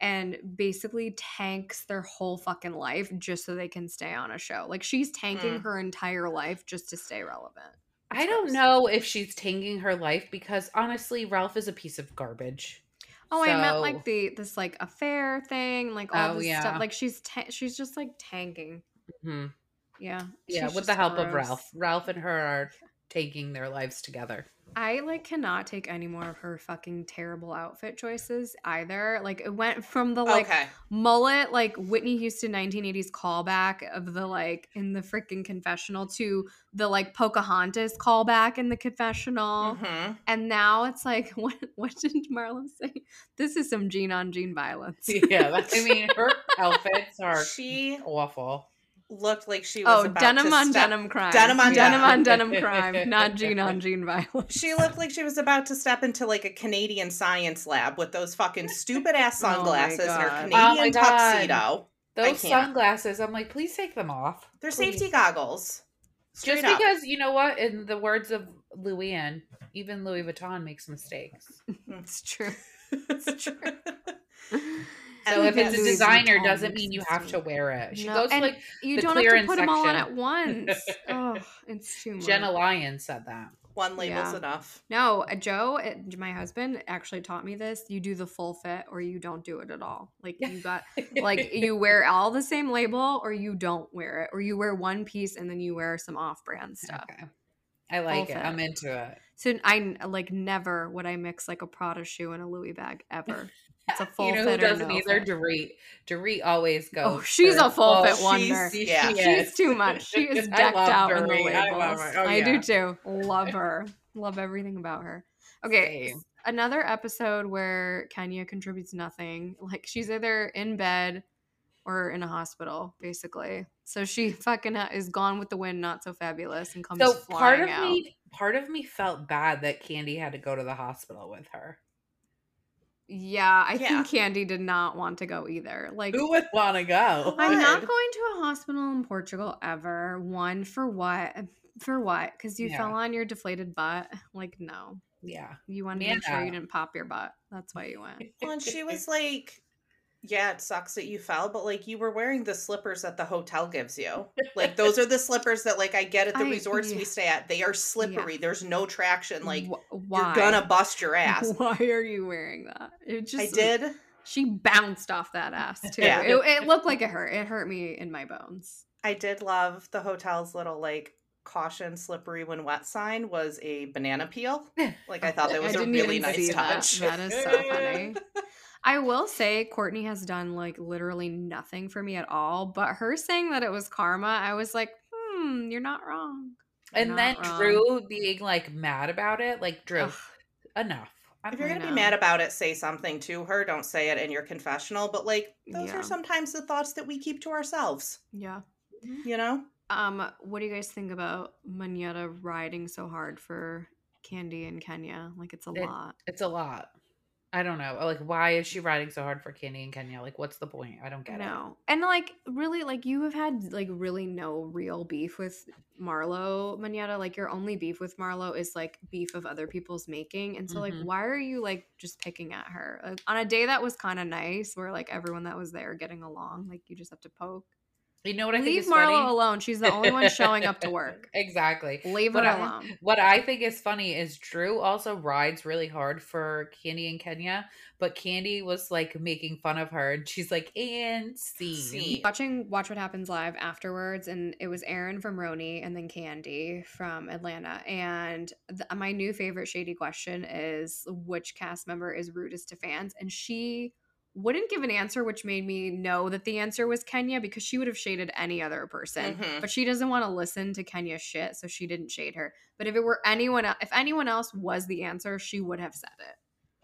[SPEAKER 1] and basically tanks their whole fucking life just so they can stay on a show like she's tanking
[SPEAKER 2] Mm.
[SPEAKER 1] her entire life just to stay relevant
[SPEAKER 3] I don't
[SPEAKER 1] gross.
[SPEAKER 3] know if she's tanking her life because honestly, Ralph is a piece of garbage.
[SPEAKER 1] oh i meant
[SPEAKER 3] So-
[SPEAKER 1] like the this like affair thing like all
[SPEAKER 3] Oh,
[SPEAKER 1] this
[SPEAKER 3] yeah.
[SPEAKER 1] stuff like she's ta- she's just like tanking
[SPEAKER 3] Mhm.
[SPEAKER 1] yeah
[SPEAKER 3] Yeah,
[SPEAKER 1] she's
[SPEAKER 3] with the
[SPEAKER 1] just
[SPEAKER 3] help of
[SPEAKER 1] gross.
[SPEAKER 3] Ralph. Ralph and her are taking their lives together.
[SPEAKER 1] I like cannot take any more of her fucking terrible outfit choices either. Like it went from the like
[SPEAKER 2] okay.
[SPEAKER 1] mullet, like Whitney Houston 1980s callback of the like in the freaking confessional to the like Pocahontas callback in the confessional.
[SPEAKER 3] Mm-hmm.
[SPEAKER 2] Mhm.
[SPEAKER 1] And now it's like, what, what did Marlo say? This is some gene on gene violence.
[SPEAKER 3] Yeah, that's, I mean, her outfits are
[SPEAKER 2] She
[SPEAKER 3] awful.
[SPEAKER 2] looked like she was
[SPEAKER 1] Oh,
[SPEAKER 2] about
[SPEAKER 1] denim
[SPEAKER 2] to
[SPEAKER 1] on
[SPEAKER 2] step-
[SPEAKER 1] denim crime.
[SPEAKER 2] Denim on
[SPEAKER 1] denim
[SPEAKER 2] denim.
[SPEAKER 1] on denim crime, not gene on gene violence.
[SPEAKER 2] She looked like she was about to step into like a Canadian science lab with those fucking stupid ass
[SPEAKER 1] Oh my
[SPEAKER 2] sunglasses and her
[SPEAKER 1] God.
[SPEAKER 2] Canadian
[SPEAKER 3] Oh my God.
[SPEAKER 2] tuxedo. I
[SPEAKER 3] Those
[SPEAKER 2] can't.
[SPEAKER 3] sunglasses, I'm like, please take them off.
[SPEAKER 2] They're
[SPEAKER 3] Please.
[SPEAKER 2] safety goggles. Straight
[SPEAKER 3] Just
[SPEAKER 2] up.
[SPEAKER 3] because you know what, in the words of Louis, even Louis Vuitton makes mistakes.
[SPEAKER 1] It's true. It's true.
[SPEAKER 3] So if it's a
[SPEAKER 2] Louis
[SPEAKER 3] designer, doesn't mean you have to wear it. She
[SPEAKER 1] No,
[SPEAKER 3] goes to
[SPEAKER 1] and
[SPEAKER 3] like
[SPEAKER 1] You
[SPEAKER 3] the
[SPEAKER 1] don't have to
[SPEAKER 3] clearance
[SPEAKER 1] put them all on
[SPEAKER 3] section.
[SPEAKER 1] at once. oh, it's too much.
[SPEAKER 3] Jenna Lyons said that.
[SPEAKER 2] One label's
[SPEAKER 1] Yeah.
[SPEAKER 2] enough.
[SPEAKER 1] No, uh, Joe, uh, my husband, actually taught me this. You do the full fit or you don't do it at all. Like you got like you wear all the same label or you don't wear it or you wear one piece and then you wear some off-brand stuff.
[SPEAKER 3] Okay. I like it.
[SPEAKER 1] fit.
[SPEAKER 3] I'm into it.
[SPEAKER 1] So I n- like never would I mix like a Prada shoe and a Louis bag ever. It's a full
[SPEAKER 3] you know who
[SPEAKER 1] fit or
[SPEAKER 3] doesn't
[SPEAKER 1] no
[SPEAKER 3] either?
[SPEAKER 1] fit.
[SPEAKER 3] Dorit. Dorit always goes.
[SPEAKER 1] Oh, she's a
[SPEAKER 3] for
[SPEAKER 1] full fit
[SPEAKER 3] all-
[SPEAKER 1] wonder.
[SPEAKER 2] she's- yeah.
[SPEAKER 3] She
[SPEAKER 1] She's
[SPEAKER 3] is.
[SPEAKER 1] too much. She is
[SPEAKER 3] I
[SPEAKER 1] decked
[SPEAKER 3] love
[SPEAKER 1] out in the
[SPEAKER 3] Dorit.
[SPEAKER 1] labels.
[SPEAKER 3] I love her. Oh,
[SPEAKER 1] I
[SPEAKER 3] yeah.
[SPEAKER 1] do too. Love her. Love everything about her. Okay,
[SPEAKER 3] Same.
[SPEAKER 1] another episode where Kenya contributes nothing. Like she's either in bed or in a hospital, basically. So she fucking ha- is gone with the wind, not so fabulous, and comes
[SPEAKER 3] So part
[SPEAKER 1] flying
[SPEAKER 3] of
[SPEAKER 1] out.
[SPEAKER 3] me, part of me felt bad that Candy had to go to the hospital with her.
[SPEAKER 1] yeah, I
[SPEAKER 2] Yeah.
[SPEAKER 1] think Candy did not want to go either. Like
[SPEAKER 3] Who would want to go?
[SPEAKER 1] I'm not
[SPEAKER 2] would?
[SPEAKER 1] going to a hospital in Portugal ever. One for what? For what? Because you fell
[SPEAKER 3] Yeah.
[SPEAKER 1] on your deflated butt. Like no,
[SPEAKER 3] Yeah.
[SPEAKER 1] you wanted to
[SPEAKER 3] Man
[SPEAKER 1] make sure you
[SPEAKER 3] up.
[SPEAKER 1] didn't pop your butt. That's why you went.
[SPEAKER 2] Well, and she was like, yeah, it sucks that you fell, but like you were wearing the slippers that the hotel gives you. Like those are the slippers that like I get at the
[SPEAKER 1] I-
[SPEAKER 2] resorts we
[SPEAKER 1] yeah.
[SPEAKER 2] stay at. They are slippery. There's no traction. Like
[SPEAKER 1] Wh-
[SPEAKER 2] you're gonna bust your ass.
[SPEAKER 1] Why are you wearing that? It just
[SPEAKER 2] I did.
[SPEAKER 1] She bounced off that ass too.
[SPEAKER 2] Yeah.
[SPEAKER 1] It, it looked like it hurt. It hurt me in my bones.
[SPEAKER 2] I did love the hotel's little like caution slippery when wet sign was a banana peel. Like I thought that
[SPEAKER 1] I
[SPEAKER 2] was a
[SPEAKER 1] didn't
[SPEAKER 2] really
[SPEAKER 1] even
[SPEAKER 2] nice
[SPEAKER 1] see that.
[SPEAKER 2] touch.
[SPEAKER 1] That is so funny. I will say Courtney has done like literally nothing for me at all, but her saying that it was karma, I was like, hmm, you're not wrong. You're
[SPEAKER 3] And then
[SPEAKER 1] not wrong.
[SPEAKER 3] Drew being like mad about it, like Drew,
[SPEAKER 1] um Ugh.
[SPEAKER 3] enough. I'm
[SPEAKER 2] If you're
[SPEAKER 1] I
[SPEAKER 2] gonna be
[SPEAKER 1] know.
[SPEAKER 2] mad about it, say something to her. Don't say it in your confessional. But like those
[SPEAKER 1] Yeah.
[SPEAKER 2] are sometimes the thoughts that we keep to ourselves.
[SPEAKER 1] Yeah.
[SPEAKER 2] You know?
[SPEAKER 1] Um, what do you guys think about Manetta riding so hard for Candy in Kenya? Like it's a
[SPEAKER 3] It-
[SPEAKER 1] lot.
[SPEAKER 3] It's a lot. I don't know. Like, why is she riding so hard for Candy and Kenya? Like, what's the point? I don't
[SPEAKER 1] I
[SPEAKER 3] get it.
[SPEAKER 1] know. And like really like you have had like really no real beef with Marlo Manetta. Like your only beef with Marlo is like beef of other people's making. And so
[SPEAKER 3] Mhm.
[SPEAKER 1] like why are you like just picking at her? Uh, on a day that was kind of nice where like everyone that was there getting along, like you just have to poke.
[SPEAKER 3] You know what I
[SPEAKER 1] Leave
[SPEAKER 3] think is
[SPEAKER 1] Marlo
[SPEAKER 3] funny?
[SPEAKER 1] alone. She's the only one showing up to work.
[SPEAKER 3] Exactly.
[SPEAKER 1] Leave her
[SPEAKER 3] But I-
[SPEAKER 1] alone.
[SPEAKER 3] What I think is funny is Drew also rides really hard for Candy and Kenya, but Candy was like making fun of her, and she's like, "And scene."
[SPEAKER 2] Scene.
[SPEAKER 1] watching Watch What Happens Live afterwards, and it was Aaron from Roni and then Candy from Atlanta. And th- my new favorite shady question is which cast member is rudest to fans? And she wouldn't give an answer, which made me know that the answer was Kenya because she would have shaded any other person.
[SPEAKER 2] Mhm.
[SPEAKER 1] But she doesn't want to listen to Kenya's shit, so she didn't shade her. But if it were anyone, el- if anyone else was the answer, she would have said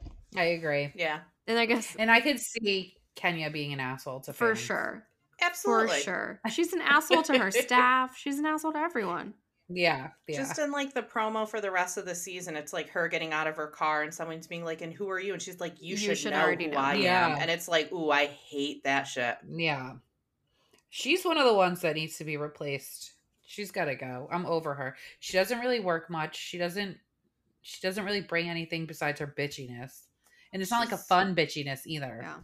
[SPEAKER 1] it.
[SPEAKER 3] I agree,
[SPEAKER 2] Yeah,
[SPEAKER 1] And I guess
[SPEAKER 3] and I could see Kenya being an asshole to
[SPEAKER 1] for
[SPEAKER 3] fans.
[SPEAKER 1] sure. For
[SPEAKER 2] absolutely.
[SPEAKER 1] sure. She's an asshole to her staff. She's an asshole to everyone.
[SPEAKER 3] Yeah, yeah.
[SPEAKER 2] Just in like the promo for the rest of the season, it's like her getting out of her car and someone's being like, "And who are you?" And she's like, "You,
[SPEAKER 1] You
[SPEAKER 2] should,
[SPEAKER 1] should
[SPEAKER 2] know
[SPEAKER 1] already
[SPEAKER 2] who
[SPEAKER 1] know."
[SPEAKER 2] I
[SPEAKER 3] Yeah.
[SPEAKER 2] am." And it's like, "Ooh, I hate that shit."
[SPEAKER 3] Yeah. She's one of the ones that needs to be replaced. She's got to go. I'm over her. She doesn't really work much. She doesn't she doesn't really bring anything besides her bitchiness. And it's not like a
[SPEAKER 2] She's-
[SPEAKER 3] fun bitchiness either.
[SPEAKER 1] Yeah.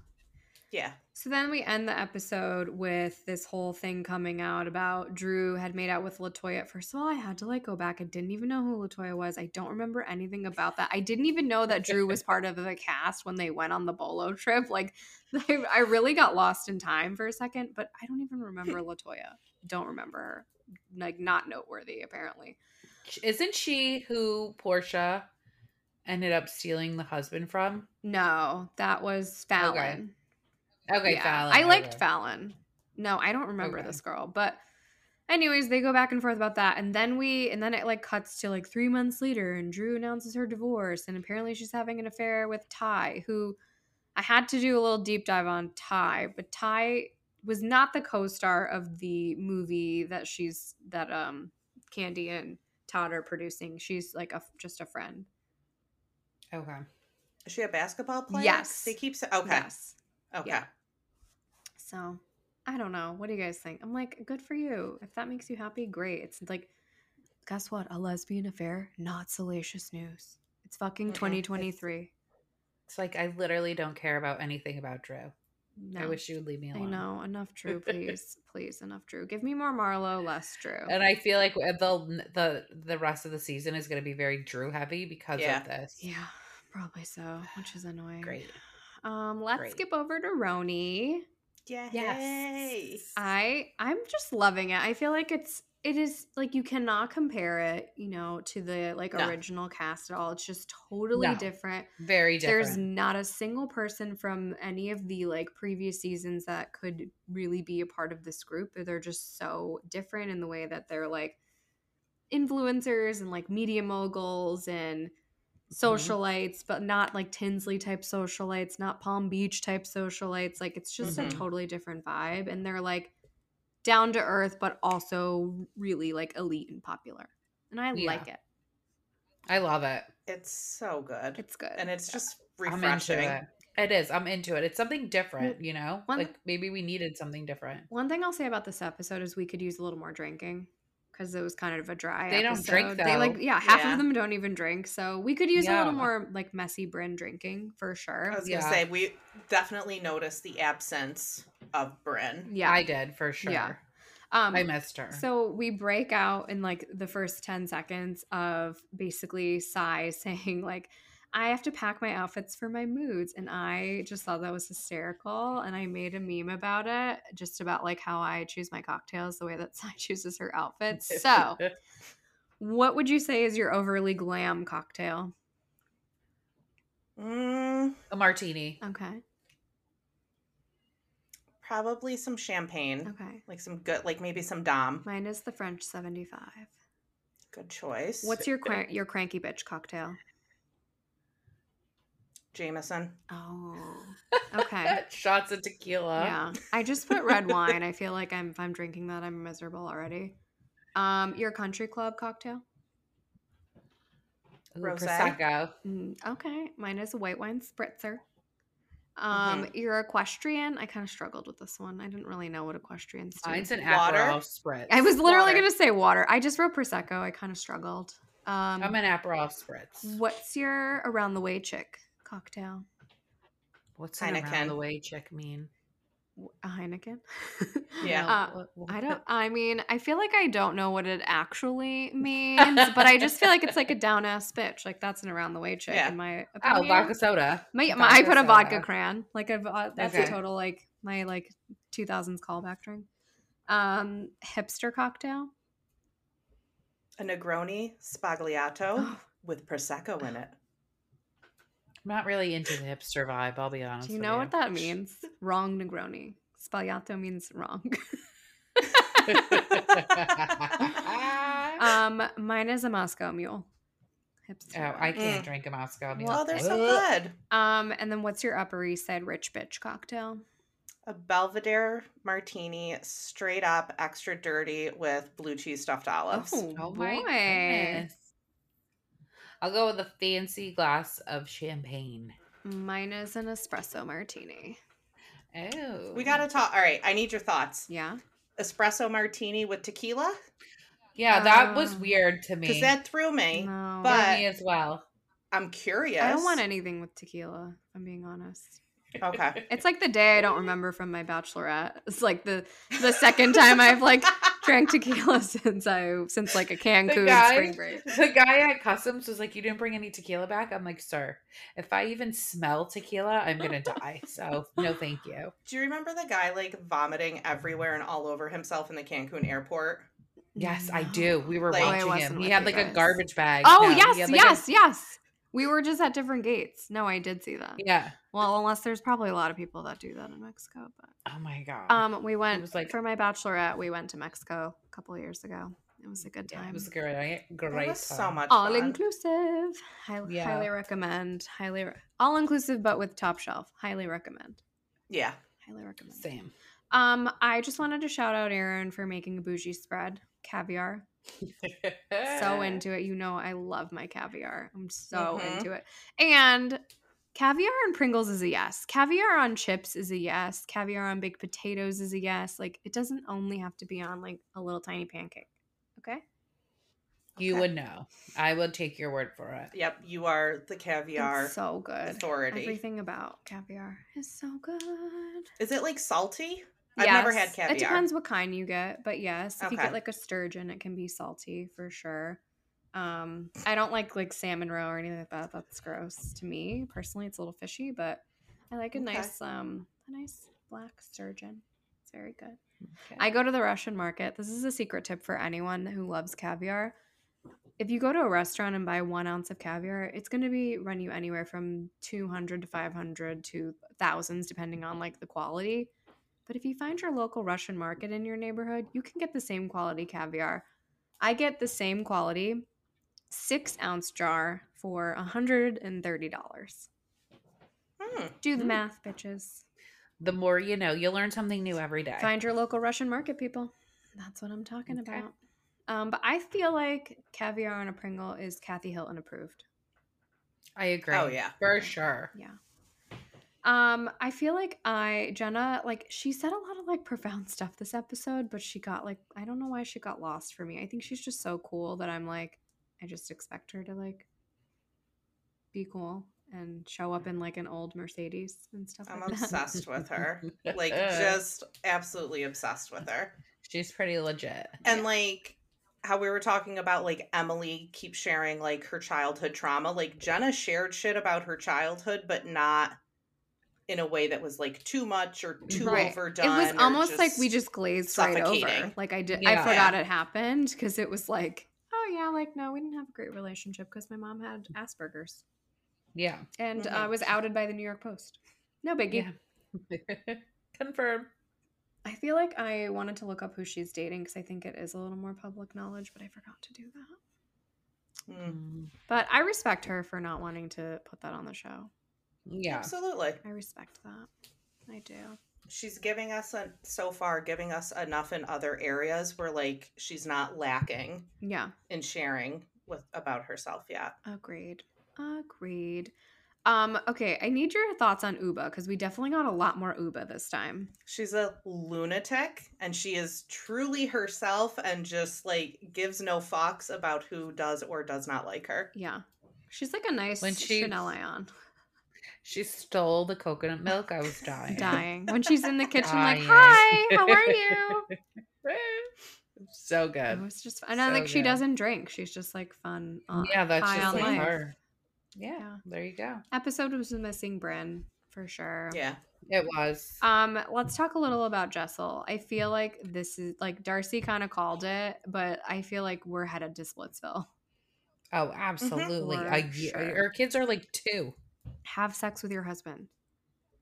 [SPEAKER 2] Yeah,
[SPEAKER 1] So then we end the episode with this whole thing coming out about Drew had made out with Latoya. First of all, I had to like go back. I didn't even know who Latoya was. I don't remember anything about that. I didn't even know that Drew was part of the cast when they went on the bolo trip. Like, I, I really got lost in time for a second, but I don't even remember Latoya. Don't remember her. Like, not noteworthy, apparently.
[SPEAKER 3] Isn't she who Portia ended up stealing the husband from?
[SPEAKER 1] No, that was Fallon.
[SPEAKER 3] Okay,
[SPEAKER 1] Yeah.
[SPEAKER 3] Fallon.
[SPEAKER 1] I liked
[SPEAKER 3] okay.
[SPEAKER 1] Fallon. No, I don't remember
[SPEAKER 3] Okay.
[SPEAKER 1] this girl, but anyways, they go back and forth about that, and then we, and then it like cuts to like three months later, and Drew announces her divorce, and apparently she's having an affair with Ty, who I had to do a little deep dive on Ty, but Ty was not the co-star of the movie that she's that um Candy and Todd are producing. She's like a just a friend.
[SPEAKER 3] Okay.
[SPEAKER 2] is she a basketball player?
[SPEAKER 1] Yes.
[SPEAKER 2] they keep. sa- Okay,
[SPEAKER 1] Yes.
[SPEAKER 2] okay.
[SPEAKER 1] yeah. So I don't know. What do you guys think? I'm like, good for you. If that makes you happy, great. It's like, guess what? A lesbian affair, not salacious news. It's fucking
[SPEAKER 2] Mm-mm.
[SPEAKER 1] 2023.
[SPEAKER 3] It's like I literally don't care about anything about Drew.
[SPEAKER 1] No.
[SPEAKER 3] I wish you would leave me
[SPEAKER 1] I
[SPEAKER 3] alone.
[SPEAKER 1] know. Enough Drew, please. please, enough Drew. Give me more Marlo, less Drew.
[SPEAKER 3] And I feel like uh, the the the rest of the season is going to be very Drew heavy because
[SPEAKER 2] Yeah.
[SPEAKER 3] of this.
[SPEAKER 1] yeah, probably so, which is annoying.
[SPEAKER 3] Great.
[SPEAKER 1] Um, let's
[SPEAKER 3] Great.
[SPEAKER 1] skip over to Roni.
[SPEAKER 2] Yay.
[SPEAKER 1] I I'm just loving it. I feel like it's it is like you cannot compare it, you know, to the like
[SPEAKER 2] No.
[SPEAKER 1] original cast at all. It's just totally
[SPEAKER 3] No.
[SPEAKER 1] different.
[SPEAKER 3] Very different.
[SPEAKER 1] There's not a single person from any of the like previous seasons that could really be a part of this group. They're just so different in the way that they're like influencers and like media moguls and
[SPEAKER 3] Mm-hmm.
[SPEAKER 1] socialites, but not like Tinsley type socialites, not Palm Beach type socialites. Like it's just
[SPEAKER 3] Mm-hmm.
[SPEAKER 2] Mhm.
[SPEAKER 1] a totally different vibe. And they're like down to earth, but also really like elite and popular. And I
[SPEAKER 3] Yeah.
[SPEAKER 1] like it.
[SPEAKER 3] I love it.
[SPEAKER 2] It's so good,
[SPEAKER 1] It's good.
[SPEAKER 2] and it's just
[SPEAKER 3] I'm
[SPEAKER 2] refreshing.
[SPEAKER 3] into it. It is. I'm into it. It's something different,
[SPEAKER 1] Mm.
[SPEAKER 3] you know?
[SPEAKER 1] One-
[SPEAKER 3] like maybe we needed something different.
[SPEAKER 1] One thing I'll say about this episode is we could use a little more drinking because it was kind of a dry.
[SPEAKER 3] They don't drink,
[SPEAKER 1] episode. They like
[SPEAKER 3] though.
[SPEAKER 1] yeah, half
[SPEAKER 2] Yeah.
[SPEAKER 1] of them don't even drink, so we could use a
[SPEAKER 3] Yeah.
[SPEAKER 1] little more like messy Bryn drinking for
[SPEAKER 2] I
[SPEAKER 1] sure.
[SPEAKER 2] was
[SPEAKER 3] Yeah.
[SPEAKER 2] gonna say we definitely noticed the absence of Bryn.
[SPEAKER 1] Yeah,
[SPEAKER 3] I did for sure.
[SPEAKER 1] Yeah. um,
[SPEAKER 3] I missed her.
[SPEAKER 1] so we break out in like the first ten seconds of basically Sai saying like. I have to pack my outfits for my moods. And I just thought that was hysterical. And I made a meme about it, just about like how I choose my cocktails, the way that Sai chooses her outfits. So What would you say is your overly glam cocktail?
[SPEAKER 2] Mm,
[SPEAKER 3] a martini.
[SPEAKER 1] Okay.
[SPEAKER 2] probably some champagne,
[SPEAKER 1] Okay.
[SPEAKER 2] like some good, like maybe some Dom.
[SPEAKER 1] Mine is the French 75.
[SPEAKER 2] Good choice.
[SPEAKER 1] What's your cra- your cranky bitch cocktail?
[SPEAKER 2] Jameson?
[SPEAKER 1] Oh. Okay.
[SPEAKER 3] Shots of tequila.
[SPEAKER 1] yeah. I just put red wine. I feel like I'm if I'm drinking that I'm miserable already. Um, your country club cocktail.
[SPEAKER 3] Ooh,
[SPEAKER 2] Rosé.
[SPEAKER 3] Prosecco.
[SPEAKER 1] Mm, okay, mine is a white wine spritzer. Um, your equestrian. I kind of struggled with this one. I didn't really know what equestrian stood.
[SPEAKER 3] Mine's an
[SPEAKER 2] Water.
[SPEAKER 3] Aperol spritz.
[SPEAKER 1] I was literally
[SPEAKER 2] water.
[SPEAKER 1] going to say water. I just wrote prosecco. I kind of struggled. Um,
[SPEAKER 3] I'm an Aperol spritz.
[SPEAKER 1] what's your around the way chick cocktail?
[SPEAKER 3] What's an around
[SPEAKER 2] Heineken.
[SPEAKER 3] the way chick mean?
[SPEAKER 1] W- A Heineken.
[SPEAKER 2] Yeah.
[SPEAKER 1] Uh,
[SPEAKER 3] What- what-
[SPEAKER 1] I don't. I mean, I feel like I don't know what it actually means, but I just feel like it's like a down ass bitch. Like that's an around the way chick,
[SPEAKER 2] Yeah.
[SPEAKER 1] in my
[SPEAKER 3] Oh,
[SPEAKER 1] opinion.
[SPEAKER 3] vodka soda.
[SPEAKER 1] My, my, I put a
[SPEAKER 3] soda.
[SPEAKER 1] vodka cran. Like a, vo- that's a
[SPEAKER 3] Okay.
[SPEAKER 1] total like my like 2000s callback drink. Um, hipster cocktail.
[SPEAKER 2] A Negroni spagliato
[SPEAKER 1] Oh,
[SPEAKER 2] with prosecco in it.
[SPEAKER 3] I'm not really into the hipster vibe. I'll be honest.
[SPEAKER 1] do you
[SPEAKER 3] with
[SPEAKER 1] know what that means? Wrong Negroni. Spagliato means wrong.
[SPEAKER 3] oh,
[SPEAKER 1] um, mine is a Moscow Mule. Hipster.
[SPEAKER 3] I can't
[SPEAKER 2] Mm.
[SPEAKER 3] drink a Moscow Mule.
[SPEAKER 2] Oh, they're so
[SPEAKER 3] Ugh.
[SPEAKER 2] good.
[SPEAKER 1] Um, and then what's your Upper East Side rich bitch cocktail?
[SPEAKER 2] A Belvedere martini, straight up, extra dirty with blue cheese stuffed olives.
[SPEAKER 3] Oh my goodness. I'll go with a fancy glass of champagne.
[SPEAKER 1] Mine is an espresso martini.
[SPEAKER 3] Oh,
[SPEAKER 2] We gotta talk. All right, I need your thoughts.
[SPEAKER 1] Yeah.
[SPEAKER 2] Espresso martini with tequila,
[SPEAKER 3] Yeah, that was
[SPEAKER 1] Ah.
[SPEAKER 3] weird to
[SPEAKER 2] because
[SPEAKER 3] me.
[SPEAKER 2] that threw me.
[SPEAKER 1] No.
[SPEAKER 3] For
[SPEAKER 2] But-
[SPEAKER 3] me as well.
[SPEAKER 2] I'm curious.
[SPEAKER 1] Mm-hmm. I don't want anything with tequila, if I'm being honest.
[SPEAKER 2] Okay.
[SPEAKER 1] It's like the day I don't remember from my bachelorette. It's like the the second time I've like drank tequila since I since like a Cancun
[SPEAKER 3] guy-
[SPEAKER 1] spring break.
[SPEAKER 3] The guy at customs was like, "You didn't bring any tequila back." I'm like, "Sir, if I even smell tequila, I'm gonna die." So no, thank you.
[SPEAKER 2] Do you remember the guy like vomiting everywhere and all over himself in the Cancun airport?
[SPEAKER 3] Yes, I
[SPEAKER 1] No.
[SPEAKER 3] do. We were
[SPEAKER 2] Like- Oh, I
[SPEAKER 3] watching
[SPEAKER 1] wasn't
[SPEAKER 3] him. He
[SPEAKER 1] with
[SPEAKER 3] had
[SPEAKER 1] you
[SPEAKER 3] like
[SPEAKER 1] guys.
[SPEAKER 3] a garbage bag. No,
[SPEAKER 1] Oh
[SPEAKER 3] he
[SPEAKER 1] yes,
[SPEAKER 3] had, like, a-
[SPEAKER 1] yes, yes. We were just at different gates. No, I did see that.
[SPEAKER 3] yeah.
[SPEAKER 1] Well, unless there's probably a lot of people that do that in Mexico, but
[SPEAKER 3] Oh my god.
[SPEAKER 1] Um, we went
[SPEAKER 3] was like-
[SPEAKER 1] for my bachelorette. We went to Mexico a couple of years ago. It was a good
[SPEAKER 3] Yeah,
[SPEAKER 1] time.
[SPEAKER 3] it was a great,
[SPEAKER 2] That
[SPEAKER 3] great.
[SPEAKER 2] was so
[SPEAKER 3] time.
[SPEAKER 2] much
[SPEAKER 1] all
[SPEAKER 2] fun.
[SPEAKER 1] inclusive. Hi-
[SPEAKER 3] Yeah.
[SPEAKER 1] Highly recommend. Highly re- all inclusive, but with top shelf. Highly recommend.
[SPEAKER 2] yeah.
[SPEAKER 1] Highly recommend.
[SPEAKER 3] Same.
[SPEAKER 1] Um, I just wanted to shout out Aaron for making a bougie spread caviar.
[SPEAKER 3] Eh.
[SPEAKER 1] So into it. You know, I love my caviar. I'm so
[SPEAKER 2] Mhm.
[SPEAKER 1] into it. And caviar on Pringles is a yes. Caviar on chips is a yes. Caviar on baked potatoes is a yes. Like it doesn't only have to be on like a little tiny pancake. Okay.
[SPEAKER 3] You
[SPEAKER 2] Okay.
[SPEAKER 3] would know. I will take your word for it.
[SPEAKER 2] Yep. You are the caviar
[SPEAKER 1] It's so good.
[SPEAKER 2] authority.
[SPEAKER 1] Everything about caviar is so good.
[SPEAKER 2] Is it like salty? I've never had
[SPEAKER 1] It
[SPEAKER 2] caviar.
[SPEAKER 1] depends what kind you get, but yes, if you
[SPEAKER 2] Okay.
[SPEAKER 1] get like a sturgeon, it can be salty for sure. Um, I don't like like salmon roe or anything like that. That's gross to me personally. It's a little fishy, but I like a
[SPEAKER 2] Okay.
[SPEAKER 1] nice um a nice black sturgeon. It's very good.
[SPEAKER 3] Okay.
[SPEAKER 1] I go to the Russian market. This is a secret tip for anyone who loves caviar. If you go to a restaurant and buy one ounce of caviar, it's going to be run you anywhere from 200 to 500 to thousands, depending on like the quality. But if you find your local Russian market in your neighborhood, you can get the same quality caviar. I get the same quality six ounce jar for $130.
[SPEAKER 2] Hmm.
[SPEAKER 1] Do the
[SPEAKER 3] Hmm.
[SPEAKER 1] math, bitches.
[SPEAKER 3] the more you know, you learn something new every day.
[SPEAKER 1] Find your local Russian market, people. That's what I'm talking
[SPEAKER 3] Okay.
[SPEAKER 1] about. Um, but I feel like caviar on a Pringle is Kathy Hilton approved.
[SPEAKER 3] I agree.
[SPEAKER 2] Oh yeah.
[SPEAKER 3] For sure.
[SPEAKER 1] Yeah. Um, I feel like I Jenna like she said a lot of like profound stuff this episode, but she got like I don't know why she got lost for me. I think she's just so cool that I'm like I just expect her to like be cool and show up in like an old Mercedes and stuff
[SPEAKER 2] I'm
[SPEAKER 1] like that.
[SPEAKER 2] obsessed with her. Like just absolutely obsessed with her.
[SPEAKER 3] She's pretty legit.
[SPEAKER 2] And like how we were talking about like Emily keeps sharing like her childhood trauma. Like Jenna shared shit about her childhood, but not in a way that was like too much or too
[SPEAKER 1] Right.
[SPEAKER 2] overdone.
[SPEAKER 1] It was
[SPEAKER 2] or
[SPEAKER 1] almost like we just glazed right over.
[SPEAKER 2] suffocating.
[SPEAKER 1] Like I did, I
[SPEAKER 3] Yeah.
[SPEAKER 1] forgot it happened because it was like, oh yeah, like no, we didn't have a great relationship because my mom had Asperger's
[SPEAKER 3] yeah.
[SPEAKER 1] and
[SPEAKER 2] Mhm.
[SPEAKER 1] uh, was outed by the New York Post. No biggie.
[SPEAKER 3] Yeah. Confirm.
[SPEAKER 1] I feel like I wanted to look up who she's dating because I think it is a little more public knowledge, but I forgot to do that.
[SPEAKER 2] Mm,
[SPEAKER 1] But I respect her for not wanting to put that on the show.
[SPEAKER 3] Yeah.
[SPEAKER 2] Absolutely.
[SPEAKER 1] I respect that. I do.
[SPEAKER 2] she's giving us a, so far giving us enough in other areas where like she's not lacking
[SPEAKER 1] Yeah.
[SPEAKER 2] in sharing with about herself yet.
[SPEAKER 1] Agreed. Agreed. Um, okay, I need your thoughts on Uba because we definitely got a lot more Uba this time.
[SPEAKER 2] She's a lunatic and she is truly herself and just like gives no fucks about who does or does not like her.
[SPEAKER 1] Yeah. She's like a nice
[SPEAKER 3] When she's
[SPEAKER 1] Chanel Ion.
[SPEAKER 3] She stole the coconut milk. I was dying.
[SPEAKER 1] Dying. When she's in the kitchen, like,
[SPEAKER 3] Dying.
[SPEAKER 1] hi, how are you?
[SPEAKER 3] so
[SPEAKER 1] It
[SPEAKER 3] good.
[SPEAKER 1] was just and I
[SPEAKER 3] So
[SPEAKER 1] like she
[SPEAKER 3] good.
[SPEAKER 1] doesn't drink. She's just like fun. uh,
[SPEAKER 3] Yeah, that's
[SPEAKER 1] high
[SPEAKER 3] just
[SPEAKER 1] on
[SPEAKER 3] like
[SPEAKER 1] life.
[SPEAKER 3] her. Yeah,
[SPEAKER 1] Yeah.
[SPEAKER 3] there you go.
[SPEAKER 1] Episode was missing Bryn for sure.
[SPEAKER 2] Yeah.
[SPEAKER 3] It was.
[SPEAKER 1] Um, let's talk a little about Jessel. I feel like this is like Darcy kind of called it, but I feel like we're headed to Splitsville.
[SPEAKER 3] oh, absolutely.
[SPEAKER 1] Mm-hmm, For
[SPEAKER 3] A ye- uh,
[SPEAKER 1] sure.
[SPEAKER 3] Our kids are like two.
[SPEAKER 1] Have sex with your husband.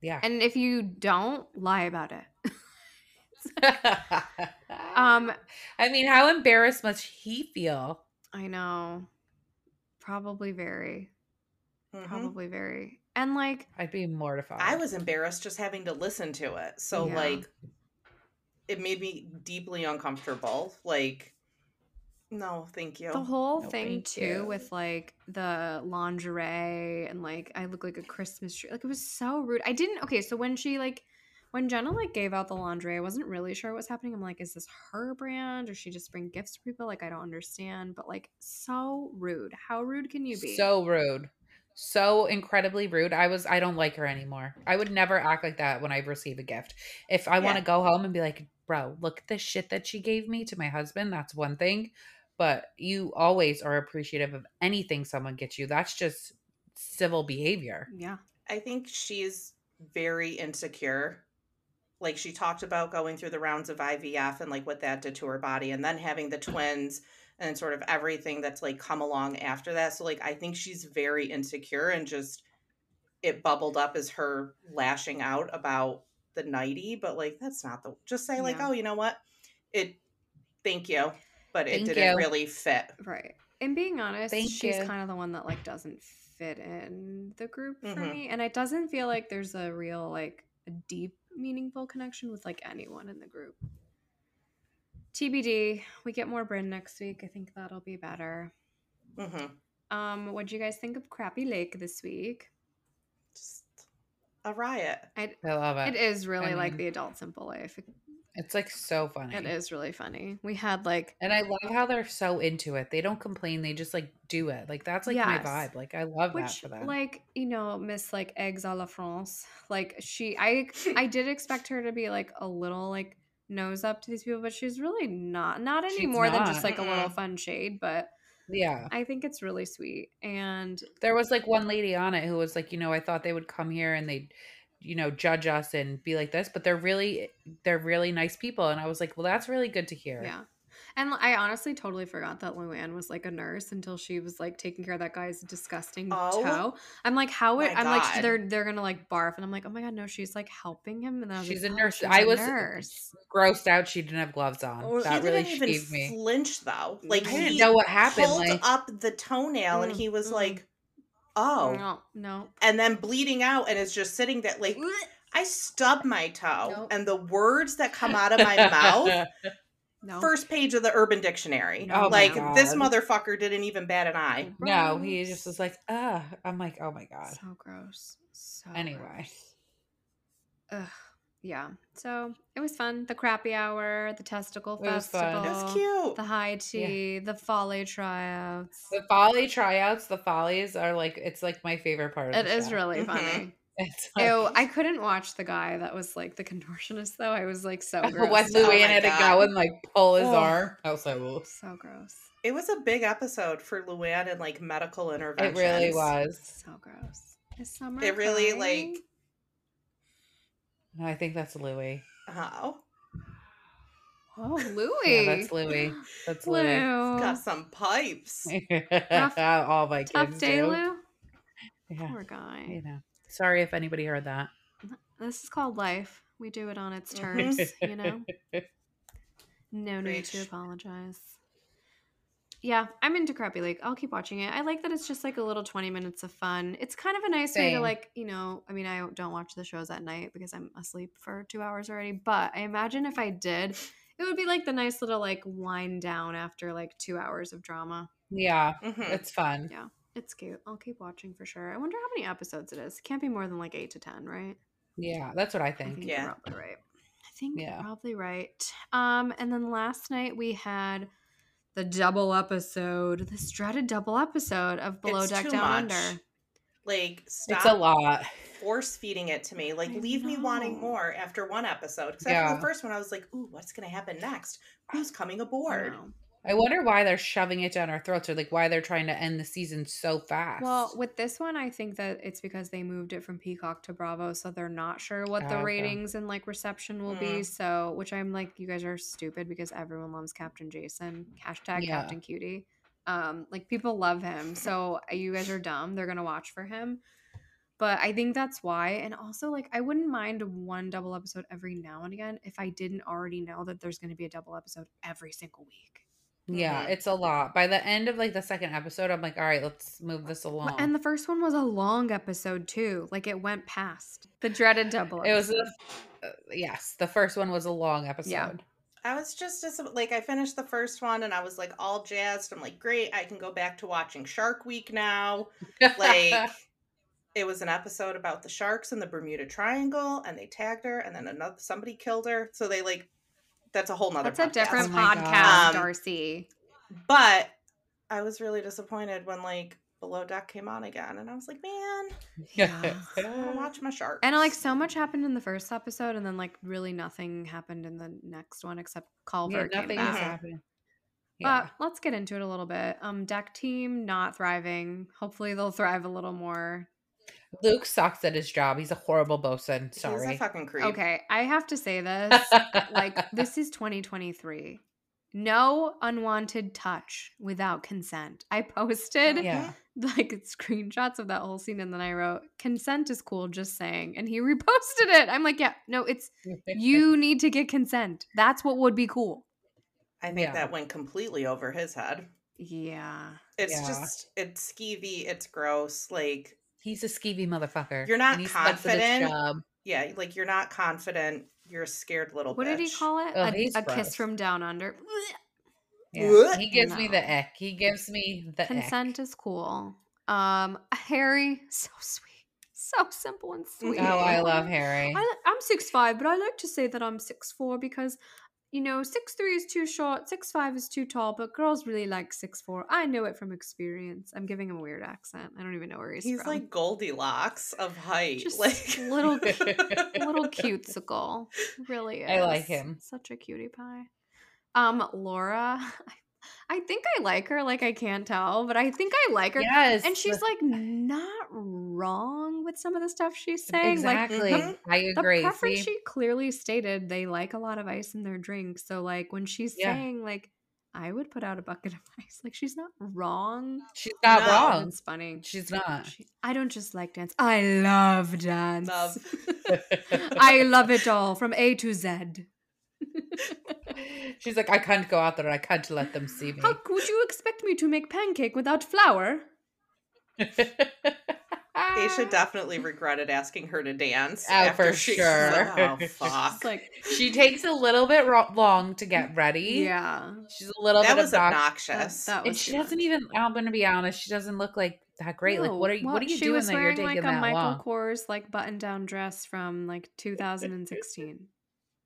[SPEAKER 3] Yeah.
[SPEAKER 1] And if you don't, lie about it. Um,
[SPEAKER 3] I mean, how embarrassed must he feel?
[SPEAKER 1] I know. Probably very.
[SPEAKER 2] Mhm.
[SPEAKER 3] Mm-hmm.
[SPEAKER 1] Probably very. And like
[SPEAKER 3] I'd be mortified.
[SPEAKER 2] I was embarrassed just having to listen to it. So
[SPEAKER 1] Yeah.
[SPEAKER 2] like it made me deeply uncomfortable. Like no, thank you.
[SPEAKER 1] the whole
[SPEAKER 3] No,
[SPEAKER 1] thing
[SPEAKER 3] thank
[SPEAKER 1] too
[SPEAKER 3] you.
[SPEAKER 1] with like the lingerie and like I look like a Christmas tree. Like it was so rude. I didn't okay, so when she like when Jenna like gave out the lingerie, I wasn't really sure what was happening. I'm like, is this her brand? Or she just bring gifts to people? Like I don't understand. But like so rude. How rude can you be?
[SPEAKER 3] so rude. So incredibly rude. I was I don't like her anymore. I would never act like that when I receive a gift. If I want
[SPEAKER 2] Yeah.
[SPEAKER 3] to go home and be like, "Bro, look at the shit that she gave me to my husband." That's one thing, but you always are appreciative of anything someone gets you. That's just civil behavior.
[SPEAKER 1] yeah.
[SPEAKER 2] I think she's very insecure. Like she talked about going through the rounds of IVF and like what that did to her body and then having the twins and sort of everything that's like come along after that. So like I think she's very insecure and just it bubbled up as her lashing out about the nighty, but like that's not the just say like,
[SPEAKER 1] Yeah.
[SPEAKER 2] oh, you know what? It thank you. But it
[SPEAKER 3] Thank
[SPEAKER 2] didn't
[SPEAKER 3] you.
[SPEAKER 2] really fit.
[SPEAKER 1] Right. And being honest,
[SPEAKER 3] Thank
[SPEAKER 1] she's
[SPEAKER 3] you.
[SPEAKER 1] kind of the one that like doesn't fit in the group for
[SPEAKER 3] Mm-hmm.
[SPEAKER 2] Mhm.
[SPEAKER 1] me. And it doesn't feel like there's a real like a deep meaningful connection with like anyone in the group. TBD, we get more Bryn next week. I think that'll be better.
[SPEAKER 2] hmm
[SPEAKER 1] Um, what'd you guys think of Crappy Lake this week?
[SPEAKER 2] Just a riot.
[SPEAKER 1] I,
[SPEAKER 3] Uh, I love it.
[SPEAKER 1] it is really like
[SPEAKER 3] mean-
[SPEAKER 1] the adult simple life. It-
[SPEAKER 3] It's like so funny.
[SPEAKER 1] it is really funny. We had like
[SPEAKER 3] And I love how they're so into it. They don't complain. They just like do it. Like that's like
[SPEAKER 1] Yes.
[SPEAKER 3] my vibe. Like I love that
[SPEAKER 1] which
[SPEAKER 3] for them.
[SPEAKER 1] like you know miss like eggs a la france like she i i did expect her to be like a little like nose up to these people but she's really not not any
[SPEAKER 3] She's
[SPEAKER 1] more than just
[SPEAKER 3] not.
[SPEAKER 1] like a little
[SPEAKER 2] Mm-mm.
[SPEAKER 1] fun shade but
[SPEAKER 3] yeah.
[SPEAKER 1] i think it's really sweet and
[SPEAKER 3] There was like one lady on it who was like, you know, I thought they would come here and they'd, you know, judge us and be like this, but they're really, they're really nice people. And I was like, well, that's really good to hear.
[SPEAKER 1] yeah and I honestly totally forgot that Luann was like a nurse until she was like taking care of that guy's disgusting
[SPEAKER 2] Oh
[SPEAKER 1] toe. I'm like, how would
[SPEAKER 2] my
[SPEAKER 1] I'm like
[SPEAKER 2] God.
[SPEAKER 1] they're they're gonna like barf, and I'm like, oh my god, no, she's like helping him, and then I was
[SPEAKER 3] She's
[SPEAKER 1] like,
[SPEAKER 3] a
[SPEAKER 1] oh,
[SPEAKER 3] nurse.
[SPEAKER 1] she's
[SPEAKER 3] I
[SPEAKER 1] a
[SPEAKER 3] was
[SPEAKER 1] nurse.
[SPEAKER 3] grossed out. She didn't have gloves on.
[SPEAKER 1] Well,
[SPEAKER 3] that
[SPEAKER 2] he
[SPEAKER 3] really
[SPEAKER 2] didn't even
[SPEAKER 3] shaved me.
[SPEAKER 2] flinch though. Like
[SPEAKER 3] I didn't
[SPEAKER 2] he
[SPEAKER 3] know what happened.
[SPEAKER 2] pulled
[SPEAKER 3] Like,
[SPEAKER 2] up the toenail and
[SPEAKER 1] Mm,
[SPEAKER 2] he was
[SPEAKER 1] mm.
[SPEAKER 2] like, "Oh,"
[SPEAKER 1] no, no,
[SPEAKER 2] and then bleeding out and is just sitting there like. I stub my toe,
[SPEAKER 1] Nope.
[SPEAKER 2] and the words that come out of my mouth,
[SPEAKER 1] no.
[SPEAKER 2] first page of the Urban Dictionary.
[SPEAKER 1] Oh my
[SPEAKER 2] like, this
[SPEAKER 3] God.
[SPEAKER 2] motherfucker didn't even bat an eye.
[SPEAKER 3] no, he just
[SPEAKER 1] Gross.
[SPEAKER 3] was like, ah. I'm like, oh my god.
[SPEAKER 1] So gross. So
[SPEAKER 3] Anyway.
[SPEAKER 1] gross. Ugh. Yeah. So it was fun. The crappy hour, the testicle
[SPEAKER 3] It was fun.
[SPEAKER 1] festival,
[SPEAKER 2] It was cute.
[SPEAKER 1] the high tea, the folly tryouts.
[SPEAKER 3] The folly tryouts, the follies are like, it's like my favorite part. Of
[SPEAKER 1] It
[SPEAKER 3] the
[SPEAKER 1] is
[SPEAKER 3] show.
[SPEAKER 1] really
[SPEAKER 2] Mhm.
[SPEAKER 1] funny.
[SPEAKER 3] It's like,
[SPEAKER 1] Ew, I couldn't watch the guy that was like the contortionist though. I was like so gross.
[SPEAKER 3] when
[SPEAKER 2] Oh
[SPEAKER 3] Luann
[SPEAKER 2] my
[SPEAKER 3] had to go
[SPEAKER 2] God.
[SPEAKER 3] and like pull his
[SPEAKER 2] Ugh.
[SPEAKER 3] arm, I was like, "Ooh."
[SPEAKER 1] So gross.
[SPEAKER 2] It was a big episode for Luann and like medical
[SPEAKER 3] it
[SPEAKER 2] interventions.
[SPEAKER 3] really was.
[SPEAKER 1] So gross. Is summer
[SPEAKER 2] It really,
[SPEAKER 1] coming?
[SPEAKER 2] like-
[SPEAKER 3] No, I think that's Louis.
[SPEAKER 2] Oh,
[SPEAKER 1] Oh Louie.
[SPEAKER 3] Yeah, that's Louis. That's Louis.
[SPEAKER 1] Lou.
[SPEAKER 2] got some pipes.
[SPEAKER 3] All my
[SPEAKER 1] Tough
[SPEAKER 3] kids
[SPEAKER 1] day,
[SPEAKER 3] do.
[SPEAKER 1] Lou.
[SPEAKER 3] Yeah,
[SPEAKER 1] Poor guy.
[SPEAKER 3] you know. Sorry if anybody heard that.
[SPEAKER 1] This is called life. We do it on its
[SPEAKER 2] Mhm.
[SPEAKER 1] terms, you know? No need to
[SPEAKER 2] Preach.
[SPEAKER 1] apologize. Yeah, I'm into Crappy Lake. I'll keep watching it. I like that it's just like a little 20 minutes of fun. It's kind of a nice way to
[SPEAKER 3] Same.
[SPEAKER 1] like, you know, I mean, I don't watch the shows at night because I'm asleep for two hours already, but I imagine if I did, it would be like the nice little like wind down after like two hours of drama.
[SPEAKER 3] Yeah,
[SPEAKER 2] hmm
[SPEAKER 3] it's fun.
[SPEAKER 1] It's cute. I'll keep watching for sure. I wonder how many episodes it is. It can't be more than like eight to 10, right?
[SPEAKER 3] Yeah, that's what I
[SPEAKER 1] I
[SPEAKER 3] think.
[SPEAKER 1] think you're
[SPEAKER 2] Yeah.
[SPEAKER 1] probably right. Mm-hmm. I think
[SPEAKER 3] Yeah.
[SPEAKER 1] you're probably right. Um, and then last night we had the double episode, this dreaded double episode of Below
[SPEAKER 2] It's
[SPEAKER 1] Deck
[SPEAKER 2] too
[SPEAKER 1] Down
[SPEAKER 2] much.
[SPEAKER 1] Under.
[SPEAKER 2] Like stop
[SPEAKER 3] It's a lot.
[SPEAKER 2] force feeding it to me. Like
[SPEAKER 1] I
[SPEAKER 2] leave me wanting
[SPEAKER 1] know.
[SPEAKER 2] more after one episode. Because after
[SPEAKER 3] Yeah.
[SPEAKER 2] the first one, I was like, "Ooh, what's gonna happen next? Who's coming
[SPEAKER 1] I
[SPEAKER 2] aboard?"
[SPEAKER 1] know.
[SPEAKER 3] I wonder why they're shoving it down our throats or like why they're trying to end the season so fast.
[SPEAKER 1] Well, with this one, I think that it's because they moved it from Peacock to Bravo, so they're not sure what the
[SPEAKER 3] Ah, Okay.
[SPEAKER 1] ratings and like reception will be.
[SPEAKER 2] Mm.
[SPEAKER 1] So, which I'm like, you guys are stupid because everyone loves Captain Jason. Hashtag
[SPEAKER 3] Yeah.
[SPEAKER 1] Captain Cutie. Um, like people love him, so uh, you guys are dumb. They're gonna watch for him. But I think that's why. And also, like, I wouldn't mind one double episode every now and again if I didn't already know that there's gonna be a double episode every single week.
[SPEAKER 3] yeah,
[SPEAKER 2] Mhm.
[SPEAKER 3] it's a lot. By the end of like the second episode, I'm like, all right, let's move this along.
[SPEAKER 1] And the first one was a long episode too. Like it went past the dreaded double.
[SPEAKER 3] it was
[SPEAKER 1] episode.
[SPEAKER 3] the, uh, yes, the first one was a long episode.
[SPEAKER 2] I was just dis- like, I finished the first one and I was like all jazzed. I'm like, "Great, I can go back to watching Shark Week now." Like. It was an episode about the sharks in the Bermuda Triangle, and they tagged her, and then another somebody killed her. So they like, that's a whole nother.
[SPEAKER 1] that's a
[SPEAKER 2] podcast.
[SPEAKER 1] different
[SPEAKER 3] Oh my
[SPEAKER 1] podcast,
[SPEAKER 2] God.
[SPEAKER 1] Darcy.
[SPEAKER 2] But I was really disappointed when like Below Deck came on again, and I was like, man,
[SPEAKER 1] Yeah.
[SPEAKER 2] I want to watch my sharks.
[SPEAKER 1] Uh, And like so much happened in the first episode, and then like really nothing happened in the next one except
[SPEAKER 3] yeah,
[SPEAKER 1] Culver came
[SPEAKER 3] nothing is
[SPEAKER 1] back.
[SPEAKER 3] happening.
[SPEAKER 1] Mm-hmm.
[SPEAKER 3] Yeah.
[SPEAKER 1] But let's get into it a little bit. Um, deck team not thriving. Hopefully they'll thrive a little more
[SPEAKER 3] Luke sucks at his job. He's a horrible bosun.
[SPEAKER 2] He's a
[SPEAKER 3] Sorry.
[SPEAKER 2] fucking creep.
[SPEAKER 1] Okay, I have to say this. like this is 2023. No unwanted touch without consent. I posted
[SPEAKER 3] Yeah.
[SPEAKER 1] like screenshots of that whole scene and then I wrote consent is cool just saying and he reposted it. I'm like, yeah, no, it's you need to get consent. That's what would be cool.
[SPEAKER 2] I think
[SPEAKER 3] Yeah.
[SPEAKER 2] that went completely over his head.
[SPEAKER 1] Yeah.
[SPEAKER 2] It's
[SPEAKER 3] Yeah.
[SPEAKER 2] just it's skeevy, it's gross. Like,
[SPEAKER 3] He's a skeevy motherfucker.
[SPEAKER 2] You're not
[SPEAKER 3] and he sucks at his
[SPEAKER 2] confident.
[SPEAKER 3] job.
[SPEAKER 2] yeah, like you're not confident. You're a scared little
[SPEAKER 1] What
[SPEAKER 2] bitch.
[SPEAKER 1] did he call it?
[SPEAKER 3] Oh,
[SPEAKER 1] a
[SPEAKER 3] he's
[SPEAKER 1] a kiss
[SPEAKER 3] gross.
[SPEAKER 1] from down under.
[SPEAKER 3] Yeah.
[SPEAKER 2] What?
[SPEAKER 3] He gives me
[SPEAKER 1] No.
[SPEAKER 3] the ick. He gives me the
[SPEAKER 1] consent is cool. Um Harry, so sweet. So simple and sweet.
[SPEAKER 3] Ick. Oh, I love Harry.
[SPEAKER 1] I, li- I'm six five, but I like to say that I'm six four because, you know, six three is too short, six five is too tall, but girls really like six four. I know it from experience. I'm giving him a weird accent. I don't even know where he's,
[SPEAKER 2] He's
[SPEAKER 1] from.
[SPEAKER 2] like Goldilocks of height.
[SPEAKER 1] Just
[SPEAKER 2] like
[SPEAKER 1] little- little cutesicle. Really, is.
[SPEAKER 3] I like him.
[SPEAKER 1] Such a cutie pie. Um, Laura, I think I like her. Like I can't tell, but I think I like her.
[SPEAKER 3] Yes.
[SPEAKER 1] And she's like not wrong with some of the stuff she's saying. Like
[SPEAKER 3] exactly.
[SPEAKER 2] Mhm.
[SPEAKER 3] I
[SPEAKER 1] the
[SPEAKER 3] agree.
[SPEAKER 1] preference
[SPEAKER 3] See?
[SPEAKER 1] she clearly stated they like a lot of ice in their drinks so like when she's
[SPEAKER 3] Yeah.
[SPEAKER 1] saying like i would put out a bucket of ice like she's not wrong
[SPEAKER 3] she's not
[SPEAKER 2] No.
[SPEAKER 3] wrong.
[SPEAKER 1] it's funny
[SPEAKER 3] She's not.
[SPEAKER 1] She- i don't just like dance i love dance
[SPEAKER 2] Love.
[SPEAKER 1] i love it all from a to z
[SPEAKER 3] She's like, I can't go out there. I can't let them see me.
[SPEAKER 1] how could you expect me to make pancake without flour
[SPEAKER 2] They
[SPEAKER 1] Ah.
[SPEAKER 2] should definitely regretted asking her to dance.
[SPEAKER 3] Oh,
[SPEAKER 2] after
[SPEAKER 3] for
[SPEAKER 2] she-
[SPEAKER 3] sure.
[SPEAKER 2] Oh fuck.
[SPEAKER 1] it's like
[SPEAKER 3] she takes a little bit ro- long to get ready.
[SPEAKER 1] yeah
[SPEAKER 3] She's a little
[SPEAKER 2] that
[SPEAKER 3] bit
[SPEAKER 2] was
[SPEAKER 3] obnoxious.
[SPEAKER 1] that,
[SPEAKER 2] obnoxious.
[SPEAKER 1] that
[SPEAKER 3] and
[SPEAKER 1] was
[SPEAKER 3] she
[SPEAKER 1] too much.
[SPEAKER 3] doesn't even. I'm gonna be honest. She doesn't look like that great. like, what are you? What,
[SPEAKER 1] Well,
[SPEAKER 3] are you
[SPEAKER 1] she
[SPEAKER 3] doing
[SPEAKER 1] was
[SPEAKER 3] that you're
[SPEAKER 1] wearing
[SPEAKER 3] taking
[SPEAKER 1] like a
[SPEAKER 3] that
[SPEAKER 1] Michael
[SPEAKER 3] long?
[SPEAKER 1] Kors like button-down dress from like 2016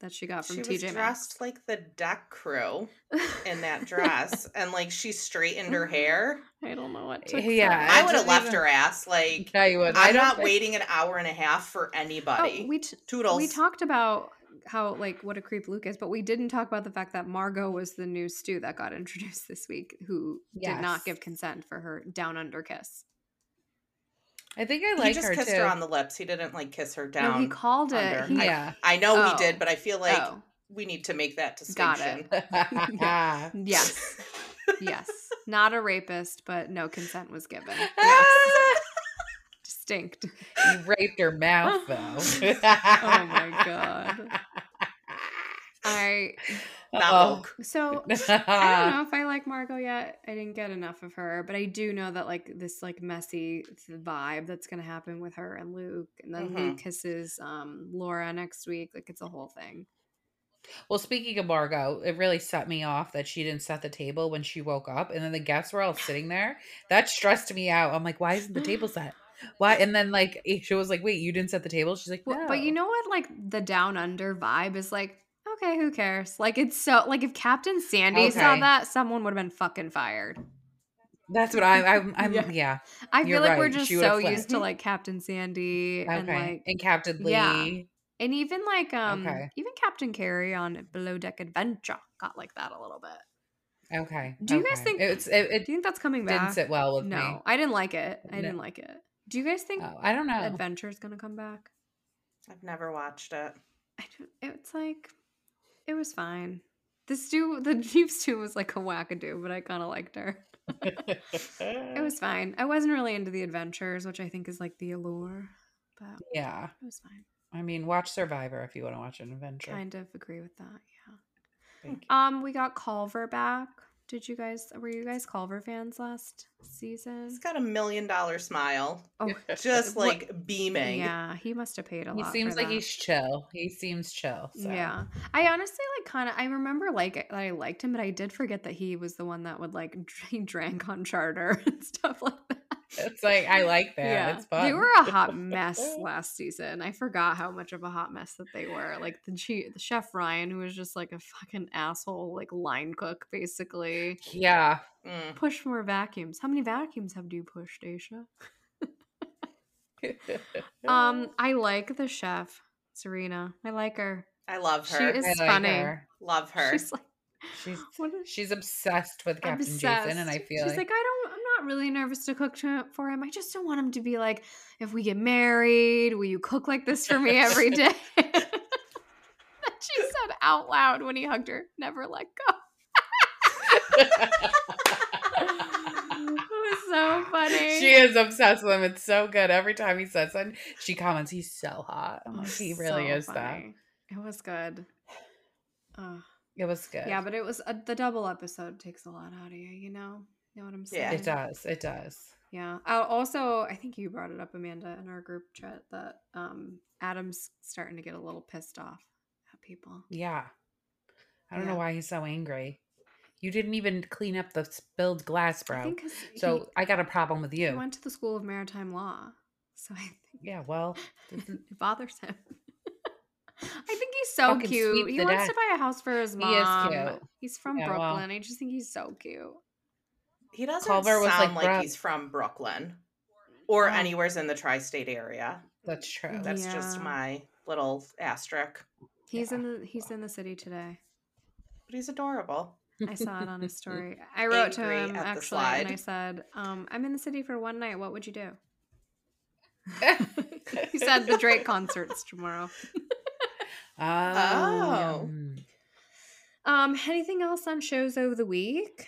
[SPEAKER 1] that she got from
[SPEAKER 2] she was
[SPEAKER 1] TJ Maxx.
[SPEAKER 2] dressed like the deck crew in that dress, and like she straightened her hair.
[SPEAKER 1] I don't know what. Took
[SPEAKER 3] Yeah,
[SPEAKER 1] yeah,
[SPEAKER 3] I
[SPEAKER 2] I would have
[SPEAKER 3] didn't
[SPEAKER 2] left
[SPEAKER 3] even-
[SPEAKER 2] her ass. Like
[SPEAKER 3] Yeah, you would. I
[SPEAKER 2] I'm
[SPEAKER 3] don't
[SPEAKER 2] not
[SPEAKER 3] think-
[SPEAKER 2] waiting an hour and a half for anybody.
[SPEAKER 1] Oh, we t-
[SPEAKER 2] Toodles.
[SPEAKER 1] we talked about how like what a creep Luke is, but we didn't talk about the fact that Margot was the new stew that got introduced this week, who did
[SPEAKER 3] Yes.
[SPEAKER 1] not give consent for her down under kiss.
[SPEAKER 3] I think I
[SPEAKER 2] he
[SPEAKER 3] like
[SPEAKER 2] just
[SPEAKER 3] her
[SPEAKER 2] kissed
[SPEAKER 3] too.
[SPEAKER 2] her on the lips. He didn't like kiss her
[SPEAKER 1] No, he
[SPEAKER 2] down.
[SPEAKER 1] called
[SPEAKER 2] under.
[SPEAKER 1] it. He,
[SPEAKER 3] yeah.
[SPEAKER 2] I know
[SPEAKER 1] Oh.
[SPEAKER 2] he did, but I feel like
[SPEAKER 1] oh,
[SPEAKER 2] we need to make that
[SPEAKER 1] Got it.
[SPEAKER 2] distinction.
[SPEAKER 1] yes, yes, not a rapist, but no consent was given. Yes.
[SPEAKER 3] Ah,
[SPEAKER 1] Distinct.
[SPEAKER 3] you raped her
[SPEAKER 2] Oh
[SPEAKER 3] mouth though.
[SPEAKER 1] Oh my God. I
[SPEAKER 2] not
[SPEAKER 3] Uh-oh.
[SPEAKER 2] milk.
[SPEAKER 1] So I
[SPEAKER 3] Uh,
[SPEAKER 1] don't know if I like Margot yet. I didn't get enough of her, but I do know that like this like messy th- vibe that's gonna happen with her and Luke, and then
[SPEAKER 2] Mhm.
[SPEAKER 3] Mm-hmm.
[SPEAKER 1] Luke kisses um Laura next week. Like it's a whole thing.
[SPEAKER 3] Well, speaking of Margot, it really set me off that she didn't set the table when she woke up, and then the guests were all sitting there. That stressed me out. I'm like, why isn't the table set? Why? And then like Aisha was like, wait, you didn't set the table. She's like,
[SPEAKER 1] Well,
[SPEAKER 3] no.
[SPEAKER 1] But you know what? Like the down under vibe is like. Okay, who cares? Like it's so like if Captain Sandy saw
[SPEAKER 3] Okay.
[SPEAKER 1] that, someone would have been fucking fired.
[SPEAKER 3] that's what I, I'm. I'm
[SPEAKER 1] Yeah.
[SPEAKER 3] yeah.
[SPEAKER 1] I feel
[SPEAKER 3] You're
[SPEAKER 1] like we're
[SPEAKER 3] right.
[SPEAKER 1] just
[SPEAKER 3] She would've
[SPEAKER 1] so
[SPEAKER 3] flipped.
[SPEAKER 1] used to like Captain Sandy
[SPEAKER 3] Okay.
[SPEAKER 1] and
[SPEAKER 3] And,
[SPEAKER 1] like
[SPEAKER 3] Captain Lee.
[SPEAKER 1] yeah. and even like um
[SPEAKER 3] Okay.
[SPEAKER 1] even Captain Carey on Below Deck Adventure got like that a little bit.
[SPEAKER 3] Okay.
[SPEAKER 1] Do you guys
[SPEAKER 3] okay.
[SPEAKER 1] think-
[SPEAKER 3] it's it, it
[SPEAKER 1] Do you think that's coming back?
[SPEAKER 3] didn't sit well with
[SPEAKER 1] no,
[SPEAKER 3] me?
[SPEAKER 1] I didn't like it. I
[SPEAKER 3] No.
[SPEAKER 1] didn't like it. Do you guys think
[SPEAKER 3] Oh, I don't know.
[SPEAKER 1] Adventure's gonna come back?
[SPEAKER 2] I've never watched it.
[SPEAKER 1] I don't, it's like it was fine. This dude, the Jeeps too, was like a wackadoo, but I kind of liked her. It was fine. I wasn't really into the adventures, which I think is like the allure, but
[SPEAKER 3] Yeah.
[SPEAKER 1] it was fine.
[SPEAKER 3] I mean, watch Survivor if you want to watch an adventure.
[SPEAKER 1] Kind of agree with that. Yeah.
[SPEAKER 3] Thank you.
[SPEAKER 1] Um, we got Culver back. Did you guys were you guys Culver fans last season?
[SPEAKER 2] He's got a million dollar smile,
[SPEAKER 1] Oh,
[SPEAKER 2] just
[SPEAKER 3] What-
[SPEAKER 2] like beaming.
[SPEAKER 1] yeah, he must have paid a
[SPEAKER 3] He
[SPEAKER 1] lot.
[SPEAKER 3] seems
[SPEAKER 1] for
[SPEAKER 3] like
[SPEAKER 1] that.
[SPEAKER 3] he's chill. He seems chill. So.
[SPEAKER 1] Yeah, I honestly like kind of. I remember like that I liked him, but I did forget that he was the one that would like he drank on charter and stuff like that.
[SPEAKER 3] It's like I like that. It's fun.
[SPEAKER 1] They were a hot mess last season. I forgot how much of a hot mess that they were. Like the, che- the chef Ryan, who was just like a fucking asshole, like line cook basically.
[SPEAKER 3] yeah.
[SPEAKER 2] Mm.
[SPEAKER 1] Push more vacuums. How many vacuums have you pushed, Aisha? Um, I like the chef, Serena. I like her.
[SPEAKER 2] I love
[SPEAKER 1] She
[SPEAKER 2] her.
[SPEAKER 1] is-
[SPEAKER 3] I
[SPEAKER 1] funny.
[SPEAKER 3] her.
[SPEAKER 2] love her.
[SPEAKER 1] She's like
[SPEAKER 3] She's
[SPEAKER 1] What is-
[SPEAKER 3] she's obsessed with Captain Jason, and I
[SPEAKER 1] obsessed.
[SPEAKER 3] feel
[SPEAKER 1] she's like, I don't. I'm not really nervous to cook to, for him. I just don't want him to be like, if we get married, will you cook like this for me every day? that she said out loud when he hugged her. Never let go. it was so funny.
[SPEAKER 3] she is obsessed with him. It's so good. Every time he says something, she comments, "He's so hot." I'm like, he really
[SPEAKER 1] So
[SPEAKER 3] is
[SPEAKER 1] funny. It was good. Ugh.
[SPEAKER 3] that. It was good.
[SPEAKER 1] yeah, but it was uh the double episode takes a lot out of you. You know, you know what I'm saying?
[SPEAKER 2] Yeah.
[SPEAKER 3] it does. It does.
[SPEAKER 1] Yeah. I'll also, I think you brought it up, Amanda, in our group chat that um, Adam's starting to get a little pissed off at people.
[SPEAKER 3] Yeah. I don't
[SPEAKER 1] Yeah.
[SPEAKER 3] know why he's so angry. You didn't even clean up the spilled glass,
[SPEAKER 1] I
[SPEAKER 3] bro.
[SPEAKER 1] think 'cause
[SPEAKER 3] So I got a problem with
[SPEAKER 1] he,
[SPEAKER 3] you.
[SPEAKER 1] he went to the School of Maritime Law, so I think
[SPEAKER 3] yeah. Well,
[SPEAKER 1] it bothers him. I think he's so
[SPEAKER 3] Fucking
[SPEAKER 1] cute.
[SPEAKER 3] sweep
[SPEAKER 1] He
[SPEAKER 3] the
[SPEAKER 1] wants to
[SPEAKER 3] deck.
[SPEAKER 1] buy a house for his
[SPEAKER 3] is
[SPEAKER 1] mom.
[SPEAKER 3] cute.
[SPEAKER 1] He's from
[SPEAKER 3] Yeah, well.
[SPEAKER 1] Brooklyn. I just think he's so cute.
[SPEAKER 2] He doesn't
[SPEAKER 3] Culver was, like,
[SPEAKER 2] sound like,
[SPEAKER 3] Bro-
[SPEAKER 2] he's from Brooklyn or
[SPEAKER 3] Oh.
[SPEAKER 2] anywhere's in the tri-state area.
[SPEAKER 3] that's true.
[SPEAKER 1] Yeah.
[SPEAKER 2] That's just my little asterisk.
[SPEAKER 1] He's
[SPEAKER 3] Yeah,
[SPEAKER 1] in the he's in the city today.
[SPEAKER 2] But he's adorable.
[SPEAKER 1] I saw it on his story. I wrote to
[SPEAKER 2] Angry
[SPEAKER 1] him
[SPEAKER 2] at the
[SPEAKER 1] actually, and
[SPEAKER 2] slide.
[SPEAKER 1] I said, um, "I'm in the city for one night. What would you do?" he said, "The Drake concerts tomorrow."
[SPEAKER 3] Oh.
[SPEAKER 2] Oh.
[SPEAKER 3] mm.
[SPEAKER 1] Um, anything else on shows over the week?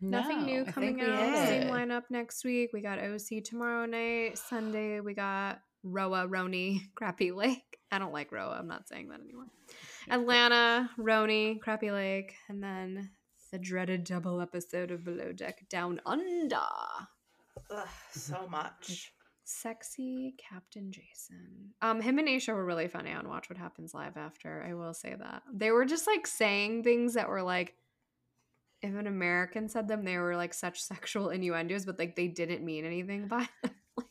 [SPEAKER 1] Nothing
[SPEAKER 3] No,
[SPEAKER 1] new
[SPEAKER 3] I
[SPEAKER 1] coming
[SPEAKER 3] think we
[SPEAKER 1] out. Same
[SPEAKER 3] did.
[SPEAKER 1] lineup next week. We got OC tomorrow night. Sunday we got Roa, Roni, Crappy Lake. I don't like Roa. I'm not saying that anymore. Atlanta, Roni, Crappy Lake, and then the dreaded double episode of Below Deck Down Under.
[SPEAKER 2] Ugh, so much.
[SPEAKER 1] Sexy Captain Jason. Um, him and Aisha were really funny on Watch What Happens Live after. I will say that. They were just like saying things that were like if an American said them, they were like such sexual innuendos, but like they didn't mean anything by them. like,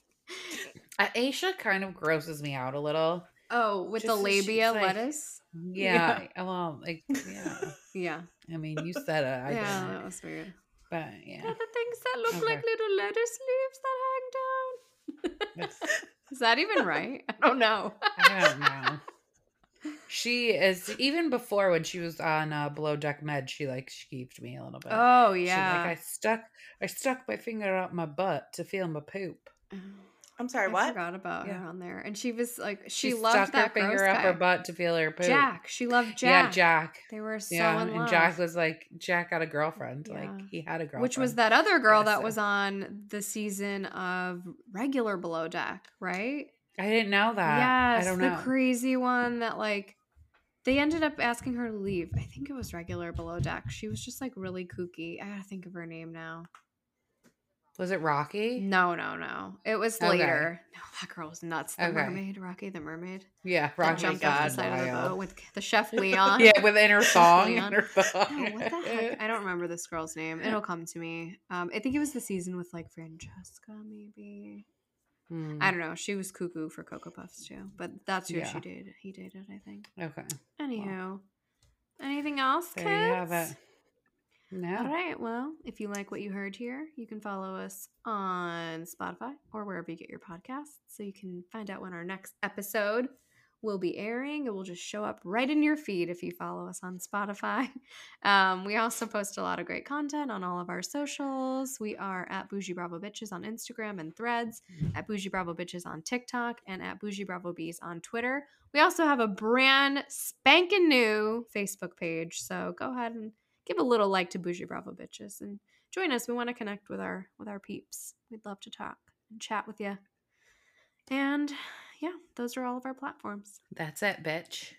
[SPEAKER 3] Uh, Aisha kind of grosses me out a little.
[SPEAKER 1] oh, with the
[SPEAKER 3] Just as she's
[SPEAKER 1] labia
[SPEAKER 3] like-
[SPEAKER 1] lettuce.
[SPEAKER 3] Yeah. I- Well, like, yeah.
[SPEAKER 1] Yeah.
[SPEAKER 3] I mean, you said it. I
[SPEAKER 1] yeah, that
[SPEAKER 3] didn't.
[SPEAKER 1] was weird.
[SPEAKER 3] But
[SPEAKER 1] Yeah, the
[SPEAKER 3] yeah.
[SPEAKER 1] things that look
[SPEAKER 3] Okay.
[SPEAKER 1] like little lettuce leaves that hang down.
[SPEAKER 3] that's-
[SPEAKER 1] Is that even right? I don't know.
[SPEAKER 3] I don't know. She is even before when she was on uh, Below Deck Med, she like skeeved me a little bit.
[SPEAKER 1] Oh
[SPEAKER 3] She's
[SPEAKER 1] yeah.
[SPEAKER 3] like I stuck, I stuck my finger up my butt to feel my poop.
[SPEAKER 1] Oh.
[SPEAKER 2] I'm sorry,
[SPEAKER 1] I
[SPEAKER 2] what?
[SPEAKER 1] forgot about
[SPEAKER 3] Yeah.
[SPEAKER 1] her on there, and she was like, she,
[SPEAKER 3] stuck
[SPEAKER 1] loved that
[SPEAKER 3] her finger
[SPEAKER 1] gross
[SPEAKER 3] up her
[SPEAKER 1] guy.
[SPEAKER 3] butt to feel her poop.
[SPEAKER 1] Jack, she loved Jack.
[SPEAKER 3] Yeah, Jack.
[SPEAKER 1] They were so
[SPEAKER 3] yeah,
[SPEAKER 1] in love.
[SPEAKER 3] and Jack was like, Jack had a girlfriend. Like
[SPEAKER 1] Yeah.
[SPEAKER 3] he had a girlfriend,
[SPEAKER 1] which was that other girl
[SPEAKER 3] Yeah,
[SPEAKER 1] that
[SPEAKER 3] so-
[SPEAKER 1] was on the season of regular Below Deck, right?
[SPEAKER 3] I didn't know that.
[SPEAKER 1] yes,
[SPEAKER 3] I don't
[SPEAKER 1] the
[SPEAKER 3] know.
[SPEAKER 1] crazy one that like They ended up asking her to leave. I think it was regular below deck. She was just like really kooky. I gotta think of her name now.
[SPEAKER 3] Was it Rocky?
[SPEAKER 1] No, no, no. It was
[SPEAKER 3] Okay.
[SPEAKER 1] later. No, that girl was nuts. The
[SPEAKER 3] Okay.
[SPEAKER 1] mermaid, Rocky the mermaid.
[SPEAKER 3] Yeah,
[SPEAKER 1] that
[SPEAKER 3] Rocky
[SPEAKER 1] jumped off
[SPEAKER 3] God.
[SPEAKER 1] the side of the
[SPEAKER 3] wild.
[SPEAKER 1] boat with the chef Leon.
[SPEAKER 3] yeah, with inner song.
[SPEAKER 1] Leon.
[SPEAKER 3] inner song.
[SPEAKER 1] No, what the heck? I don't remember this girl's name. It'll come to me. Um, I think it was the season with like Francesca, maybe.
[SPEAKER 3] Hmm,
[SPEAKER 1] I don't know. She was cuckoo for Cocoa Puffs too, but that's who
[SPEAKER 3] Yeah.
[SPEAKER 1] she did. He dated, I think.
[SPEAKER 3] Okay,
[SPEAKER 1] Anywho, anything else,
[SPEAKER 3] there
[SPEAKER 1] kids?
[SPEAKER 3] you have it.
[SPEAKER 1] All
[SPEAKER 3] No,
[SPEAKER 1] right. Well, if you like what you heard here, you can follow us on Spotify or wherever you get your podcasts so you can find out when our next episode will be airing. It will just show up right in your feed if you follow us on Spotify. Um, we also post a lot of great content on all of our socials. We are at Bougie Bravo Bitches on Instagram and threads, at Bougie Bravo Bitches on TikTok, and at Bougie Bravo Bees on Twitter. We also have a brand spanking new Facebook page. So go ahead and give a little like to bougie bravo bitches and join us we want to connect with our with our peeps we'd love to talk and chat with you and yeah those are all of our platforms
[SPEAKER 3] that's it, bitch.